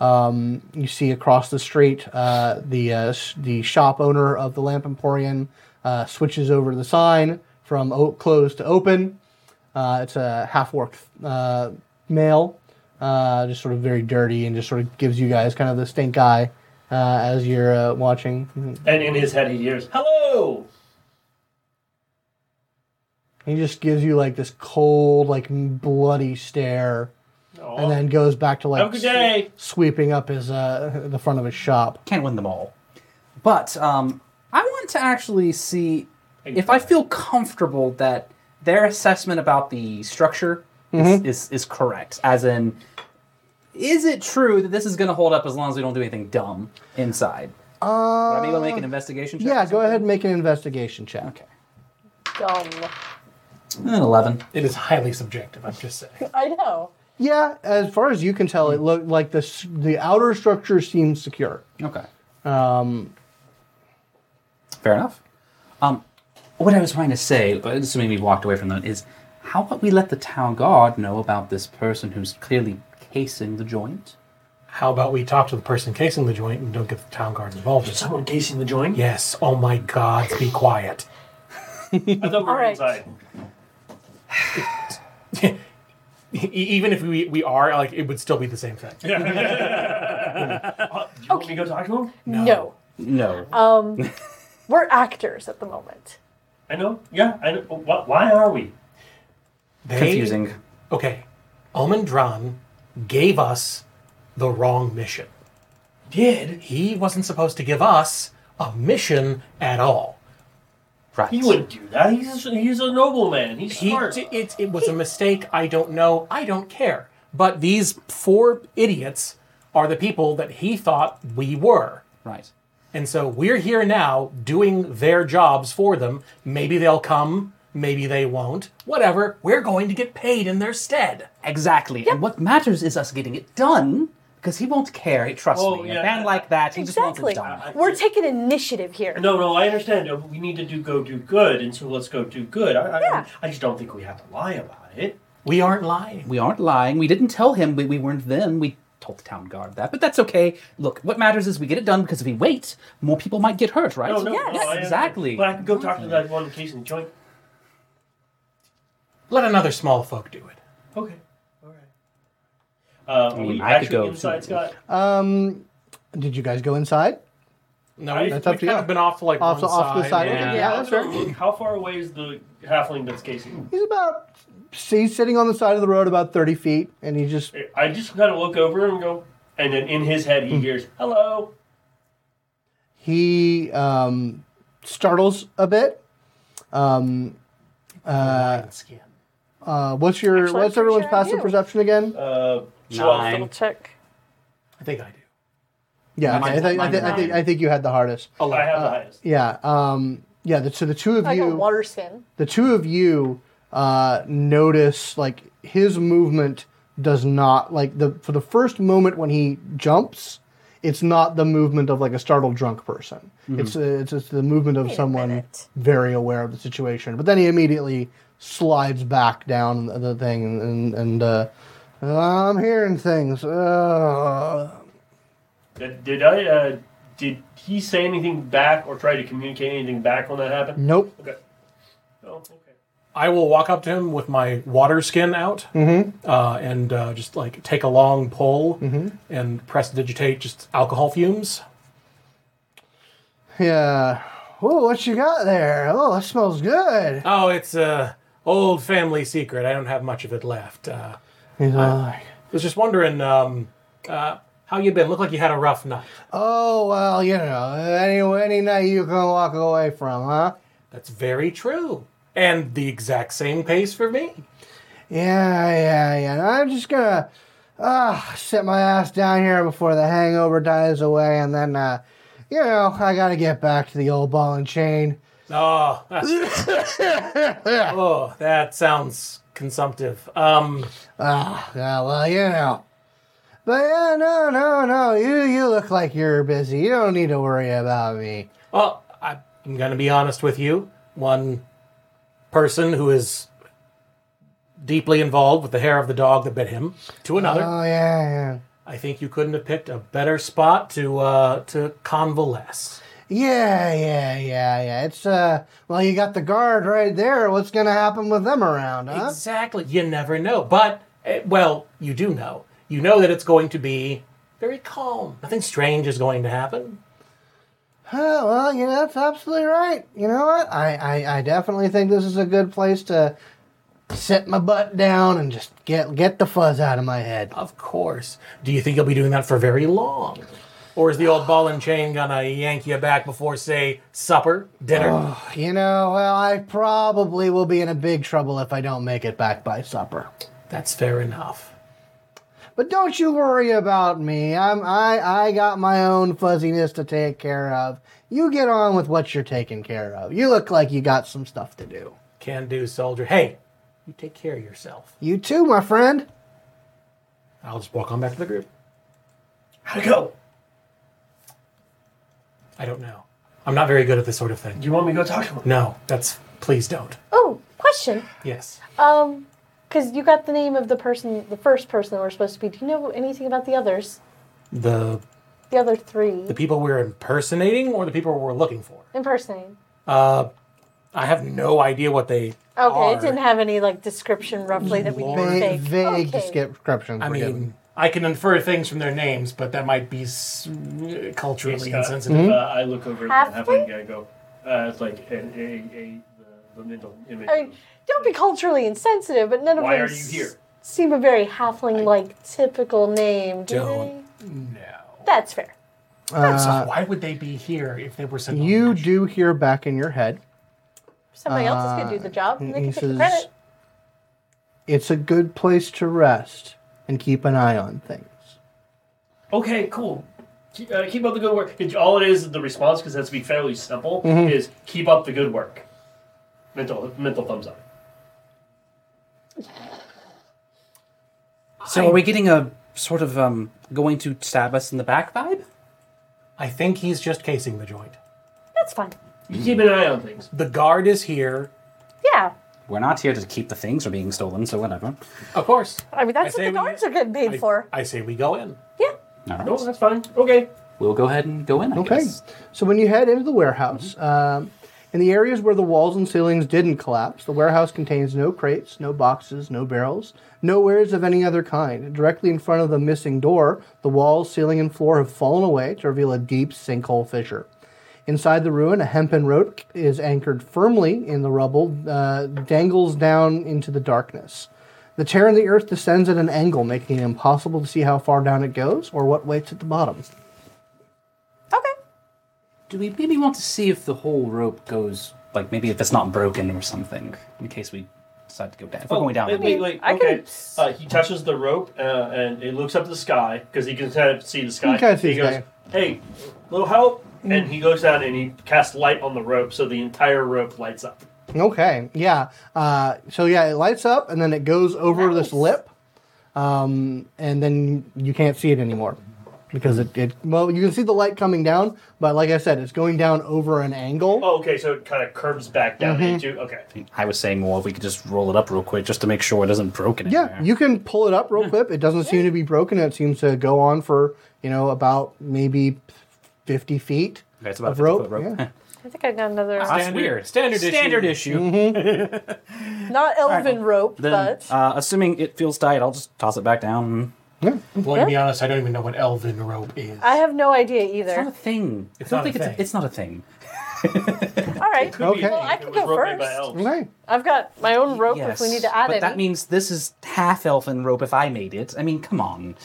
S2: Um, you see across the street uh, the uh, sh- the shop owner of the Lamp Emporium uh, switches over the sign from o- closed to open. Uh, it's a half-orc uh, male, uh, just sort of very dirty and just sort of gives you guys kind of the stink eye uh, as you're uh, watching.
S4: And in his head, he hears, "Hello."
S2: He just gives you like this cold, like bloody stare,
S4: Aw.
S2: and then goes back to like
S4: Have a good day.
S2: sweeping up his uh, the front of his shop.
S3: Can't win them all, but um, I want to actually see if I feel comfortable that their assessment about the structure
S2: Mm-hmm.
S3: is, is is correct. As in, is it true that this is going to hold up as long as we don't do anything dumb inside? Would I be able to make an investigation check?
S2: Uh, Yeah, go ahead and make an investigation check.
S3: Okay.
S6: Dumb.
S3: An eleven.
S5: It is highly subjective. I'm just saying.
S6: I know.
S2: Yeah, as far as you can tell, it looked like the s- the outer structure seems secure.
S3: Okay. Um, Fair enough. Um, what I was trying to say, but assuming we walked away from that, is how about we let the town guard know about this person who's clearly casing the joint?
S5: How about we talk to the person casing the joint and don't get the town guard involved? in it?
S4: Someone casing the joint?
S5: Yes. Oh my God! Be quiet.
S4: I thought we were
S6: All right.
S4: inside.
S5: E- Even if we, we are like, it would still be the same thing.
S4: Uh, do you want me to go talk to him?
S6: No.
S3: No.
S6: We're actors at the moment.
S4: I know. Yeah. I know. Wh- Why are we?
S5: They-
S3: Confusing.
S5: Okay, Almondran gave us the wrong mission.
S4: Did
S5: He wasn't supposed to give us a mission at all.
S3: Right.
S4: he wouldn't do that? He's he's a nobleman. He's
S5: He,
S4: smart.
S5: it, it, it was a mistake. I don't know. I don't care. But these four idiots are the people that he thought we were.
S3: Right.
S5: And so we're here now doing their jobs for them. Maybe they'll come, maybe they won't. Whatever. We're going to get paid in their stead.
S3: Exactly. And what matters is us getting it done, because he won't care. He trusts
S4: Well,
S3: me.
S4: yeah.
S3: A man like that, he
S6: Exactly.
S3: just wants it done.
S6: We're taking initiative here.
S4: no, no, I understand. Uh, We need to do go do good, and so let's go do good. I, I,
S6: Yeah.
S4: I just don't think we have to lie about it.
S5: We aren't lying.
S3: We aren't lying. We didn't tell him we, we weren't them. We told the town guard that, but that's okay. Look, what matters is we get it done because if we wait, more people might get hurt, right?
S4: No, no,
S6: Yes.
S4: no, I-
S3: Exactly.
S4: But I can go talk to that one case in the joint.
S5: Let another small folk do it.
S4: Okay. All right. Uh,
S3: mean,
S4: are we
S3: I could
S4: actually
S3: go
S4: inside,
S3: too.
S4: Scott.
S2: Um, did you guys go inside?
S5: No,
S4: I-
S5: we've,
S4: That's
S5: we've
S2: up to
S5: kind
S2: you.
S5: of been off to like
S2: Off
S5: one
S2: to- off to the side.
S5: and-
S2: Okay, yeah, that's fair.
S4: How far away is the halfling that's casing?
S2: He's about he's sitting on the side of the road about thirty feet, and he just
S4: I just kind of look over and go, and then in his head he
S3: Hmm.
S4: hears, "Hello."
S2: he um, startles a bit. Um, uh, uh, what's your
S6: Actually,
S2: what's
S6: I'm pretty
S2: everyone's
S6: sure I
S2: passive
S6: do.
S2: perception again?
S4: Uh,
S6: Double
S3: Nine.
S6: check.
S5: I think I do.
S2: yeah, okay, I,
S3: mine's-
S2: think, I,
S3: mine's
S2: think, I think
S6: nine.
S2: I think you had the hardest.
S4: I have
S3: Uh,
S4: the highest.
S2: Yeah, um, yeah. The, so the two of
S6: I
S2: you,
S6: got water skin.
S2: the two of you uh, notice like his movement does not like the for the first moment when he jumps it's not the movement of like a startled drunk person it's, uh, it's it's the movement of
S6: a
S2: someone
S6: minute.
S2: very aware of the situation but then he immediately slides back down the, the thing and and, and uh, i'm hearing things uh,
S4: Did, did I? Uh, did he say anything back or try to communicate anything back when that happened?
S2: nope
S3: Hmm.
S4: Okay. Oh, okay.
S5: I will walk up to him with my water skin out uh, and uh, just like take a long pull and press digitate just alcohol fumes.
S2: yeah oh what you got there oh that smells good
S5: Oh, it's a old family secret. I don't have much of it left. Uh,
S2: he's uh, all like
S5: was just wondering um, uh, how you been. Looked like you had a rough night.
S2: Oh well, you know, any any night you can walk away from, huh?
S5: That's very true. And the exact same pace for me.
S2: Yeah, yeah, yeah. I'm just gonna uh, sit my ass down here before the hangover dies away, and then, uh, you know, I gotta get back to the old ball and chain.
S5: Oh, oh, that sounds consumptive. Um,
S2: Ah, yeah, well, you know. But yeah, no, no, no. You you look like you're busy. You don't need to worry about me.
S5: Well, I- I'm going to be honest with you. One person who is deeply involved with the hair of the dog that bit him. To another,
S2: Oh yeah, yeah.
S5: I think you couldn't have picked a better spot to uh, to convalesce.
S2: Yeah, yeah, yeah, yeah. It's uh, well, you got the guard right there. What's gonna happen with them around, huh?
S5: Exactly. You never know, but eh, well, you do know. You know that it's going to be very calm. Nothing strange is going to happen.
S2: Oh, well, you know, that's absolutely right. You know what? I, I, I definitely think this is a good place to sit my butt down and just get get the fuzz out of my head.
S5: Of course. Do you think you'll be doing that for very long? Or is the old ball and chain gonna yank you back before, say, supper, dinner?
S2: You know, well, I probably will be in a big trouble if I don't make it back by supper.
S5: That's fair enough.
S2: But don't you worry about me. I'm I I got my own fuzziness to take care of. You get on with what you're taking care of. You look like you got some stuff to do.
S5: Can do, soldier. Hey, you take care of yourself.
S2: You too, my friend.
S5: I'll just walk on back to the group.
S4: How'd it go?
S5: I don't know. I'm not very good at this sort of thing.
S4: Do you want me to go talk to him?
S5: No, that's please don't.
S6: Oh, question.
S5: Yes.
S6: Um, because you got the name of the person, the first person that we're supposed to be. Do you know anything about the others?
S5: The
S6: The other three
S5: the people we're impersonating or the people we're looking for?
S6: impersonating.
S5: I have no idea what they
S6: Okay,
S5: are.
S6: it didn't have any like description roughly that we could
S2: Vague,
S6: make.
S2: vague
S6: okay.
S2: descriptions.
S5: I
S2: were
S5: mean,
S2: given.
S5: I can infer things from their names, but that might be s- culturally
S4: Yes, uh,
S5: insensitive.
S3: Hmm?
S4: Uh, I look over at
S6: Have
S4: the half
S6: we?
S4: guy and go, uh, it's like a, a, a, the, the mental image.
S6: I mean, don't be culturally insensitive, but none of
S4: Why
S6: them
S4: are you
S6: s-
S4: here?
S6: seem a very halfling like typical name, do
S5: Don't.
S6: they?
S5: No.
S6: That's fair.
S5: so why would they be here if they were sent? on
S2: you
S5: a mission?
S2: do hear back in your head.
S6: Somebody else is gonna do the job and they
S2: he
S6: can take the
S2: says-
S6: credit.
S2: It's a good place to rest and keep an eye on things.
S4: okay, cool. Keep, uh, keep up the good work. It- all it is, the response, because that's to be fairly simple,
S2: Mm-hmm.
S4: is keep up the good work. Mental, mental thumbs up.
S7: So are we getting a sort of um, going to stab us in the back vibe?
S5: I think he's just casing the joint.
S6: That's fine.
S4: You keep an eye on things.
S5: The guard is here,
S6: Yeah.
S7: We're not here to keep the things from being stolen, so whatever.
S5: of course.
S6: I mean
S5: I
S6: that's what
S5: say
S6: the
S5: we-
S6: guards are getting paid
S5: I,
S6: for.
S5: I say we go in.
S6: Yeah.
S7: All right.
S4: No, that's fine. Okay.
S7: We'll go ahead and go in. I
S2: Okay.
S7: guess.
S2: So when you head into the warehouse, um, in the areas where the walls and ceilings didn't collapse, the warehouse contains no crates, no boxes, no barrels, no wares of any other kind. Directly in front of the missing door, the walls, ceiling, and floor have fallen away to reveal a deep sinkhole fissure. Inside the ruin, a hempen rope is anchored firmly in the rubble, uh, dangles down into the darkness. The tear in the earth descends at an angle, making it impossible to see how far down it goes or what waits at the bottom.
S6: Okay.
S7: Do we maybe want to see if the whole rope goes, like maybe if it's not broken or something, in case we decide to go down? If we're going down.
S4: Oh, Wait,
S7: maybe-
S4: wait, wait.
S6: I can-
S4: okay. Uh, he touches the rope uh, and he looks up to the sky because he can kind of see the sky.
S2: He can see
S4: he
S2: the
S4: goes,
S2: sky. Mm-hmm.
S4: "Hey, little help!" And he goes down and he casts light on the rope, so the entire rope lights up.
S2: Okay, yeah. Uh, so yeah, it lights up and then it goes over this
S6: Nice.
S2: lip, um, and then you can't see it anymore because it, it. Well, you can see the light coming down, but like I said, it's going down over an angle.
S4: Oh, okay. So it kind of curves back down
S2: Mm-hmm.
S4: into. Okay.
S7: I was saying, well, if we could just roll it up real quick just to make sure it isn't broken.
S2: Yeah,
S7: anywhere.
S2: you can pull it up real quick. It doesn't seem to be broken. It seems to go on for you know about maybe fifty feet
S7: Okay, it's about
S2: of
S7: a 50-foot
S2: rope.
S7: rope.
S2: yeah.
S6: I think I got another
S7: That's
S5: Standard-
S7: weird.
S5: standard issue.
S7: Standard issue.
S2: Mm-hmm.
S6: not elven rope,
S7: Then,
S6: but
S7: uh, assuming it feels tight, I'll just toss it back down.
S5: Well, to be honest, I don't even know what elven rope is.
S6: I have no idea either.
S7: It's not a thing.
S5: It's
S7: I
S5: not
S7: don't
S5: a
S7: think it's,
S5: thing.
S7: it's not a thing.
S6: All right.
S4: Could be
S2: Okay.
S4: a
S2: Well,
S4: thing
S6: I
S4: if
S6: can
S4: it was
S6: go
S4: rope made by
S6: first.
S4: elves.
S2: Okay.
S6: I've got my own rope
S7: yes,
S6: if we need to add
S7: but
S6: any.
S7: that means this is half elfin rope. If I made it, I mean, come on.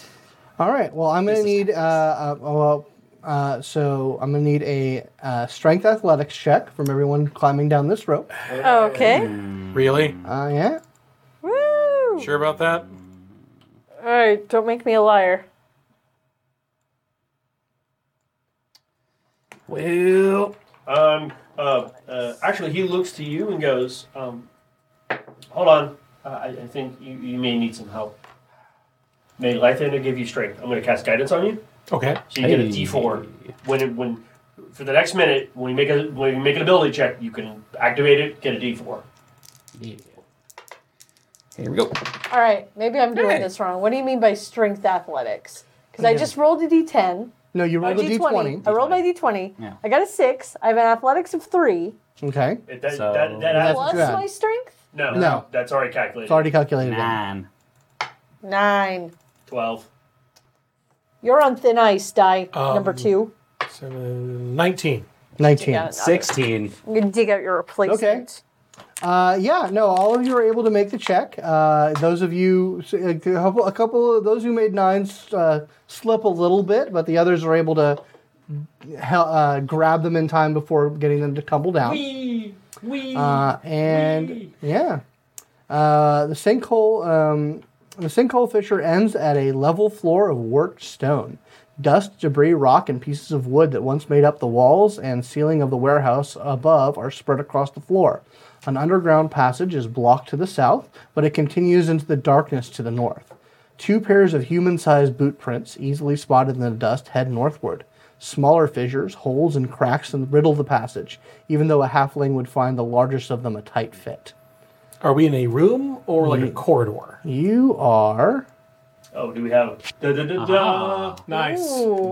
S2: All right. Well, I'm gonna need. Uh, uh, well, uh, so I'm gonna need a uh, strength athletics check from everyone climbing down this rope.
S6: okay.
S5: Really?
S2: Uh, yeah.
S6: Woo!
S5: Sure about that?
S6: All right. Don't make me a liar.
S7: Well,
S4: Um. Uh, uh, actually, he looks to you and goes, um, "Hold on. Uh, I, I think you, you may need some help. May Lythander give you strength. I'm going to cast guidance on you."
S5: Okay.
S4: So you get a
S7: Hey.
S4: D4 when it, when for the next minute when you make a when you make an ability check, you can activate it, get a D4.
S7: here we go.
S6: All right. Maybe I'm doing
S7: Hey.
S6: this wrong. What do you mean by strength athletics? Because I just rolled a D10.
S2: No, you
S6: A
S2: rolled a
S6: D20. I
S2: d20.
S6: rolled my D20.
S7: Yeah.
S6: I got a six. I have an athletics of three
S2: Okay.
S4: It- That,
S7: So-
S4: that, that
S2: That's
S6: plus
S4: adds-
S2: good.
S6: my strength
S4: no,
S2: No.
S4: that's already calculated.
S2: It's already calculated. in.
S7: Man,
S6: nine.
S4: Twelve.
S6: You're on thin ice, die number
S5: Um,
S6: two.
S5: So, uh, 19.
S2: 19.
S6: Yeah.
S7: sixteen.
S6: I'm gonna dig out your replacement.
S2: Okay. Uh, yeah, no, all of you are able to make the check. Uh, those of you, a couple, a couple of those who made nines uh, slip a little bit, but the others are able to hel- uh, grab them in time before getting them to tumble down.
S4: Wee, wee.
S2: Uh, and yeah, uh, the sinkhole um, the sinkhole fissure ends at a level floor of worked stone. Dust, debris, rock, and pieces of wood that once made up the walls and ceiling of the warehouse above are spread across the floor. An underground passage is blocked to the south, but it continues into the darkness to the north. Two pairs of human sized boot prints, easily spotted in the dust, head northward. Smaller fissures, holes, and cracks riddle the passage, even though a halfling would find the largest of them a tight fit.
S5: Are we in a room or like a corridor?
S2: You are.
S4: Oh, do we have? Da, da, da, da.
S5: Nice.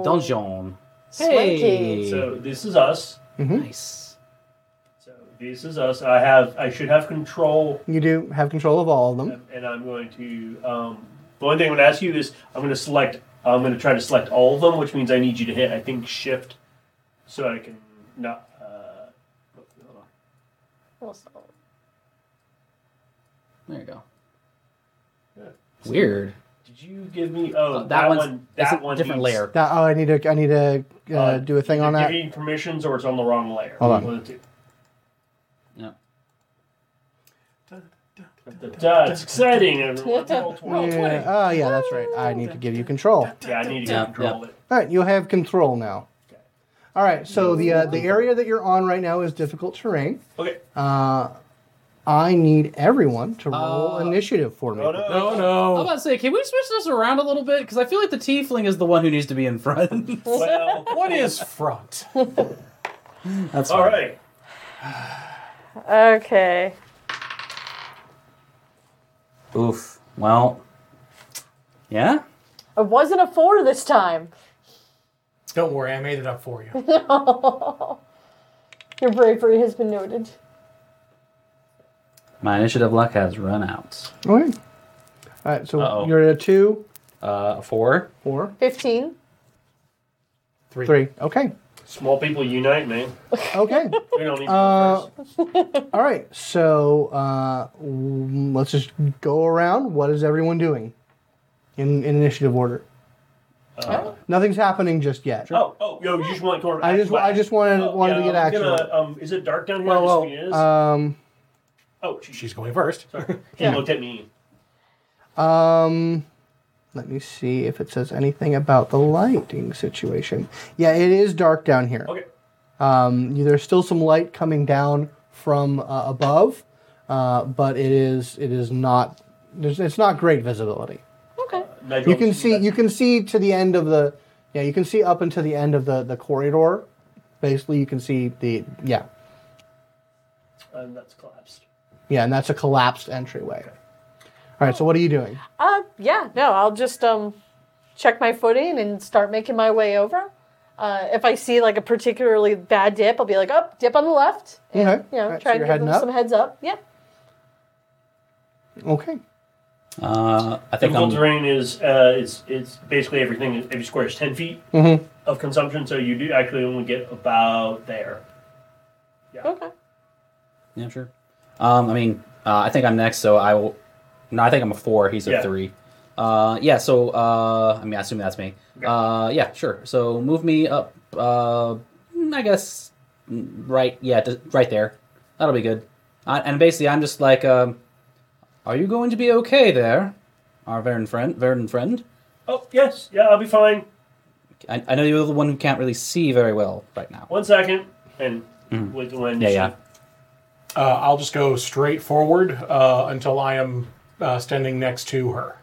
S7: Dungeon.
S6: Swanky.
S4: So this is us.
S2: Mm-hmm.
S7: Nice.
S4: So this is us. I have. I should have control,
S2: You do have control of all of them.
S4: and I'm going to. Um, the one thing I'm going to ask you is, I'm going to select. I'm going to try to select all of them, which means I need you to hit. I think shift, so I can not. Uh, hold on.
S7: There you go.
S4: Yeah.
S7: Weird.
S4: Did you give me? Oh,
S7: Uh,
S4: that,
S7: that
S4: one.
S7: one's-
S4: That
S7: that's a
S4: one
S7: different
S4: needs-
S7: layer.
S2: Now- oh, I need to. I need to uh, do a thing on
S4: either
S2: that.
S4: Give me permissions, or it's on the wrong layer.
S2: Hold on.
S4: One of the two.
S7: No.
S4: Da, da, it's exciting. everyone. Roll 12.
S2: Yeah. Oh, yeah, that's right. I need to give you control.
S4: Yeah, I need to
S7: Yeah,
S4: control
S7: yeah.
S4: it.
S2: All right, you'll have control now. All right, so the uh, the area that you're on right now is difficult terrain.
S4: Okay.
S2: Uh, I need everyone to roll initiative for me.
S4: Oh, no.
S5: Oh
S7: I
S5: no.
S7: was about to say, can we switch this around a little bit? Because I feel like the tiefling is the one who needs to be in front.
S4: Well,
S5: What is front?
S7: That's
S4: all
S7: fine.
S4: right.
S6: Okay.
S7: Oof. Well. Yeah.
S6: It wasn't a four this time.
S5: Don't worry, I made it up for you.
S6: Your bravery has been noted.
S7: My initiative luck has run out.
S2: All right. All right, so
S7: Uh-oh.
S2: you're at a two,
S7: Uh, four.
S2: four,
S6: 15.
S5: Three.
S2: three. Okay.
S4: Small people unite, man.
S2: Okay.
S4: We don't need to
S2: Uh,
S4: go first.
S2: All right, so uh, mm, let's just go around. What is everyone doing in, in initiative order? Nothing's happening just yet.
S4: Oh, oh, yo, you just want quarter.
S2: I just I just wanted wanted to get action.
S4: Oh, Gonna, um, is it dark down here?
S2: Well,
S4: I assume it is.
S2: well, um,
S4: oh, she,
S5: She's going first. Uh,
S4: he looked at me.
S2: Um, let me see if it says anything about the lighting situation. Yeah, it is dark down here.
S4: Okay.
S2: Um, there's still some light coming down from uh, above, uh, but it is it is not. There's, it's not great visibility.
S6: Okay.
S4: Nigel,
S2: You can see you can see to the end of the yeah. You can see up into the end of the the corridor. Basically, you can see the yeah
S4: Um, that's collapsed.
S2: yeah, and that's a collapsed entryway. All right, so what are you doing?
S6: Uh, yeah, no, I'll just um, check my footing and start making my way over. Uh, if I see like a particularly bad dip, I'll be like, oh, dip on the left.
S2: Okay,
S6: You know,
S2: All right, so
S6: try
S2: you're
S6: and give
S2: heading
S6: them
S2: up.
S6: some heads up. Yeah.
S2: Okay.
S7: Uh, I think
S4: Difficult
S7: I'm.
S4: terrain is uh, it's it's basically everything. Every square is ten feet
S2: Mm-hmm.
S4: of consumption, so you do actually only get about there.
S6: Okay.
S7: Yeah, sure. Um, I mean, uh, I think I'm next, so I will. No, I think I'm a four. He's a
S4: Yeah.
S7: three. Uh, yeah. So, uh, I mean, I assume that's me. Uh, yeah, sure. So move me up. Uh, mm, I guess mm, right. Yeah, d- right there. That'll be good. I, and basically, I'm just like, um, are you going to be okay there, our Varen friend? Varen friend.
S4: Oh yes, yeah, I'll be fine.
S7: I, I know you're the one who can't really see very well right now.
S4: One second, and with when
S7: Mm-hmm. Yeah,
S4: she-
S7: yeah.
S5: Uh, I'll just go straight forward uh, until I am uh, standing next to her.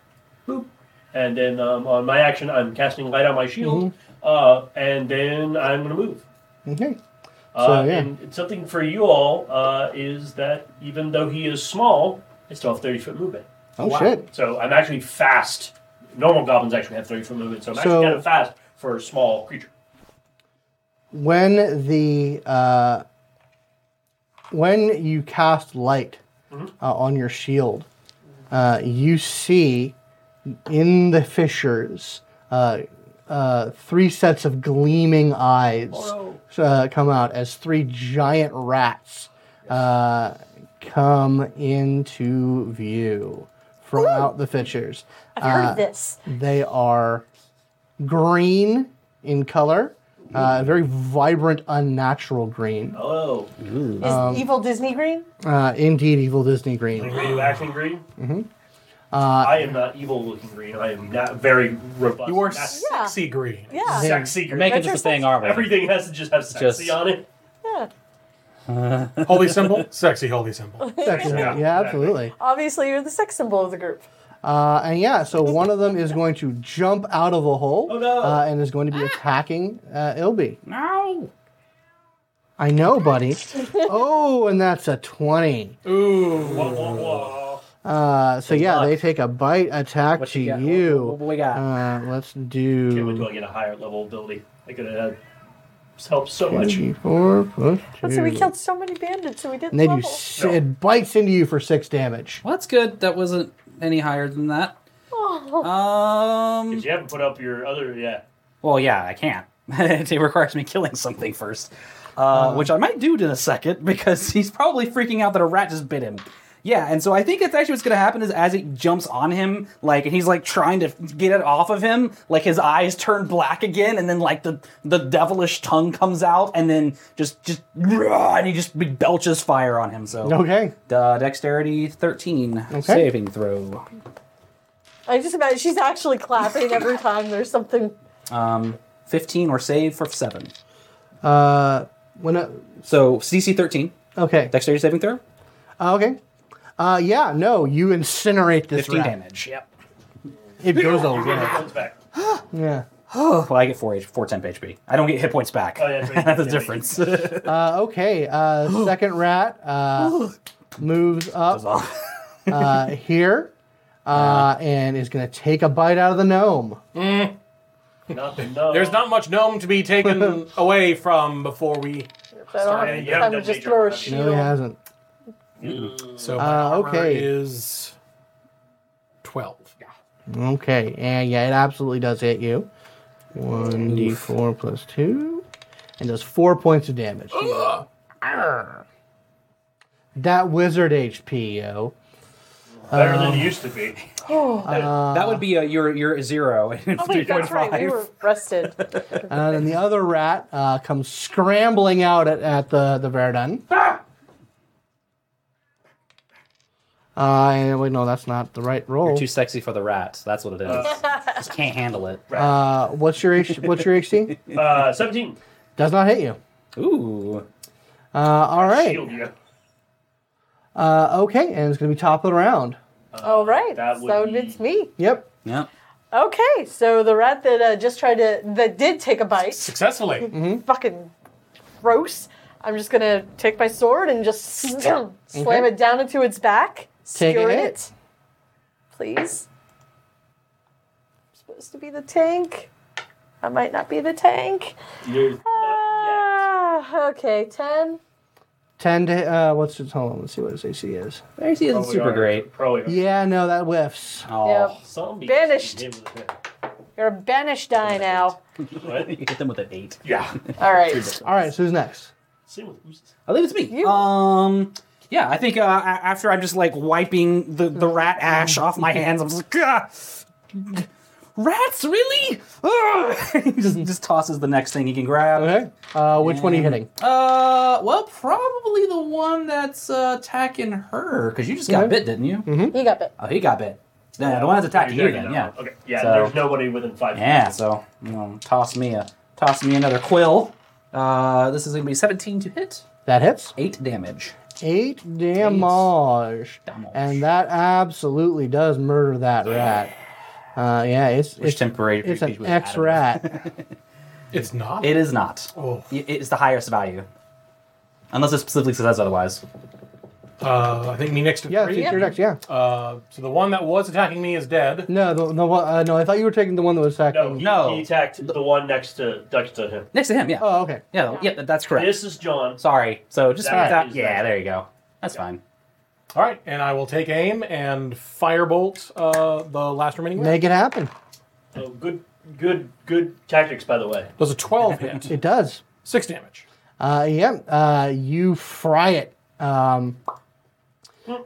S4: and then um, on my action, I'm casting light on my shield,
S2: Mm-hmm.
S4: uh, and then I'm gonna move.
S2: Okay.
S4: Uh,
S2: So, yeah.
S4: And something for you all uh, is that even though he is small, I still have 30 foot movement.
S2: Oh shit.
S4: So I'm actually fast. Normal goblins actually have 30 foot movement, so I'm
S2: So-
S4: actually kind of fast for a small creature.
S2: when the uh, when you cast light uh, on your shield, uh, you see in the fissures uh, uh, three sets of gleaming eyes uh, come out as three giant rats uh, come into view from out the fissures.
S6: I've
S2: Uh,
S6: heard of this.
S2: They are green in color, uh, very vibrant, unnatural green.
S4: Oh,
S6: Is
S2: um,
S6: evil Disney green?
S2: Uh, indeed, evil Disney green.
S4: radioactive green? Mm-hmm.
S2: Uh,
S4: I am not evil looking green. I am not very robust.
S5: You are
S4: That's
S6: Yeah.
S5: sexy green.
S6: Yeah.
S4: sexy green.
S7: Make it just a thing, aren't we?
S4: Everything has to just have sexy
S7: Just-
S4: on it.
S6: Yeah.
S5: Holy symbol? sexy holy symbol.
S2: Sexy. Yeah,
S4: exactly.
S2: absolutely.
S6: Obviously, you're the sex symbol of the group.
S2: Uh, and yeah, so one of them is going to jump out of a hole
S4: no.
S2: uh, and is going to be attacking uh, Ilby.
S3: No.
S2: I know, buddy. oh, and that's a 20.
S5: Wah, wah, wah.
S2: Uh, so yeah, they take a bite attack
S3: What
S2: to
S3: you got?
S2: you.
S3: What- what we got?
S2: Uh, let's
S4: Okay, when do
S2: do
S4: I get a higher level ability? I could have helped so much.
S2: G4 plus
S6: But so we
S2: two.
S6: killed so many bandits, and we didn't
S2: And then you
S6: level.
S2: s- it bites into you for six damage.
S3: Well, that's good. That wasn't any higher than that.
S6: Oh,
S3: Um.
S4: Because you haven't put up your other, yeah.
S3: Well, yeah, I can't. it requires me killing something first, uh, which I might do in a second because he's probably freaking out that a rat just bit him. Yeah, and so I think it's actually what's going to happen is as it jumps on him, like and he's like trying to get it off of him, like his eyes turn black again, and then like the the devilish tongue comes out, and then just just and he just belches fire on him. So
S2: Okay.
S3: uh, dexterity thirteen saving throw.
S6: I just imagine she's actually clapping every time there's something.
S3: Um, fifteen or save for seven.
S2: Uh, when a,
S3: So CC thirteen.
S2: okay.
S3: Dexterity saving throw.
S2: Uh, okay. Uh, yeah. No, you incinerate this
S3: 15
S2: rat.
S3: damage. Yep.
S2: It goes away.
S4: Yeah, it comes back.
S2: Yeah.
S3: Oh, well, I get 4 H, 410 HP. I don't get hit points back.
S4: Oh, yeah, that's right.
S3: That's the
S4: Yeah,
S3: difference.
S2: Uh, okay. Uh, second rat uh, moves up uh, here uh, and is going to take a bite out of the gnome.
S4: Nothing, no.
S5: There's not much gnome to be taken away from before we.
S6: I don't have
S4: Yeah,
S6: any
S4: you haven't
S6: time to
S4: done
S6: just
S4: major
S6: throw a
S4: damage.
S6: shield.
S2: No, he hasn't.
S5: So my
S2: Uh,
S5: armor
S2: okay.
S5: is twelve.
S2: Okay, and yeah, it absolutely does hit you. One d four plus two, and does four points of damage. Arr. That wizard HP, yo.
S4: Better than it used to be.
S3: that would be a, your, your zero.
S6: Oh wait, that's right. We were rested.
S2: And then the other rat uh, comes scrambling out at, at the the Verdun. Uh, and- wait, no, that's not the right roll.
S3: Too sexy for the rat. That's what it is. Just can't handle it.
S2: Uh, what's your H- what's your HC?
S4: Uh, 17.
S2: Does not hit you.
S3: Ooh.
S2: Uh, all right.
S4: Shield you.
S2: Uh, okay, and it's gonna be top of the round.
S6: All right.
S4: Uh, that would
S6: so
S4: be-
S6: it's me.
S2: Yep.
S3: Yep.
S6: Okay, so the rat that uh, just tried to that did take a bite,
S5: Successfully.
S6: fucking gross. I'm just gonna take my sword and just slam it down into its back,
S2: Take a
S6: skewer
S2: hit.
S6: it, please. I'm supposed to be the tank. I might not be the tank.
S4: You're not,
S6: Ah, okay, ten.
S2: Ten to uh, what's its hold on? Let's see what his AC is.
S3: Mercy isn't
S4: yeah.
S3: super great.
S4: Probably Oh, are.
S2: Yeah, no, that whiffs.
S3: Oh.
S4: Zombies.
S6: Banished.
S4: What?
S6: You're a banished die now.
S3: You hit them with an 8.
S4: Yeah.
S6: All right.
S2: All right, so who's next?
S4: Same with oozes.
S3: I believe it's me.
S6: You.
S3: Um, yeah, I think uh, a- after I'm just like wiping the, the rat ash off my hands, I'm just like, "Gah! rats, really? Ugh!" he just, just tosses the next thing he can grab.
S2: Okay. Uh, which one are you hitting?
S3: Uh, well, probably the one that's uh, attacking her because you just got
S2: Yeah.
S3: bit, didn't you?
S2: Mm-hmm.
S6: You got it.
S3: Oh, he got bit. Yeah, the one that's attacking you
S4: You're
S3: again.
S4: dead
S3: Yeah.
S4: now. Okay. Yeah,
S3: So-
S4: there's nobody within five
S3: Yeah. So you know, toss me a toss me another quill. Uh, this is gonna be 17 to hit,
S2: That hits.
S3: eight damage.
S2: Eight damage.
S3: Damage.
S2: And that absolutely does murder that rat. Uh, yeah, it's
S3: Which
S2: it's,
S3: temporary
S2: it's
S3: creature
S2: an
S3: was
S2: X
S3: adamant.
S2: rat.
S5: It's not.
S3: It is not.
S5: Oh.
S3: Y- It's the highest value, unless it specifically says otherwise.
S5: Uh, I think me next to
S2: Yeah, it's
S5: three.
S2: your next. Yeah.
S5: Uh, so the one that was attacking me is dead.
S2: No, the, the one, uh, no, I thought you were taking the one that was
S4: No,
S2: attacking.
S4: he,
S2: you.
S3: No.
S4: he attacked the one next to next to him.
S3: Next to him, yeah.
S2: Oh, okay.
S3: yeah, yeah, that- that's correct.
S4: This is John.
S3: Sorry. So just
S4: That
S3: make that.
S4: is
S3: Yeah,
S4: that.
S3: there you go. That's fine.
S5: All right, and I will take aim and firebolt uh, the last remaining. rat.
S2: Make it happen.
S4: Oh, good, good, good tactics, by the way.
S5: Does a twelve hit?
S2: It does.
S5: Six damage.
S2: Uh, yeah, uh, you fry it. Um,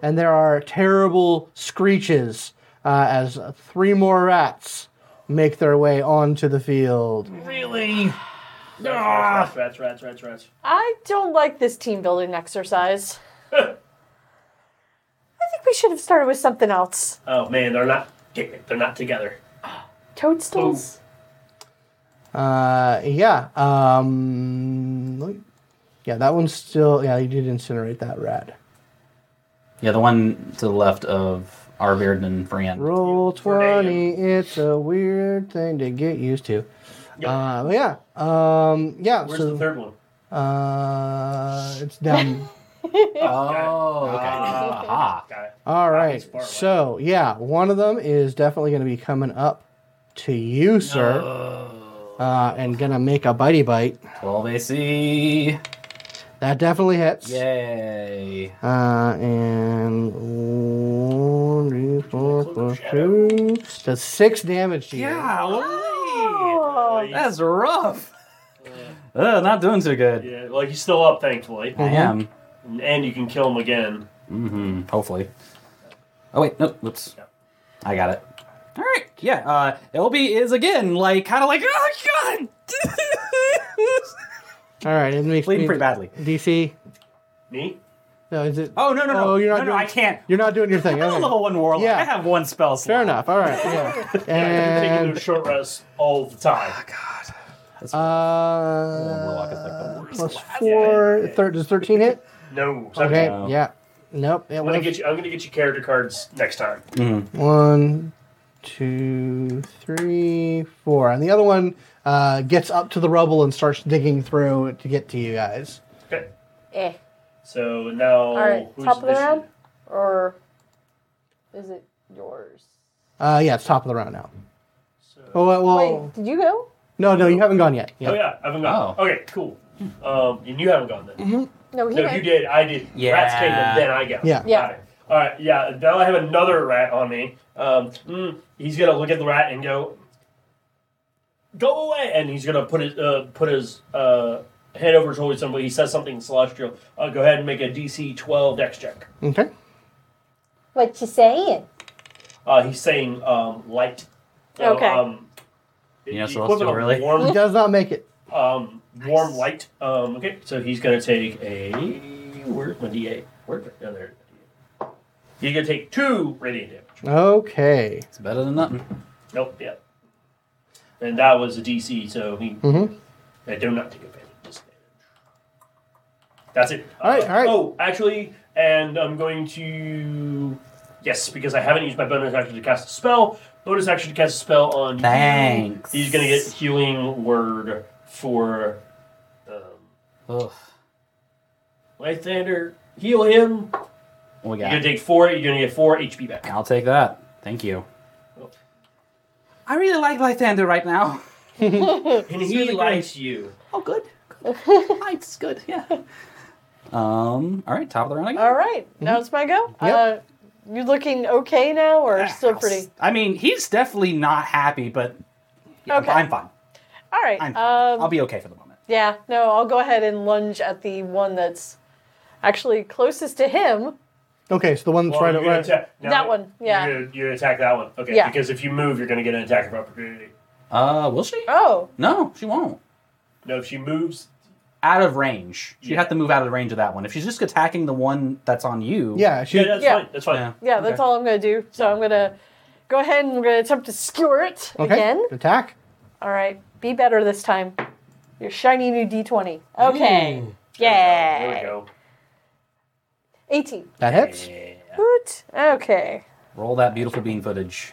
S2: and there are terrible screeches uh, as three more rats make their way onto the field.
S3: Really?
S6: Ah.
S4: Rats, rats, rats, rats, rats.
S6: I don't like this team building exercise. I think we should have started with something else.
S4: Oh man, they're not. They're not together.
S6: Toadstools.
S2: Uh, yeah. Um, let- yeah, that one's still. Yeah, you did incinerate that rat.
S3: Yeah, the one to the left of Arvid and Fran.
S2: Roll
S4: Fernando.
S2: twenty. It's a weird thing to get used to. Uh, but yeah. Um, yeah.
S4: Where's
S2: so
S4: the third one?
S2: uh, it's down.
S3: Oh, okay.
S4: Ah.
S3: Aha.
S4: Got it.
S2: All
S4: he's
S2: right.
S4: far away.
S2: So yeah, one of them is definitely going to be coming up to you, sir, uh, and gonna make a bitey bite.
S3: 12 AC.
S2: That definitely hits.
S3: Yay.
S2: Uh, and one, three, four, plus two. That's six damage to you.
S6: Oh,
S4: Like,
S3: That's rough. Ugh, Uh, not doing too good.
S4: yeah, like he's still up, thankfully,
S3: I am.
S4: and you can kill him again.
S3: hmm Hopefully. Oh wait, no, whoops. I got it. All right, yeah. Uh, Elby is again like kind of like oh god,
S2: All right. It makes
S3: bleeding
S2: me
S3: pretty badly.
S2: DC.
S4: Me?
S2: No, is it?
S3: Oh no no no
S2: Oh, you're not
S3: no, no
S2: doing-
S3: I can't.
S2: You're not doing your thing.
S3: I'm a
S2: okay.
S3: level one warlock.
S2: Yeah.
S3: I have one spell slot.
S2: Fair enough. All right. Yeah.
S4: Yeah, you're taking
S2: And
S4: those short rests all the time.
S3: Warlock is
S2: uh,
S3: like the worst.
S2: plus four. Thir- does thirteen hit?
S4: No, it's
S2: Okay.
S3: No.
S2: Yeah. Nope. It
S4: I'm gonna
S2: was
S4: get you. I'm gonna get you character cards next time.
S2: one, two, three, four, and the other one uh, gets up to the rubble and starts digging through to get to you guys.
S4: Okay.
S6: eh.
S4: So now,
S6: All right,
S4: Oh, who's
S6: top of the
S4: this-
S6: round, or is it yours?
S2: Uh, yeah, it's top of the round now.
S4: So-
S2: Oh well, well,
S6: Wait, did you go?
S2: no, no, you haven't gone yet.
S4: Oh yeah, I haven't gone.
S3: Oh.
S4: Okay, cool. Um, and you haven't gone then.
S6: No, he
S4: No,
S6: went.
S4: you did. I did.
S3: Yeah.
S4: Rats came and then I got.
S2: Yeah.
S6: Yeah.
S4: Got it. All right. Yeah. Now I have another rat on me. Um, mm, he's gonna look at the rat and go, "Go away!" And he's gonna put his uh, put his uh, head over his shoulder. Somebody he says something celestial. Uh, go ahead and make a DC 12 dex check.
S2: Okay.
S6: What you saying?
S4: Uh, he's saying um, light. So,
S6: Okay.
S4: Um,
S3: You know
S4: the
S3: celestial,
S4: equivalent of
S3: really?
S2: He
S4: Warm,
S2: does not make it.
S4: um, warm light. Um, okay. So he's gonna take a where's my D8? Where? Oh, there. it is. He's gonna take two radiant damage.
S2: Okay.
S3: It's better than nothing.
S4: Nope, yeah. And that was a DC, so he.
S2: Mhm.
S4: I do not take advantage of disadvantage. That's it.
S2: All right, all right.
S4: Oh, actually, and I'm going to. Yes, because I haven't used my bonus action to cast a spell. Bonus action to cast a spell on. you.
S3: Thanks.
S4: He's going to get healing word for. Um,
S3: Ugh.
S4: Lythander. Heal him.
S3: What we
S4: You're
S3: got?
S4: going to take four. You're going to get four HP back.
S3: I'll take that. Thank you. I really like Lythander right now.
S4: And he likes you.
S3: Oh, good. good. It's good. Yeah. Um. All right. Top of the round. Again.
S6: All right, now it's my go. Uh, you looking okay now, or still pretty?
S3: Ah, I mean, he's definitely not happy, but yeah,
S6: Okay.
S3: I'm fine.
S6: All right.
S3: I'm
S6: um,
S3: I'll be okay for the moment.
S6: Yeah, no, I'll go ahead and lunge at the one that's actually closest to him.
S2: Okay, so the one that's
S4: Well,
S2: right,
S4: you're
S2: at
S4: gonna
S2: right.
S4: atta- no,
S6: That one, yeah.
S4: You're, gonna- you're gonna attack that one. Okay.
S6: Yeah.
S4: Because if you move, you're going to get an attack of opportunity.
S3: Uh, will she?
S6: Oh,
S3: No, she won't.
S4: No, if she moves,
S3: Out of range. She'd
S4: Yeah.
S3: have to move out of the range of that one. If she's just attacking the one that's on you.
S2: Yeah, she.
S4: yeah, that's
S6: Yeah.
S4: fine. That's fine.
S3: Yeah.
S6: yeah, that's
S3: Okay.
S6: all I'm going to do. So I'm going to go ahead and I'm going to attempt to skewer it
S2: okay.
S6: again.
S2: Attack.
S6: All right, be better this time. Your shiny new D20. Okay. Yeah.
S4: There we go.
S6: 18.
S2: That hits.
S6: Woot. Okay.
S3: Roll that beautiful bean footage.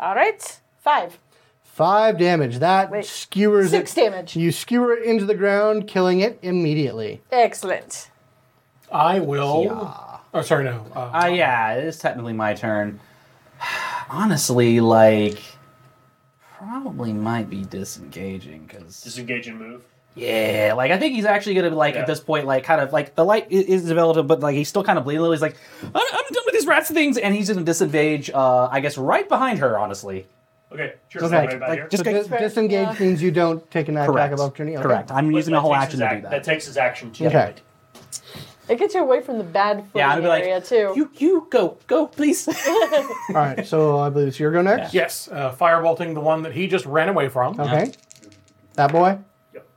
S6: All right. Five.
S2: Five damage. That
S6: Wait.
S2: skewers
S6: Six
S2: it.
S6: damage.
S2: You skewer it into the ground, killing it immediately.
S6: Excellent.
S5: I will. Oh, sorry, no. Uh,
S3: Uh, yeah, it is technically my turn. Honestly, like, probably might be disengaging because
S4: Disengage and move.
S3: Yeah, like I think he's actually gonna be like
S4: Yeah.
S3: at this point, like kind of like the light i- is developed, but like he's still kind of bleeding. a little. He's like, I'm, I'm done with these rats things, and he's gonna disengage. Uh, I guess right behind her, honestly.
S4: Okay. Sure.
S2: Okay,
S4: Right about
S3: like,
S4: here.
S3: just
S2: So
S3: go-
S2: dis- disengage
S6: Yeah.
S2: means you don't take an attack
S3: Correct.
S2: of opportunity. Okay.
S3: Correct. I'm
S4: But
S3: using a
S4: that
S3: whole
S4: takes
S3: action
S4: his
S3: to do
S4: act-
S3: that.
S4: That takes his action too.
S2: Okay.
S6: It gets you away from the bad
S3: yeah, I'm
S6: footing
S3: gonna be
S6: area,
S3: like,
S6: too.
S3: you, you go, go, please.
S2: All right. So I believe it's your go next.
S5: yes, uh, firebolting the one that he just ran away from.
S2: Okay. That boy.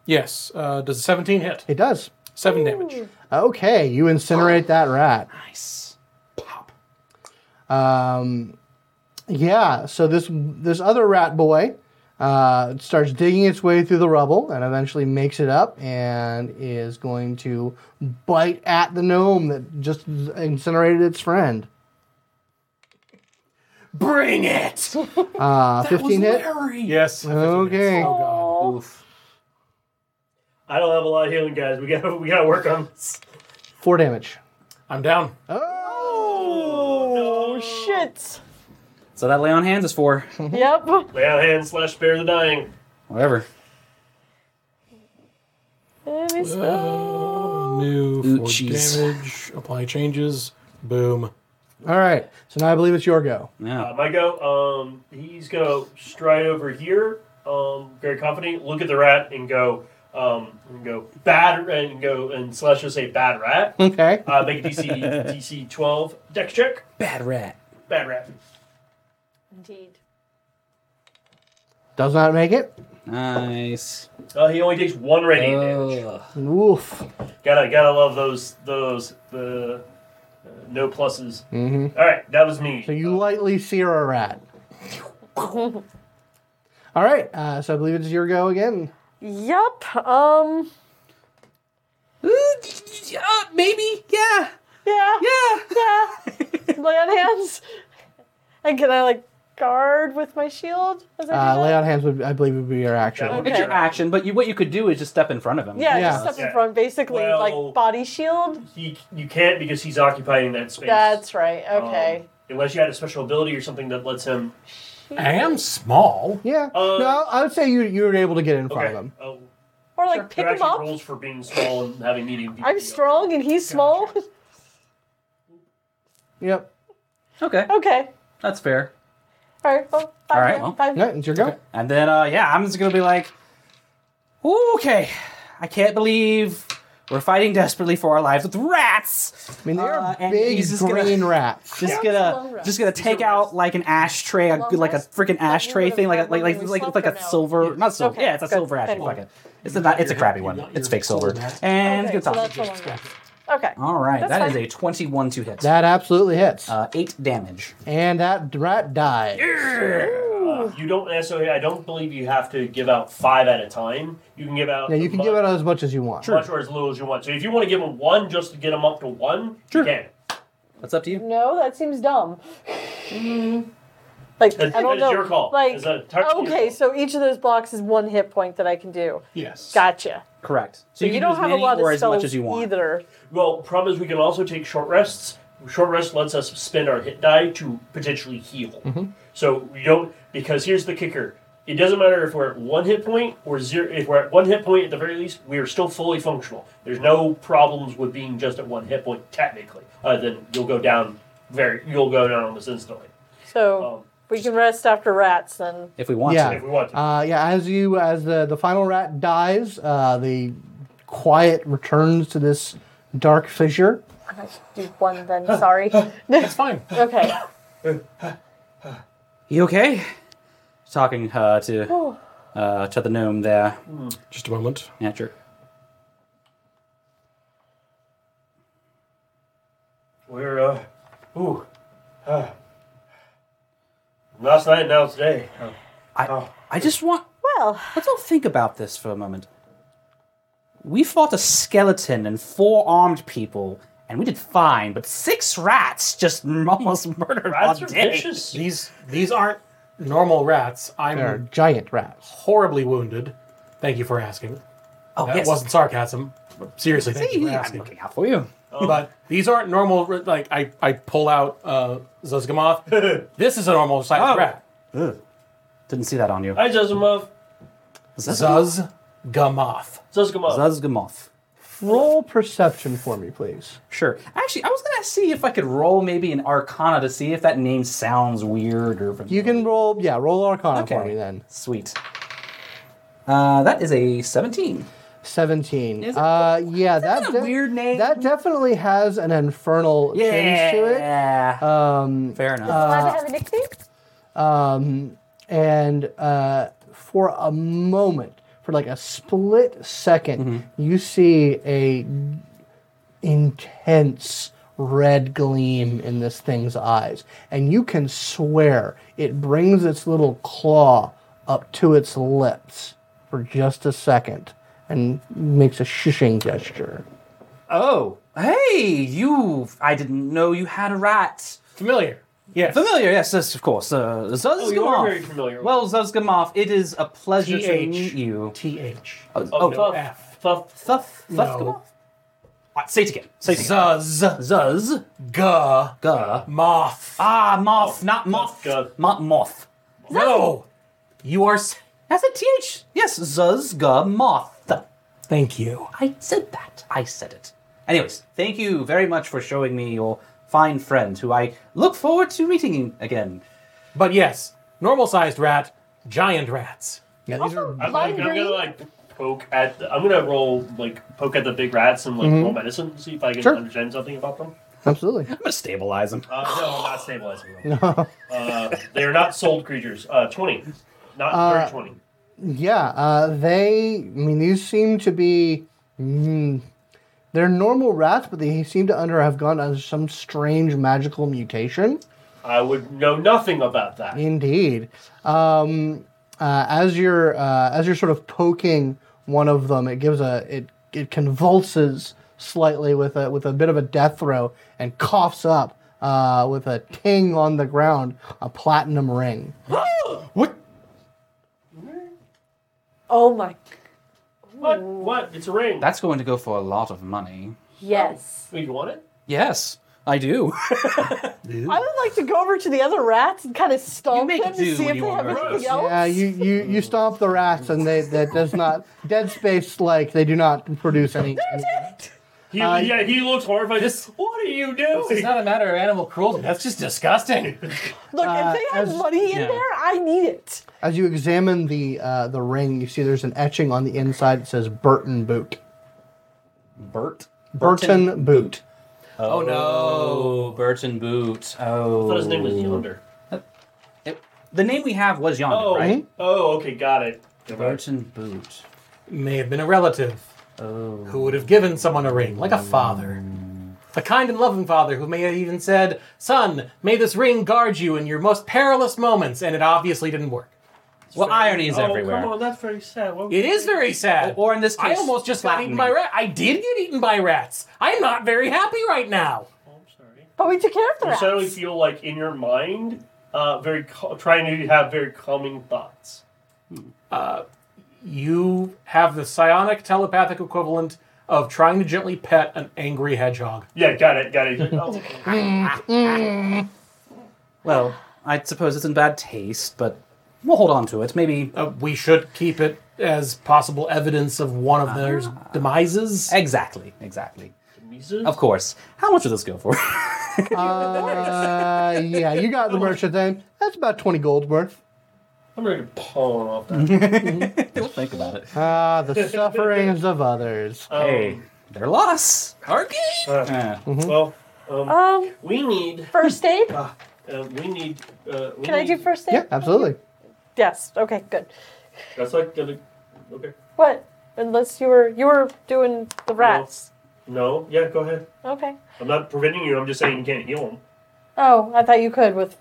S5: Yes. Uh, does a 17 hit?
S2: It does.
S5: Seven damage.
S2: Okay. You incinerate that rat.
S3: nice.
S2: Um, yeah. So this this other rat boy uh, starts digging its way through the rubble and eventually makes it up and is going to bite at the gnome that just incinerated its friend.
S4: Bring it!
S2: Uh, 15 hit.
S5: Yes.
S2: Uh. Okay.
S5: Oh, God.
S6: Aw.
S3: Oof.
S4: I don't have a lot of healing, guys. We gotta we gotta work on. this.
S2: Four damage.
S5: I'm down.
S6: Oh, shit.
S3: So that lay on hands is for
S6: Yep.
S4: Lay out hands slash spare the dying.
S3: whatever.
S6: Let me see.
S5: Uh, new
S3: Ooh,
S5: for
S3: jeez.
S5: damage. Apply changes. Boom.
S2: All right. So now I believe it's your go.
S5: Hmm.
S3: Yeah.
S4: Uh, my go. Um, he's gonna stride over here. Um, very confident. Look at the rat and go. Um, and go bad and go and slash just say bad rat.
S2: Okay.
S4: Uh, make a DC DC twelve dex check.
S3: Bad rat.
S4: Bad rat.
S6: Indeed.
S2: Does not make it.
S3: Nice.
S4: Uh, he only takes one radiant damage.
S3: Ugh.
S2: Woof.
S4: Gotta gotta love those those the uh, no pluses. Mm-hmm. right, that was me.
S2: So you lightly sear a rat. All right. Uh, so I believe it's your go again.
S6: Yep. Um.
S3: Uh, maybe. Yeah.
S6: Yeah.
S3: Yeah.
S6: Yeah. lay on hands. And can I like guard with my shield? As I do
S2: Uh,
S6: that?
S2: lay on hands would I believe would be your action.
S4: Yeah.
S3: It's your action, but you, what you could do is just step in front of him.
S6: Yeah,
S2: Yeah.
S6: just up
S4: Yeah.
S6: in front, basically
S4: Well-
S6: like body shield.
S4: he you can't because he's occupying that space.
S6: That's right.
S4: Um,
S6: Okay.
S4: unless you had a special ability or something that lets him.
S5: I am small.
S2: Yeah. no, I would say you you were able to get in front
S4: Uh, Okay.
S2: of him.
S4: Oh,
S6: or like
S4: sure.
S6: pick
S4: There
S6: him
S4: are
S6: up.
S4: actually Rules for being small and having medium.
S6: I'm strong and he's small.
S2: Yep.
S3: Okay.
S6: okay.
S3: That's fair.
S6: All right. Well, bye.
S3: All right,
S6: then.
S3: well.
S6: Bye.
S2: No, it's your go.
S3: And then, uh, yeah, I'm just gonna be like, "Ooh, okay, I can't believe we're fighting desperately for our lives with rats.
S2: I mean, they're
S3: Uh, and
S2: big
S3: he's just gonna-
S2: green rats.
S3: Just
S6: Long
S3: gonna,
S6: rats.
S3: just gonna take out like an ashtray, a,
S6: Long
S3: like a
S6: rats?
S3: freaking
S6: you
S3: ashtray
S6: would've
S3: thing, like
S6: had
S3: a, like
S6: one
S3: like
S6: when we
S3: like,
S6: slept
S3: like
S6: or
S3: a
S6: no?
S3: silver, not silver,
S6: Okay,
S3: yeah, it's a
S6: good.
S3: silver ashtray.
S6: Thank
S3: Fuck
S6: you.
S3: it, it's a not, it's a crappy one.
S5: got
S3: It's
S5: your
S3: fake silver,
S5: full mat.
S3: and
S6: Okay,
S3: good
S6: so
S3: time.
S6: that's all I got. Okay.
S3: All right,
S6: That's
S3: that is
S6: fine.
S3: a twenty-one to hit,
S2: That absolutely hits.
S3: uh, eight damage.
S2: and that rat dies.
S4: Uh, you don't necessarily. I don't believe you have to give out five at a time. You can give out.
S2: Yeah, you can
S4: much,
S2: give it as much as you want.
S4: much or as little as you want. So if you want to give him one just to get him up to one, sure. you can.
S3: That's up to you.
S6: No, that seems dumb. Like
S4: That-
S6: I
S4: that
S6: don't
S4: is
S6: know.
S4: Mm-hmm. your call.
S6: Like
S4: It's entirely your
S6: okay,
S4: call.
S6: so each of those blocks is one hit point that I can do.
S5: Yes.
S6: Gotcha.
S3: Correct. So,
S6: You,
S3: you, can do
S6: don't
S3: as
S6: have a
S3: many
S6: lot
S3: or
S6: of
S3: as much
S6: spells
S3: as you want.
S6: either.
S4: Well, problem is we can also take short rests. Short rest lets us spend our hit die to potentially heal. So we don't because here's the kicker. It doesn't matter if we're at one hit point or zero. If we're at one hit point at the very least, we are still fully functional. There's no problems with being just at one hit point technically. Uh, then you'll go down very. You'll go down almost instantly
S6: So
S4: Um,
S6: we can rest after rats then.
S3: If we want
S2: Yeah.
S3: to.
S4: if we want to.
S2: Uh, yeah, as you as the the final rat dies, uh, the quiet returns to this dark fissure.
S6: I should do one then. Sorry.
S5: It's fine.
S6: okay.
S3: You okay? Talking uh, to uh, to the gnome there.
S5: Just a moment.
S3: Yeah, sure.
S4: We're uh, ooh, uh, last night now today. Uh,
S3: I
S4: Oh.
S3: I just want
S6: Well,
S3: let's all think about this for a moment. We fought a skeleton and four armed people, and we did fine. But six rats just m- almost murdered
S4: rats
S3: all
S4: are
S3: day.
S4: vicious.
S5: These these aren't normal rats. I'm
S2: They're giant rats.
S5: horribly wounded. Thank you for asking.
S3: Oh
S5: That
S3: yes.
S5: wasn't sarcasm. Seriously, thank you for
S3: Hey, I'm
S5: asking.
S3: looking out for you.
S5: But these aren't normal. r- Like I, I pull out uh, Zuzgamoth. this is a normal
S3: Oh.
S5: sized rat.
S3: Didn't see that on you.
S4: Hi, Zezimov.
S5: Zuzgamoth.
S4: Zezimov.
S3: Zuzgamoth.
S2: Roll perception for me, please.
S3: Sure. Actually, I was gonna see if I could roll maybe an Arcana to see if that name sounds weird or.
S2: You can roll. Yeah, roll Arcana for
S3: Okay.
S2: me then.
S3: Sweet. Uh, that is a 17.
S2: Seventeen.
S3: Is it-
S2: uh, yeah, that,
S3: that a
S2: de-
S3: weird name?
S2: That definitely has an infernal tinge to it.
S3: Um, Fair enough.
S6: glad to have a nickname.
S2: Um, and uh, for a moment, for like a split 2nd you see a intense red gleam in this thing's eyes, and you can swear it brings its little claw up to its lips for just a second and makes a shushing gesture.
S3: oh, hey, you. I didn't know you had a rat.
S5: Familiar. Yes.
S3: Familiar, yes, yes, of course. Uh,
S4: Oh, you are
S3: Zuzgamov.
S4: very familiar with-
S3: Well, Zuzgamov, it is a pleasure to
S5: TH.
S3: meet you.
S5: TH.
S3: Oh,
S4: Oh, no.
S3: Thuff-
S5: F.
S4: Thuff.
S3: Thuff-
S5: No.
S3: Thuffgamov? Alright, say it again. Say it again.
S5: Zuz.
S3: Zuz.
S5: Guh.
S3: Ga.
S5: Moth.
S3: Ah, moth, not moth.
S4: God.
S3: Not moth.
S5: No. You are. s-
S3: That's a TH. Yes, Zuzga moth.
S5: Thank you.
S3: I said that. I said it. Anyways, thank you very much for showing me your fine friend who I look forward to meeting again.
S5: But yes, normal sized rat, giant rats.
S2: Yeah, these
S6: Also,
S2: are
S4: I'm,
S6: lime
S4: like, I'm gonna
S6: green.
S4: like poke at. The, I'm gonna roll like poke at the big rats and like
S5: Mm-hmm.
S4: roll medicine and see if I can
S2: Sure.
S4: understand something about them.
S2: absolutely.
S3: I'm gonna stabilize him.
S4: Uh, no, I'm not stabilizing them. uh, they are not sold creatures. Uh, Twenty, not uh, twenty.
S2: Yeah, uh, they. I mean, these seem to be. Mm, they're normal rats, but they seem to under have gone under some strange magical mutation.
S4: I would know nothing about that.
S2: Indeed. Um, uh, as you're uh, as you're sort of poking one of them, it gives a it it convulses slightly with a with a bit of a death throw and coughs up uh, with a ting on the ground a platinum ring.
S5: What?
S6: Oh my.
S4: What? What? It's a ring.
S3: That's going to go for a lot of money.
S6: Yes.
S4: Wait, you want it?
S3: Yes, I do.
S6: I would like to go over to the other rats and kind of stomp
S3: make
S6: them
S3: do
S6: to see
S3: when
S6: if
S3: you
S6: they
S3: want
S6: have
S3: to.
S6: anything
S4: Yeah,
S6: else.
S2: Yeah, you, you, you stomp the rats and they that does not dead space like they do not produce any.
S4: He,
S5: Uh,
S4: yeah, he looks horrified.
S5: This-
S4: what are you
S5: It's
S4: doing?
S5: not a matter of animal cruelty. That's just disgusting.
S6: Look, if they have
S2: as-
S6: money in
S3: yeah.
S6: there, I need it.
S2: As you examine the uh, the ring, you see there's an etching on the inside that says Burton Boot.
S3: Bert.
S2: Burton, Boot.
S7: Oh,
S3: Oh,
S7: no, Burton Boot.
S4: I
S7: Oh,
S4: thought his name was Yonder.
S7: It- the name we have was Yonder,
S4: Oh,
S7: right?
S4: oh, okay, got it.
S7: Burton Boot.
S5: May have been a relative
S3: Oh.
S5: who would have given someone a ring, like a father. A kind and loving father who may have even said, Son, may this ring guard you in your most perilous moments, and it obviously didn't work.
S7: Well, irony is
S4: oh,
S7: everywhere.
S4: come on, that's very sad. What-
S5: It is very sad.
S7: Or in this
S5: I
S7: case,
S5: almost just got eaten
S7: flattening.
S5: by rat. I did get eaten by rats. I'm not very happy right now.
S4: Oh, I'm sorry.
S6: But we took care of the
S4: You
S6: rats.
S4: suddenly feel like in your mind, uh, very cal- trying to have very calming thoughts.
S5: You have the psionic telepathic equivalent of trying to gently pet an angry hedgehog.
S4: Yeah, got it, got it. Oh,
S3: Well, I suppose it's in bad taste, but we'll hold on to it. Maybe
S5: Uh, we should keep it as possible evidence of one of their demises.
S3: exactly, exactly.
S4: Jesus.
S3: Of course. How much would this go for?
S2: Uh, yeah, you got the merchant thing. That's about 20 gold worth.
S4: I'm ready to pawn off that.
S3: Don't think about it.
S2: Ah, the sufferings of others.
S3: hey, their loss. Okay.
S4: Um,
S7: Uh,
S4: well, um,
S6: Um,
S4: we need,
S6: first aid?
S4: uh, we need. Uh, we
S6: Can I
S4: need-
S6: do first aid?
S2: Yeah, absolutely.
S6: Yes. Okay, good.
S4: That's like gonna. Okay.
S6: What? Unless you were you were doing the rats.
S4: No. Yeah. Go ahead.
S6: Okay.
S4: I'm not preventing you. I'm just saying you can't heal them.
S6: Oh, I thought you could with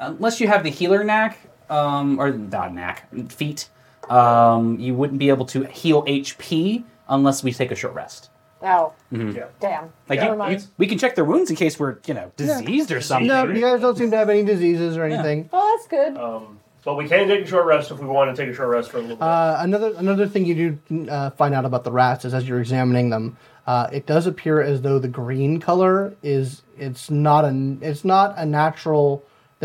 S7: Unless you have the healer knack, um, or not knack, feat, um, you wouldn't be able to heal HP unless we take a short rest.
S6: oh
S3: Mm-hmm.
S4: Yeah.
S6: damn.
S7: Like
S4: Yeah.
S7: you-
S6: Never mind.
S7: you, we can check their wounds in case we're you know diseased or something.
S2: No, you guys don't seem to have any diseases or anything.
S6: well Oh, that's good.
S4: Um, but we can take a short rest if we want to take a short rest for a little bit.
S2: Uh, another another thing you do uh, find out about the rats is as you're examining them, uh, it does appear as though the green color is it's not a it's not a natural.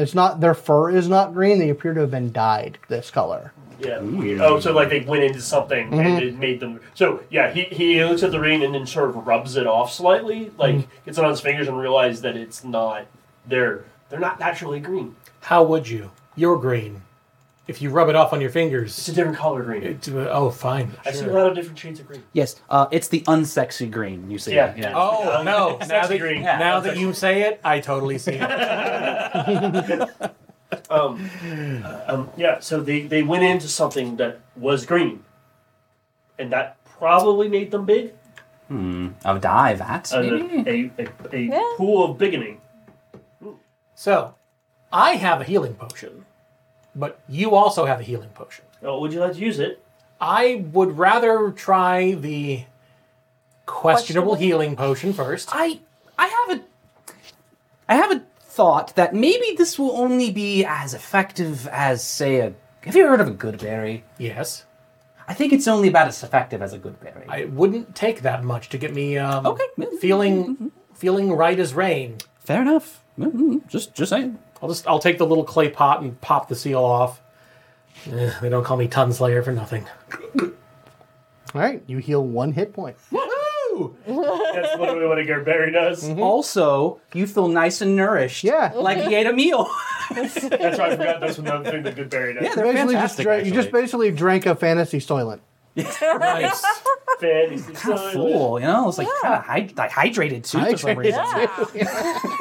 S2: It's not their fur is not green. They appear to have been dyed this color.
S4: yeah. Oh, so like they went into something and
S3: Mm-hmm.
S4: it made them. So yeah, he, he looks at the ring and then sort of rubs it off slightly, like
S3: Mm-hmm.
S4: gets it on his fingers and realizes that it's not. They're they're not naturally green.
S5: How would you? You're green. If you rub it off on your
S4: It's a
S5: fingers.
S4: different color green.
S5: It, oh, fine.
S4: I see a
S5: sure.
S4: lot of different shades of green.
S7: Yes, uh, it's the unsexy green. You see?
S4: Yeah.
S5: Oh, no.
S4: It's
S5: Now
S4: actually
S5: that,
S4: green.
S5: now that you say it, I totally see it.
S4: Um, um, yeah, so they, they went into something that was green. And that probably made them big.
S7: Of Oh, dive at.
S4: A, a,
S3: Mm-hmm.
S4: a, a
S6: Yeah.
S4: pool of biggening.
S5: So, I have a healing potion, but you also have a healing potion.
S4: Oh, would you like to use it?
S5: I would rather try the questionable Uh,
S6: Questionable?
S5: healing potion first.
S7: I I have a I have a
S3: thought that maybe this will only be as effective as, say, a. Have you heard of a good berry?
S5: Yes.
S3: I think it's only about as effective as a good berry.
S5: I- It wouldn't take that much to get me um,
S3: Okay.
S5: feeling feeling right as rain.
S3: Fair enough. Mm-hmm. Just, just saying.
S5: I'll just I'll take the little clay pot and pop the seal off. Eh, they don't call me Ton Slayer for nothing.
S2: All right, you heal one hit point.
S4: That's literally what a Garbari does.
S3: Mm-hmm. Also, you feel nice and nourished.
S2: Yeah.
S3: Like you ate a meal.
S4: That's right. I forgot that's another thing that good berry does.
S3: Yeah,
S2: You
S3: They're
S2: basically just
S3: fantastic,
S2: drank, you just
S8: actually.
S2: basically drank a fantasy soylent.
S5: Nice.
S4: Fantasy
S3: kind of
S4: Soylent.
S3: full, you know? It's like kind of hyd- like hydrated too for some
S2: Hydrated.
S3: reason.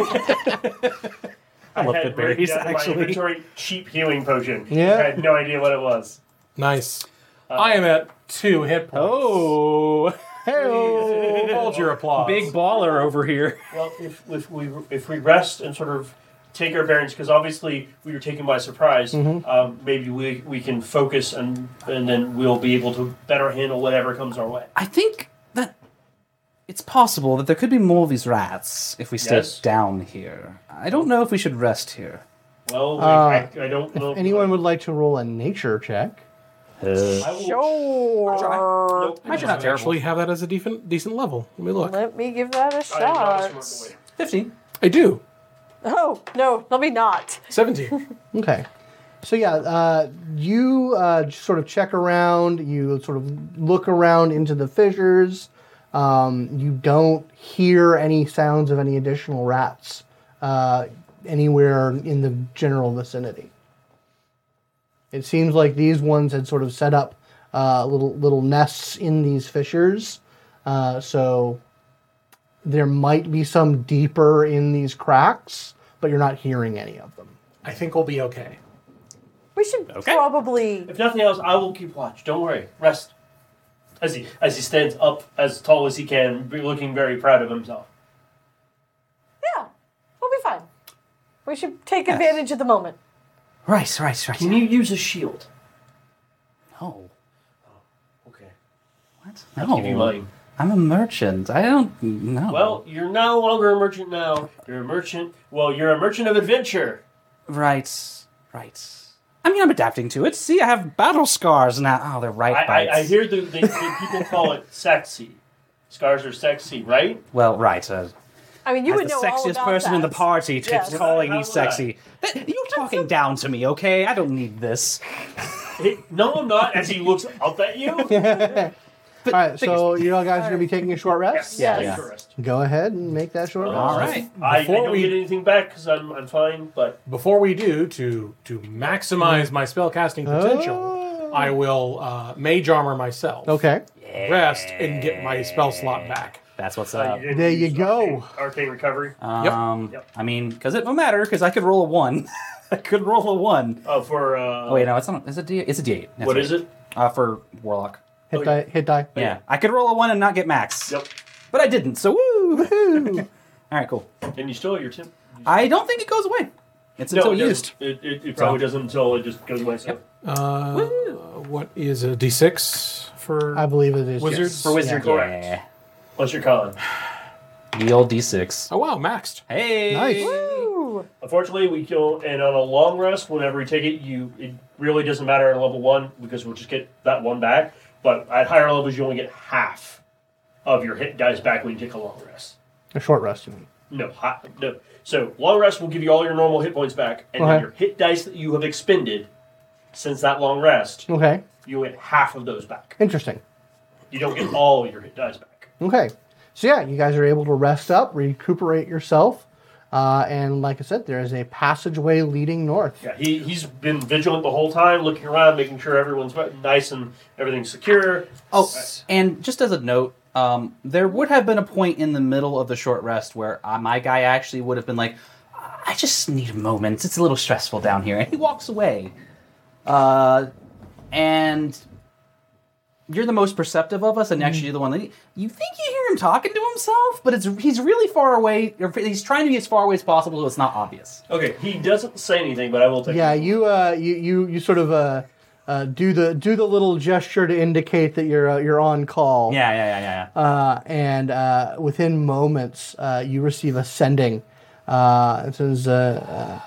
S4: I
S3: love
S4: had
S3: good berries,
S4: written down in my
S3: actually.
S4: inventory, cheap healing potion.
S2: Yeah.
S4: I had no idea what it was.
S5: Nice. Uh, I am at two hit points.
S9: Oh,
S2: Hey,
S5: Hold your applause.
S9: big baller over here.
S4: Well, if, if we if we rest and sort of take our bearings, because obviously we were taken by surprise, um, maybe we, we can focus and and then we'll be able to better handle whatever comes our way.
S3: I think that it's possible that there could be more of these rats if we stay
S4: Yes.
S3: down here. I don't know if we should rest here.
S4: Well, I, I don't know. if-
S2: anyone would like to roll a nature check?
S4: I will,
S6: Sure.
S4: Nope.
S3: Might be
S5: I actually have that as a decent decent level. Let me look.
S6: Let me give that a
S4: I am not a
S6: shot.
S4: smart boy.
S3: 15.
S5: I do.
S6: Oh, no, let me not.
S5: Seventeen.
S2: Okay. So yeah, uh, you uh, j- sort of check around. You sort of look around into the fissures. Um, you don't hear any sounds of any additional rats uh, anywhere in the general vicinity. It seems like these ones had sort of set up uh, little little nests in these fissures, uh, so there might be some deeper in these cracks, but you're not hearing any of them.
S5: I think we'll be okay.
S6: We should probably.
S4: If nothing else, I will keep watch. Don't worry. Rest. As he as he stands up as tall as he can, be- looking very proud of himself.
S6: Yeah, we'll be fine. We should take advantage of the moment.
S3: Right, right, right.
S4: Can you use a shield?
S3: No.
S4: Okay.
S3: What?
S4: Give you
S3: No.
S4: mine.
S3: I'm a merchant. I don't know.
S4: Well, you're no longer a merchant now. You're a merchant. Well, you're a merchant of adventure.
S3: Right, right. I mean, I'm adapting to it. See, I have battle scars now. Oh, they're right
S4: I,
S3: bites.
S4: I, I hear the, the, the people call it sexy. Scars are sexy, right?
S3: Well, right. Uh,
S6: I mean, you
S3: as
S6: would
S3: the
S6: know all
S3: sexiest
S6: about
S3: person in the
S6: that.
S3: party keeps
S6: Yes.
S3: calling
S4: How
S3: me
S4: would I?
S3: sexy. That- You're talking down to me, okay? I don't need this.
S4: Hey, no, I'm not. As he looks up at you. Yeah.
S2: all right, so you all guys are gonna be taking a short rest.
S6: Yes.
S3: Yeah.
S2: Go ahead and make that short rest.
S3: All right.
S4: I, I
S5: Before
S4: don't
S5: we-
S4: get anything back because I'm, I'm fine, but
S5: Before we do, to to maximize my spellcasting
S2: Oh.
S5: potential, I will uh, mage armor myself.
S2: Okay.
S5: Rest and get my spell slot back.
S3: That's
S6: Oh,
S3: what's
S4: uh,
S3: up.
S4: didn't
S2: there you
S4: use
S2: go.
S4: arcane- Arcane recovery.
S3: Um,
S4: Yep.
S3: I mean, because it won't matter, because I could roll a one. I could roll a one.
S4: Oh, for uh,
S3: Oh wait, no, it's not. It's a D. It's a D8. That's
S4: what
S3: right.
S4: is it?
S3: Uh, for warlock.
S2: Hit die. Hit die.
S3: Oh, Yeah, I could roll a one and not get max.
S4: Yep.
S3: But I didn't. So woo! Woohoo! All right, cool.
S4: And you still have your tip.
S3: I don't think it goes away. It's until
S4: it
S3: used.
S4: doesn't. It, it, it probably doesn't until it just goes away. So.
S5: Uh, what is a d6 for?
S2: I believe it is.
S5: Wizard?
S2: yes.
S5: For
S4: wizard, correct.
S3: Yeah.
S4: Unless you're Colin.
S3: The old D6.
S5: oh wow, maxed.
S3: Hey.
S2: Nice.
S6: Ooh,
S4: Unfortunately, we kill, and on a long rest, whenever we take it, you it really doesn't matter at level one because we'll just get that one back. But at higher levels, you only get half of your hit guys back when you take a long rest.
S2: A short rest. You mean?
S4: No, ha- no. So long rest will give you all your normal hit points back, and
S2: Okay.
S4: then your hit dice that you have expended since that long rest,
S2: Okay.
S4: you get half of those back.
S2: Interesting.
S4: You don't get all your hit dice back.
S2: Okay. So yeah, you guys are able to rest up, recuperate yourself, uh, and like I said, there is a passageway leading north.
S4: Yeah, he he's been vigilant the whole time, looking around, making sure everyone's nice and everything's secure.
S3: Oh, and just as a note, um, there would have been a point in the middle of the short rest where uh, my guy actually would have been like, "I just need a moment. It's a little stressful down here," and he walks away. Uh, and you're the most perceptive of us, and actually you're the one that you think you hear him talking to himself, but it's he's really far away. Or he's trying to be as far away as possible, so it's not obvious.
S4: Okay, he doesn't say anything, but I will take.
S2: Yeah.
S4: it.
S2: You. Uh, you. You. You sort of. Uh, uh, do the do the little gesture to indicate that you're uh, you're on call.
S3: Yeah, yeah, yeah, yeah. yeah.
S2: uh, and uh, within moments, uh, you receive a sending Uh, it says, uh,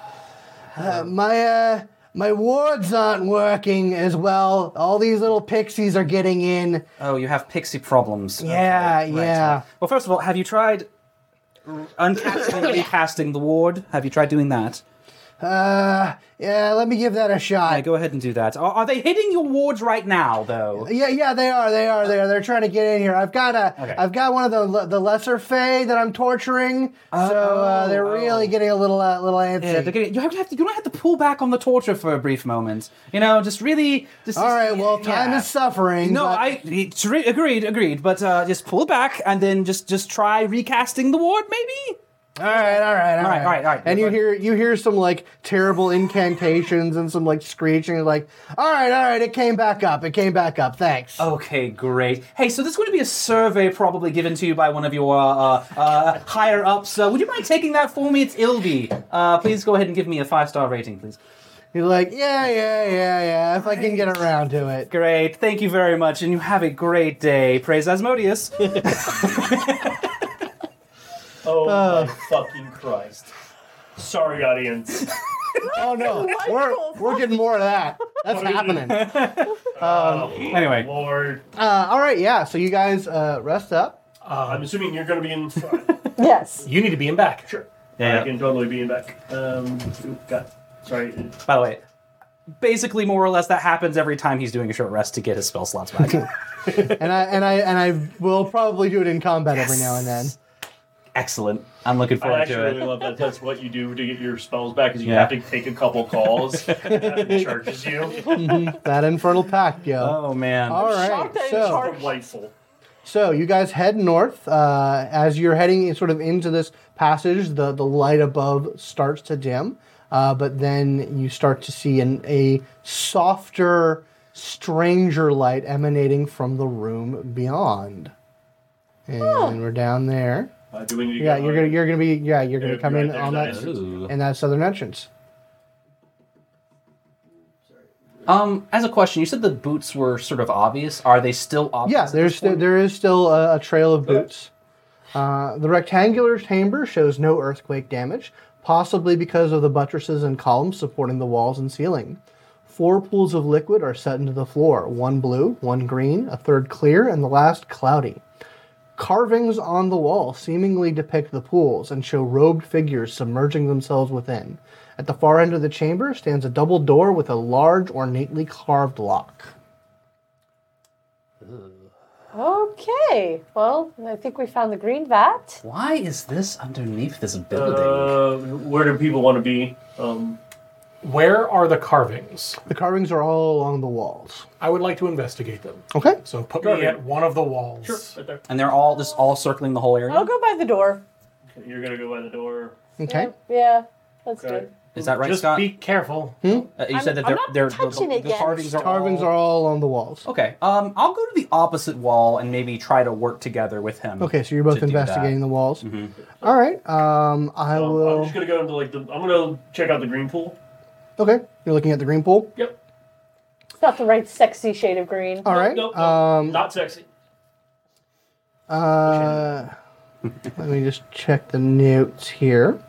S2: uh, uh, my, uh, my wards aren't working as well. All these little pixies are getting in.
S3: Oh, you have pixie problems. Okay,
S2: Yeah,
S3: right.
S2: yeah.
S3: Well, first of all, have you tried r- uncasting and recasting the ward? Have you tried doing that?
S2: Uh, yeah, let me give that a
S3: Yeah,
S2: shot.
S3: go ahead and do that. Are, are they hitting your wards right now, though?
S2: Yeah, yeah, they are, they are, they are. They're trying to get in here. I've got a,
S3: Okay.
S2: have got one of the le- the lesser fae that I'm torturing. so uh, they're really getting a little uh, little antsy.
S3: Oh, Yeah, they're getting- you, have to have to- you don't have to pull back on the torture for a brief moment. You know, just really. Just,
S2: All right, well, time
S3: yeah.
S2: is suffering.
S3: No,
S2: but-
S3: I it's re- agreed, agreed. But uh, just pull back and then just just try recasting the ward, maybe.
S2: All right, all right, all
S3: right, all right, all right.
S2: And you hear you hear some like terrible incantations and some like screeching. You're like, all right, all right, it came back up. It came back up. Thanks.
S3: Okay, great. Hey, so there's going to be a survey probably given to you by one of your uh, uh, uh, higher ups. Uh, would you mind taking that for me? It's Ilby. Uh, please go ahead and give me a five star rating, please.
S2: You're like, yeah, yeah, yeah, yeah. If I can get around to it.
S3: Great. Thank you very much, and you have a great day. Praise Asmodeus.
S4: Oh
S2: Uh.
S4: my fucking Christ. Sorry, audience.
S2: Oh no, we're we're getting more of that. That's happening. Uh, Um,
S3: anyway.
S4: Oh, Lord. Uh,
S2: all right, yeah. So you guys uh, rest up.
S4: I'm assuming you're going to be in front.
S6: Yes.
S5: You need to be in back. Sure.
S4: I
S3: Uh,
S4: can totally be in back. Um, oop, God. Sorry.
S3: By the way, basically, more or less, that happens every time he's doing a short rest to get his spell slots back.
S2: And I and I and I will probably do it in combat every now and then.
S3: Excellent. I'm looking
S4: I
S3: forward
S4: actually
S3: to
S4: really
S3: it.
S4: love that. That's what you do to get your spells back. Is you
S3: Yeah.
S4: have to take a couple calls. and it charges you.
S2: Mm-hmm. That infernal pact, yo.
S3: Oh man.
S2: all right,
S6: shocked that it
S2: so.
S6: charged
S4: Delightful.
S2: So you guys head north. Uh, as you're heading in- sort of into this passage, the, the light above starts to dim, uh, but then you start to see an, a softer, stranger light emanating from the room beyond. And we're down there.
S4: Uh, do we need to
S2: Yeah,
S4: go
S2: you're gonna you're gonna be yeah you're gonna
S4: It'll be
S2: come
S4: right
S2: in
S4: there,
S2: on that
S4: guys.
S7: Ooh.
S2: in that southern entrance.
S7: Um, as a question, you said the boots were sort of obvious. Are they still obvious?
S2: Yeah,
S7: at
S2: there's
S7: this
S2: sti-
S7: point?
S2: there is still a, a trail of boots. Uh, the rectangular chamber shows no earthquake damage, possibly because of the buttresses and columns supporting the walls and ceiling. Four pools of liquid are set into the floor: one blue, one green, a third clear, and the last cloudy. Carvings on the wall seemingly depict the pools and show robed figures submerging themselves within. At the far end of the chamber stands a double door with a large, ornately carved lock.
S6: Okay. Well, I think we found the green vat.
S7: Why is this underneath this building?
S4: Uh, where do people want to be? Um,
S5: Where are the carvings?
S2: The carvings are all along the walls.
S5: I would like to investigate them.
S2: Okay.
S5: So put me at one of the walls.
S4: sure, right there.
S7: and they're all just all circling the whole area.
S6: I'll go by the door.
S4: You're gonna go by the door.
S2: Okay.
S6: Yeah, that's
S4: Okay.
S6: good.
S7: Is that right,
S5: Just
S7: Scott?
S5: be careful.
S7: Uh, you
S6: I'm-
S7: said that
S6: I'm
S7: they're,
S6: not
S7: they're
S6: touching
S7: the,
S6: it
S7: the
S6: yet.
S7: carvings are
S2: Carvings
S7: all...
S2: are all along the walls.
S7: Okay. Um, I'll go to the opposite wall and maybe try to work together with him.
S2: Okay, so you're
S7: To
S2: both
S7: do that. Mm-hmm.
S2: investigating the walls. All right. Um, I
S4: Um, I'm
S2: will.
S4: just gonna go into like the. I'm gonna check out the green pool.
S2: Okay, you're looking at the green pool.
S4: Yep.
S6: It's not the right sexy shade of green.
S2: All right.
S4: Nope. nope.
S2: Um,
S4: Not sexy.
S2: uh, let me just check the notes here.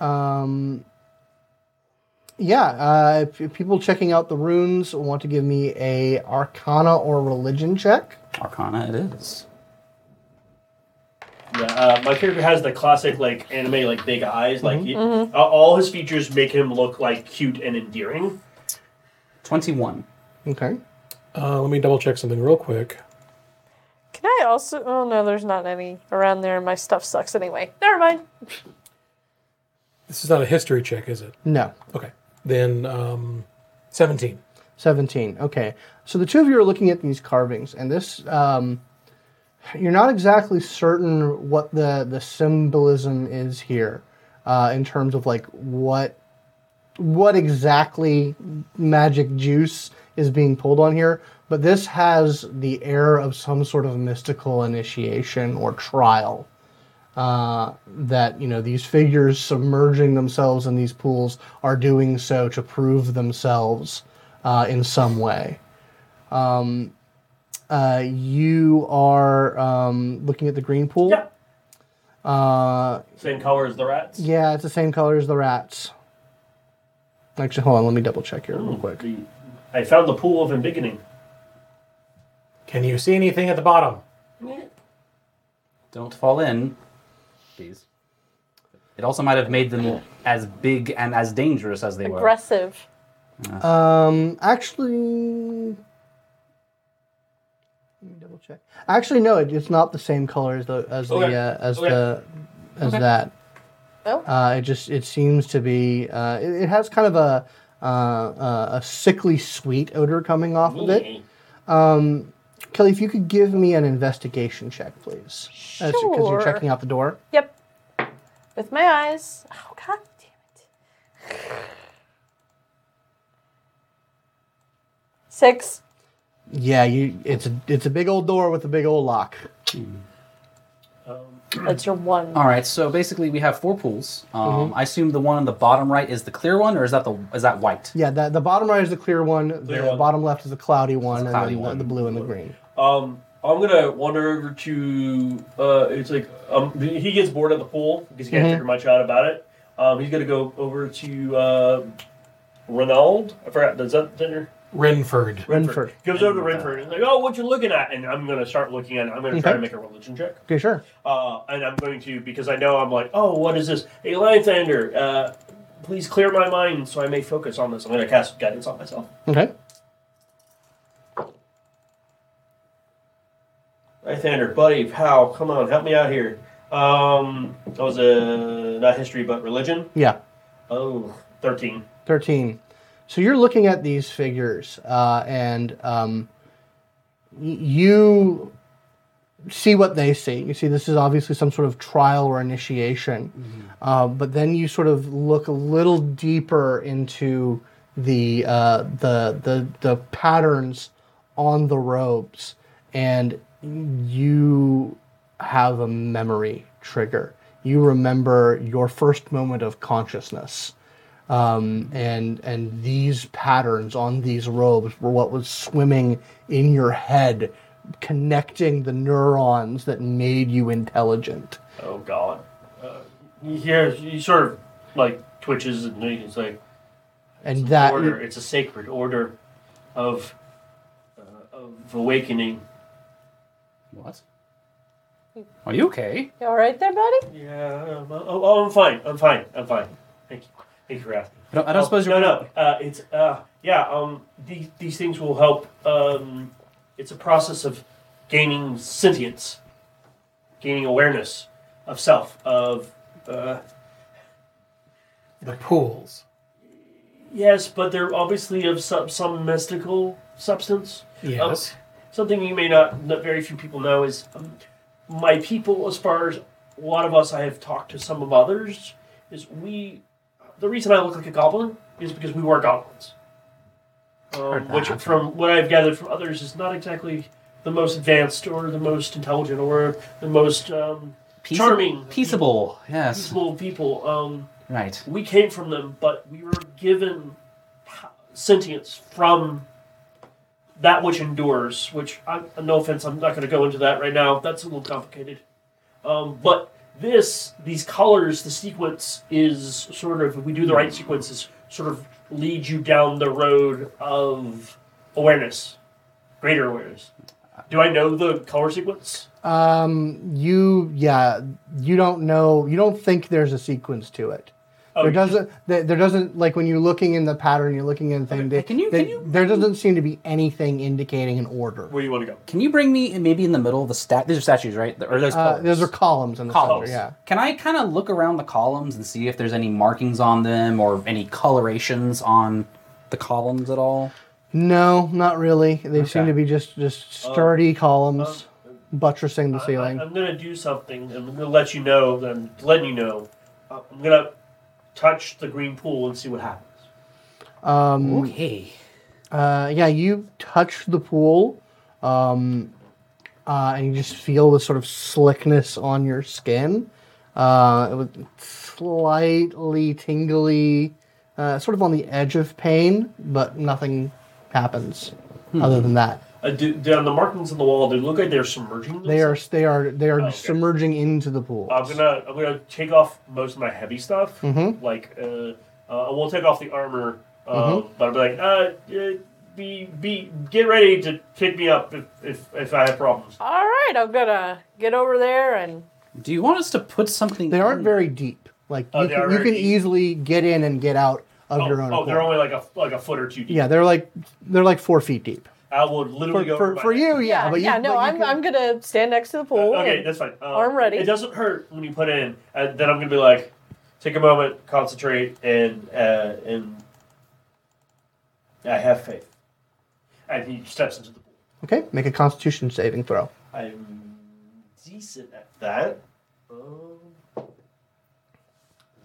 S2: Um, yeah. Uh, if people checking out the runes want to give me a Arcana or Religion check.
S7: Arcana it is.
S4: Yeah, uh, my character has the classic like anime like big eyes. Like he- uh, all his features make him look like cute and endearing.
S7: 21.
S2: Okay.
S5: Uh, let me double check something real quick.
S6: Can I also? Oh no, there's not any around there. My stuff sucks anyway. Never mind.
S5: This is not a history check, is it?
S2: No.
S5: Okay. Then um, 17.
S2: 17. Okay. So the two of you are looking at these carvings, and this, um, you're not exactly certain what the, the symbolism is here uh, in terms of like what what exactly magic juice is being pulled on here, but this has the air of some sort of mystical initiation or trial. Uh, that you know these figures submerging themselves in these pools are doing so to prove themselves uh, in some way. Um, uh, you are um, looking at the green pool.
S4: Yeah.
S2: Uh,
S4: Same color as the rats.
S2: yeah, it's the same color as the rats. Actually, hold on. Let me double check here real quick.
S4: The- I found the pool of embiggening.
S5: Can you see anything at the bottom?
S7: Don't fall in, please. It also might have made them as big and as dangerous as they were.
S6: Aggressive.
S2: Um, actually, let me double check. Actually, no, it, it's not the same color as the as
S4: Okay.
S2: the uh, as
S4: Okay.
S2: the as that.
S6: Oh.
S2: Uh, it just it seems to be. Uh, it, it has kind of a uh, uh, a sickly sweet odor coming off of it. Kelly, if you could give me an investigation check, please, sure. because you're
S6: Sure.
S2: checking out the door.
S6: Yep. With my eyes. Oh god damn it. Six.
S2: Yeah, you. It's a it's a big old door with a big old lock.
S6: That's your one.
S7: All right, so basically we have four pools. Um,
S2: Mm-hmm.
S7: I assume the one on the bottom right is the clear one, or is that the is that white?
S2: Yeah, that the bottom right is the clear one.
S4: Clear
S2: the
S4: one.
S2: bottom left is the cloudy one, and
S7: cloudy
S2: then the-
S7: one.
S2: the blue and the green.
S4: Um, I'm gonna wander over to. Uh, it's like um, he gets bored at the pool because he can't figure much out about it. Um, he's gonna go over to uh, Ronald. I forgot. Does that dinner?
S5: Renford.
S2: Renford.
S4: Goes over to Renford and is like, "Oh, what you looking at?" And I'm gonna start looking at. it. I'm gonna
S2: Okay.
S4: try to make a religion check.
S2: Okay, sure.
S4: Uh, and I'm going to because I know I'm like, "Oh, what is this? Hey, Lion Thunder, uh, please clear my mind so I may focus on this." I'm gonna cast guidance on myself.
S2: Okay.
S4: Right, Thunder, buddy, pal, come on, help me out here. Um, that was a not history but religion.
S2: Yeah,
S4: Oh, 13.
S2: thirteen. So you're looking at these figures, uh, and um, y- you see what they see. You see, this is obviously some sort of trial or initiation, uh, but then you sort of look a little deeper into the uh, the the the patterns on the robes, and you have a memory trigger. You remember your first moment of consciousness. um, and and these patterns on these robes were what was swimming in your head, connecting the neurons that made you intelligent.
S4: Oh, God. Uh, he hears, he sort of like twitches and he's like,
S2: And that
S4: order. It's a sacred order of, uh, of awakening.
S7: What?
S6: Hmm.
S7: Are you okay?
S6: You all right there, buddy?
S4: Yeah, I'm, oh, oh, I'm fine. I'm fine. I'm fine. Thank you. Thank you for asking.
S7: I don't, I don't
S4: Oh,
S7: suppose you're.
S4: no, no. Uh, it's uh, yeah. Um, these, these things will help. Um, it's a process of gaining sentience, gaining awareness of self. Of uh,
S5: The pools.
S4: yes, but they're obviously of some some mystical substance. Um,
S5: Yes.
S4: Something you may not, not very few people know is um, my people. As far as a lot of us, I have talked to some of others. Is we the reason I look like a goblin is because we were goblins. Um, which, from what I've gathered from others, is not exactly the most advanced or the most intelligent or the most um,
S7: Peaceable-
S4: charming,
S7: Peaceable. Yes.
S4: peaceable people. Um,
S7: Right.
S4: we came from them, but we were given po- sentience from that which endures. Which, I, no offense, I'm not going to go into that right now. That's a little complicated. Um, but this, these colors, the sequence is sort of, if we do the right sequences, sort of lead you down the road of awareness, greater awareness. Do I know the color sequence?
S2: um, you yeah you don't know you don't think there's a sequence to it.
S4: Oh,
S2: there doesn't there, there doesn't like when you're looking in the pattern, you're looking in thing.
S7: Can you-
S2: they-
S7: can you-
S2: There doesn't seem to be anything indicating an order.
S4: Where do you want to go?
S7: Can you bring me in- maybe in the middle of the stat? These are statues, right? Or those
S2: Uh,
S7: columns?
S2: those are columns in the
S7: columns.
S2: center, yeah.
S7: Can I kind of look around the columns and see if there's any markings on them or any colorations on the columns at all?
S2: No, not really. They seem
S7: Okay.
S2: to be just just sturdy columns buttressing the
S4: Oh. I,
S2: ceiling.
S4: am gonna do something. I'm gonna let you know. that I'm letting you know. Uh, I'm gonna touch the green pool and see what happens.
S2: Um,
S7: Okay.
S2: uh, yeah, you touch the pool, um, uh, and you just feel the sort of slickness on your skin. Uh, it was slightly tingly, uh, sort of on the edge of pain, but nothing happens. Other than that,
S4: Uh, do, do, on the markings on the wall, do they look like they're submerging.
S2: they are
S4: themselves?
S2: they are they are
S4: Oh, okay.
S2: submerging into the pool.
S4: I'm gonna I'm gonna take off most of my heavy stuff.
S2: Mhm.
S4: Like uh, uh, I won't take off the armor, um,
S2: Mm-hmm.
S4: but I'll be like, uh, uh, be be get ready to pick me up if if, if I have problems.
S6: All right, I'm gonna get over there and
S3: Do you want us to put something?
S2: They aren't
S3: in?
S2: very deep. Like
S4: Mm. Oh,
S2: you
S4: they
S2: can,
S4: are
S2: you
S4: very
S2: can
S4: deep.
S2: easily get in and get out of
S4: Oh,
S2: your own.
S4: oh, they're
S2: accord.
S4: only like a like a foot or two deep.
S2: yeah, they're like they're like four feet deep.
S4: I would literally
S2: For,
S4: go over
S2: for,
S4: my
S2: for
S4: head.
S2: you, Oh, yeah, but you,
S6: yeah,
S2: but
S6: no,
S2: you
S6: I'm,
S2: can-
S6: I'm gonna stand next to the pool.
S4: Okay,
S6: and-
S4: that's fine. Um,
S6: Arm ready.
S4: It doesn't hurt when you put in. And then I'm gonna be like, take a moment, concentrate, and uh, and I have faith. And he steps into the pool.
S2: okay. Make a Constitution saving throw.
S4: I'm decent at that. Um,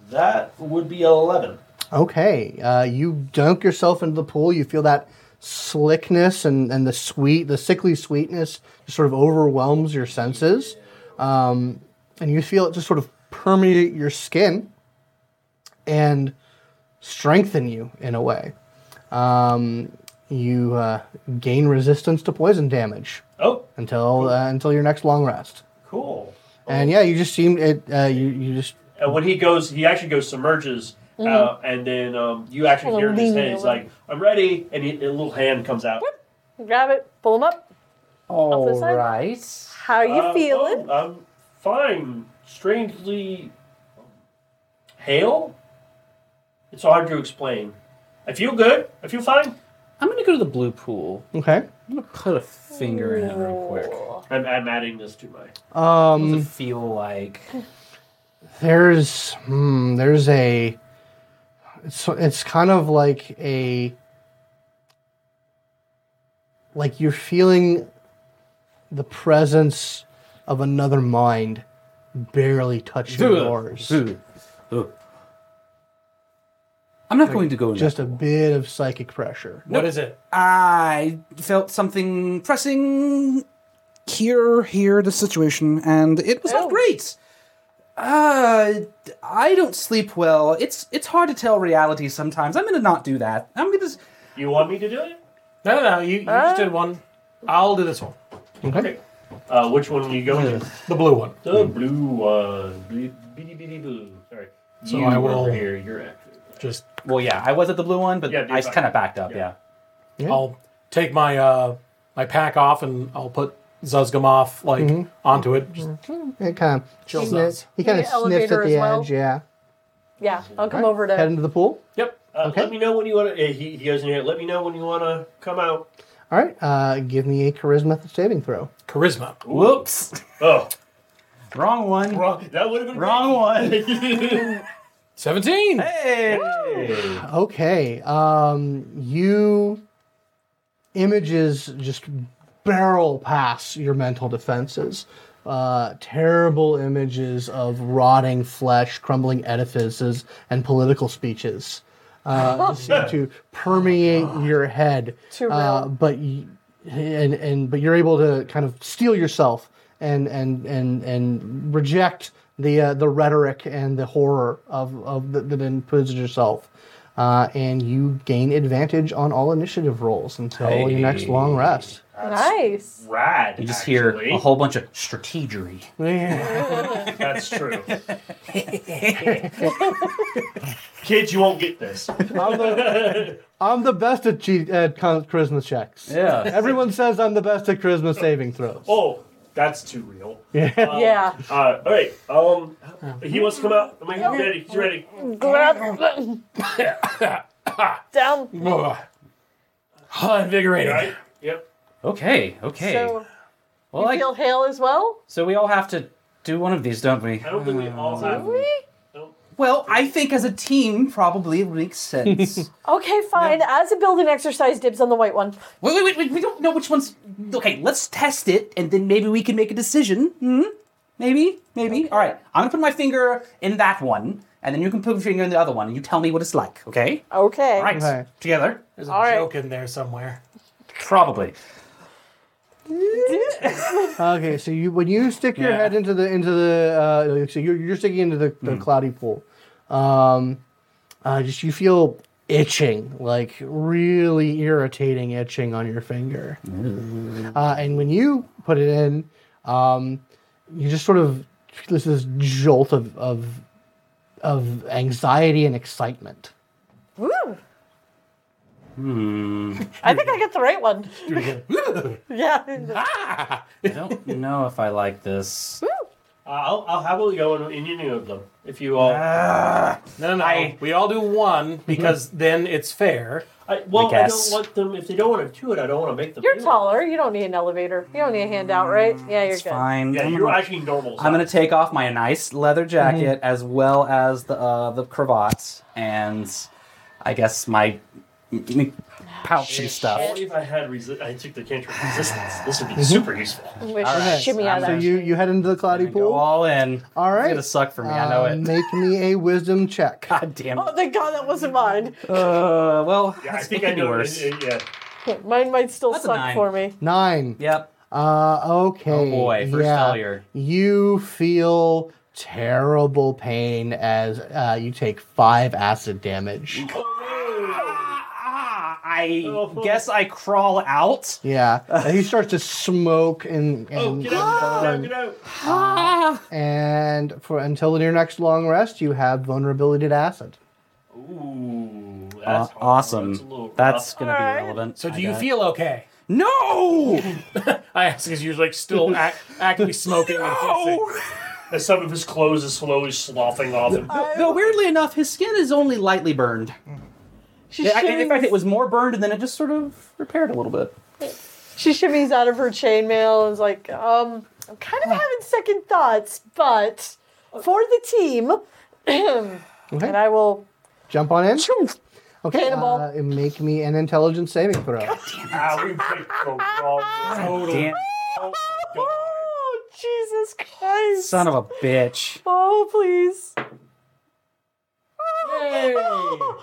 S4: that would be eleven.
S2: Okay, uh, you dunk yourself into the pool. You feel that slickness and, and the sweet, the sickly sweetness just sort of overwhelms your senses. Um, and you feel it just sort of permeate your skin and strengthen you in a way. Um, you uh, gain resistance to poison damage
S4: Oh,
S2: until uh, until your next long rest.
S4: cool.
S2: And yeah, you just seem it. Uh, you you just
S4: And when he goes, he actually goes submerges, uh, and then um, you actually
S6: Mm-hmm. Kinda
S4: hear in his
S6: lean
S4: head, he's
S6: over.
S4: like, "I'm ready," and he, a little hand comes out.
S6: Grab it, pull him up. the
S3: All
S6: side.
S3: right.
S6: How are you
S4: Uh,
S6: feeling?
S4: oh, I'm fine. Strangely hale. It's hard to explain. I feel good. I feel fine.
S3: I'm gonna go to the blue pool.
S2: okay.
S3: I'm gonna put a finger in it real quick.
S4: I'm, I'm adding this to my.
S2: Um,
S3: Does it feel like?
S2: there's hmm, there's a it's, it's kind of like a like you're feeling the presence of another mind barely touching yours
S3: I'm not going to go. in
S2: just
S3: that
S2: a
S3: pool.
S2: bit of psychic pressure
S5: What is it?
S3: I felt something pressing here, here, the situation, and it was not
S6: Ouch.
S3: great. Uh, I don't sleep well. It's it's hard to tell reality sometimes. I'm gonna not do that. I'm gonna. Just,
S4: You want me to do it?
S5: No, no, no. You, you just did one. I'll do this one.
S4: Okay. Uh, which one are you going to?
S5: The blue one.
S4: The blue one. Blue- Bitty bitty blue. Sorry.
S5: So
S4: you
S5: I
S4: were
S5: will-
S4: Here, you're active. Uh,
S5: Just
S3: well, yeah, I was at the blue one, but
S4: Yeah, dude,
S3: I
S4: fine.
S3: kind of backed up. Yeah.
S5: I'll take my uh, my pack off and I'll put Zuzgamoff like
S3: Mm-hmm.
S5: onto it. Just
S2: it kind of
S5: Chills us.
S2: he kind of
S6: The
S2: sniffs
S6: elevator
S2: at the
S6: as well?
S2: edge yeah
S6: Yeah, I'll come over to.
S2: head into the pool
S5: Yep.
S4: Uh,
S2: Okay.
S4: Let me know when you want to. He, he goes in here. Let me know when you want to come out.
S2: all right uh, give me a charisma saving throw
S5: Charisma.
S3: Whoops,
S4: Oh,
S3: wrong one.
S4: wrong. That would have been
S3: Wrong one.
S5: Seventeen.
S3: Hey.
S2: Okay. Um, you images just barrel past your mental defenses. Uh, terrible images of rotting flesh, crumbling edifices, and political speeches uh, seem to permeate your head.
S6: Oh Too
S2: Uh,
S6: real.
S2: but you, and and but you're able to kind of steel yourself and and and and reject the uh, the rhetoric and the horror of of the, that imposes yourself. Uh, and you gain advantage on all initiative rolls until your next long rest.
S6: nice.
S4: Rad.
S3: You just hear
S4: actually.
S3: a whole bunch of strategery.
S4: That's true. Kids, you won't get this.
S2: I'm, the, I'm the best at, cheat, at con- charisma checks.
S3: Yeah.
S2: Everyone says I'm the best at charisma saving throws.
S4: Oh, that's too real.
S6: yeah.
S4: Uh, all right. Um, he wants to come out. I'm like, he's ready. He's ready.
S6: Grab. Down.
S5: Ugh. Ah, Invigorating.
S4: All right. Yep.
S3: Okay. Okay.
S6: So
S3: well, I,
S6: feel hail as well.
S3: so we all have to do one of these, don't we?
S4: I don't think we all
S3: Uh,
S4: have.
S6: We-
S3: Well, I think as a team, probably it makes sense.
S6: Okay, fine. As a building exercise, dibs on the white one.
S3: wait, wait, wait, wait, we don't know which one's. Okay, let's test it, and then maybe we can make a decision. Hmm? Maybe, maybe. All right, I'm gonna put my finger in that one, and then you can put your finger in the other one, and you tell me what it's like. Okay.
S6: Okay.
S3: All right,
S2: Okay.
S3: together.
S5: There's a
S6: All right.
S5: joke in there somewhere.
S3: Probably.
S2: Okay, so you when you stick your
S3: Yeah.
S2: head into the into
S3: Mm.
S2: the uh, so you're you're sticking into the, the cloudy pool, um, uh, just you feel itching, like really irritating itching on your finger. Uh, and when you put it in, um, you just sort of there's this jolt of of of anxiety and excitement.
S6: Woo!
S3: Hmm.
S6: I think I get the right one. yeah.
S3: I don't know if I like this.
S4: Uh, I'll, I'll have a go in, in any of them if you all.
S3: Uh,
S5: No, no, no. we all do one
S3: Mm-hmm.
S5: because then it's fair.
S4: I, well, I don't
S3: guess.
S4: want them if they don't want to do it. I don't want to make them.
S6: You're
S4: do it.
S6: taller. You don't need an elevator. You don't need a handout, right? Yeah, you're
S3: Mm, It's
S6: good.
S3: fine. Hmm.
S4: Yeah,
S3: I'm
S4: you're
S3: gonna-
S4: actually normal.
S3: I'm gonna
S4: size.
S3: take off my nice leather jacket as well as the uh, the cravat and I guess my m- m- pouchy stuff.
S4: Only if I had resi- I took the cantrip resistance. This would be super useful.
S6: Wish
S3: right.
S6: shimmy out of
S2: So
S6: that.
S2: you you head into the cloudy
S3: Go
S2: pool.
S3: all Um, in.
S2: All
S3: It's
S2: right.
S3: gonna suck for me. I know
S2: Uh,
S3: it.
S2: Make me a wisdom check.
S3: God damn.
S6: oh,
S3: it.
S6: thank God that wasn't mine.
S3: Uh, well,
S4: Yeah, I
S3: that's
S4: think I
S3: making it
S4: know.
S3: worse.
S4: uh, Yeah,
S6: Mine might still
S3: That's a
S6: suck
S3: nine.
S6: for me.
S2: Nine.
S3: Yep.
S2: Uh, okay.
S3: Oh boy, first
S2: yeah.
S3: failure.
S2: You feel terrible pain as uh, you take five acid damage.
S3: Ah, I
S4: Oh.
S3: guess I crawl out.
S2: Yeah, and he starts to smoke and and,
S4: Oh, get out! Get out! Get out!
S2: and for until your next long rest, you have vulnerability to acid.
S4: Ooh,
S3: Uh,
S4: that's hard.
S3: awesome.
S4: That's,
S3: That's,
S4: a little rough.
S3: gonna
S6: All right.
S3: be relevant.
S5: So do
S3: I
S5: you
S3: bet.
S5: feel okay?
S3: No!
S5: I ask because you're like still ac actively smoking and fixing.
S3: no!
S4: As some of his clothes is slowly sloughing off him.
S3: No, weirdly enough, his skin is only lightly burned.
S6: She,
S3: Yeah, I- in
S6: shimmies,
S3: fact, it was more burned and then it just sort of repaired a little bit.
S6: she shimmies out of her chainmail and is like, um, I'm kind of having second thoughts, but for the team, and I will.
S2: Jump on in. Okay,
S6: Cannonball.
S2: uh, and make me an intelligence saving throw.
S4: Ah, we picked the wrong one.
S3: Damn,
S4: Oh, God.
S6: Oh, Jesus Christ.
S3: son of a bitch.
S6: Oh, please.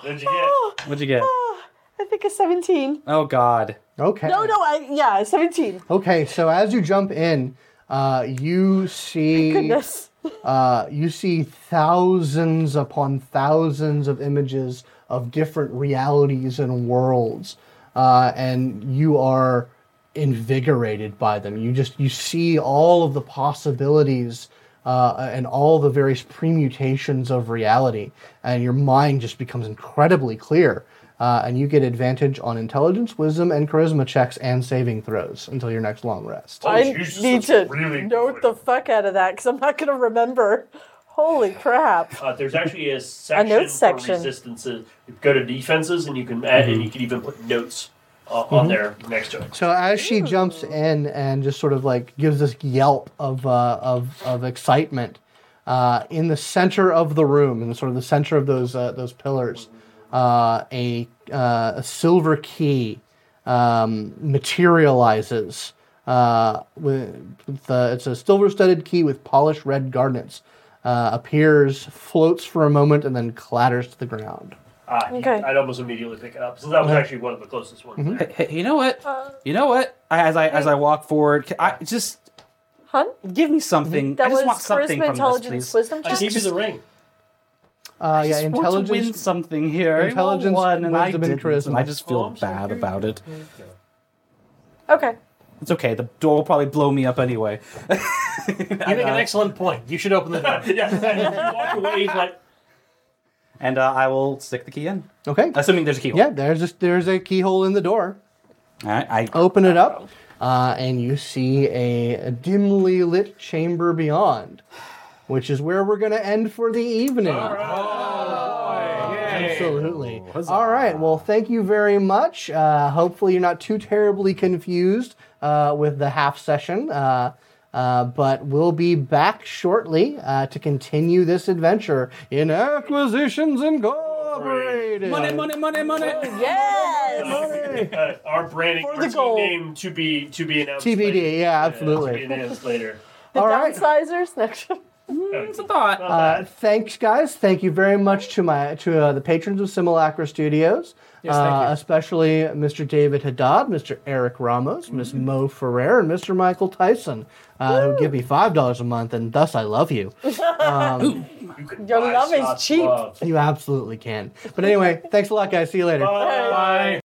S4: What'd you get? oh,
S3: What'd you get?
S6: Ah, I think a 17.
S3: Oh, God.
S2: Okay.
S6: No, no, I, yeah, 17.
S2: Okay, so as you jump in, uh, you see
S6: Goodness.
S2: uh, you see thousands upon thousands of images of different realities and worlds, uh, and you are invigorated by them. You just you see all of the possibilities uh, and all the various permutations of reality, and your mind just becomes incredibly clear. Uh, and you get advantage on intelligence, wisdom, and charisma checks and saving throws until your next long rest.
S4: Oh,
S6: I
S4: Jesus,
S6: need
S4: that's
S6: to
S4: really good.
S6: note the fuck out of that because I'm not going to remember. Holy crap.
S4: Uh, there's actually a section
S6: note section.
S4: for resistances. You go to defenses, and you can add,
S3: Mhm.
S4: and you can even put notes uh, on there next to it.
S2: So as she jumps in and just sort of like gives this yelp of uh, of of excitement, uh, in the center of the room, in sort of the center of those uh, those pillars, uh, a uh, a silver key um, materializes. Uh, with, with uh, it's a silver-studded key with polished red garnets. Uh, appears, floats for a moment, and then clatters to the ground.
S4: Ah,
S6: Okay.
S4: I'd almost immediately pick it up since that was actually one of the closest ones. there.
S3: Hey, you know what?
S6: Uh,
S3: you know what? I- As I as I walk forward, ca- I just
S6: Hun?
S3: give me something. I
S6: That
S3: just
S6: was
S3: want something
S6: charisma,
S3: from this,
S6: intelligence,
S3: please.
S6: wisdom
S4: I
S6: check?
S4: gave you the ring.
S2: Uh, yeah,
S3: I just want to win
S2: intelligence.
S3: something here. You all
S2: intelligence,
S3: won, and I
S2: wisdom, and
S3: didn't, and I
S2: charisma.
S3: just feel
S4: Oh, I'm sorry.
S3: bad about it.
S6: Okay.
S3: It's okay. The door will probably blow me up anyway.
S5: You make an excellent point. You should open the door.
S4: yeah, and you walk away he's like,
S3: And uh, I will stick the key in,
S2: Okay.
S3: assuming there's a key.
S2: Yeah, there's a, there's a keyhole in the door.
S3: All right. I
S2: open it up, uh, and you see a, a dimly lit chamber beyond, which is where we're going to end for the evening. Absolutely. All right. Well, thank you very much. Uh, hopefully, you're not too terribly confused uh, with the half session. Uh, uh, but we'll be back shortly uh, to continue this adventure in Acquisitions Incorporated.
S3: money, money, money, money.
S6: Yes!
S4: uh, our branding
S6: For
S4: our
S6: the
S4: team
S6: goal.
S4: name to be to be announced.
S2: TBD,
S4: later.
S2: yeah, absolutely.
S4: to be announced later.
S6: The
S2: All right.
S6: downsizers? No.
S7: It's a thought.
S2: Uh, thanks, guys. Thank you very much to my to uh, the patrons of Simulacra Studios, uh, especially Mr. David Haddad, Mr. Eric Ramos, Miss Mo Ferrer, and Mr. Michael Tyson, uh, who give me five dollars a month, and thus I love you.
S4: You can
S6: Your
S4: buy
S6: love is
S4: Scott's
S6: cheap.
S4: love. uh,
S2: You absolutely can. But anyway, thanks a lot, guys. See you later.
S4: Bye.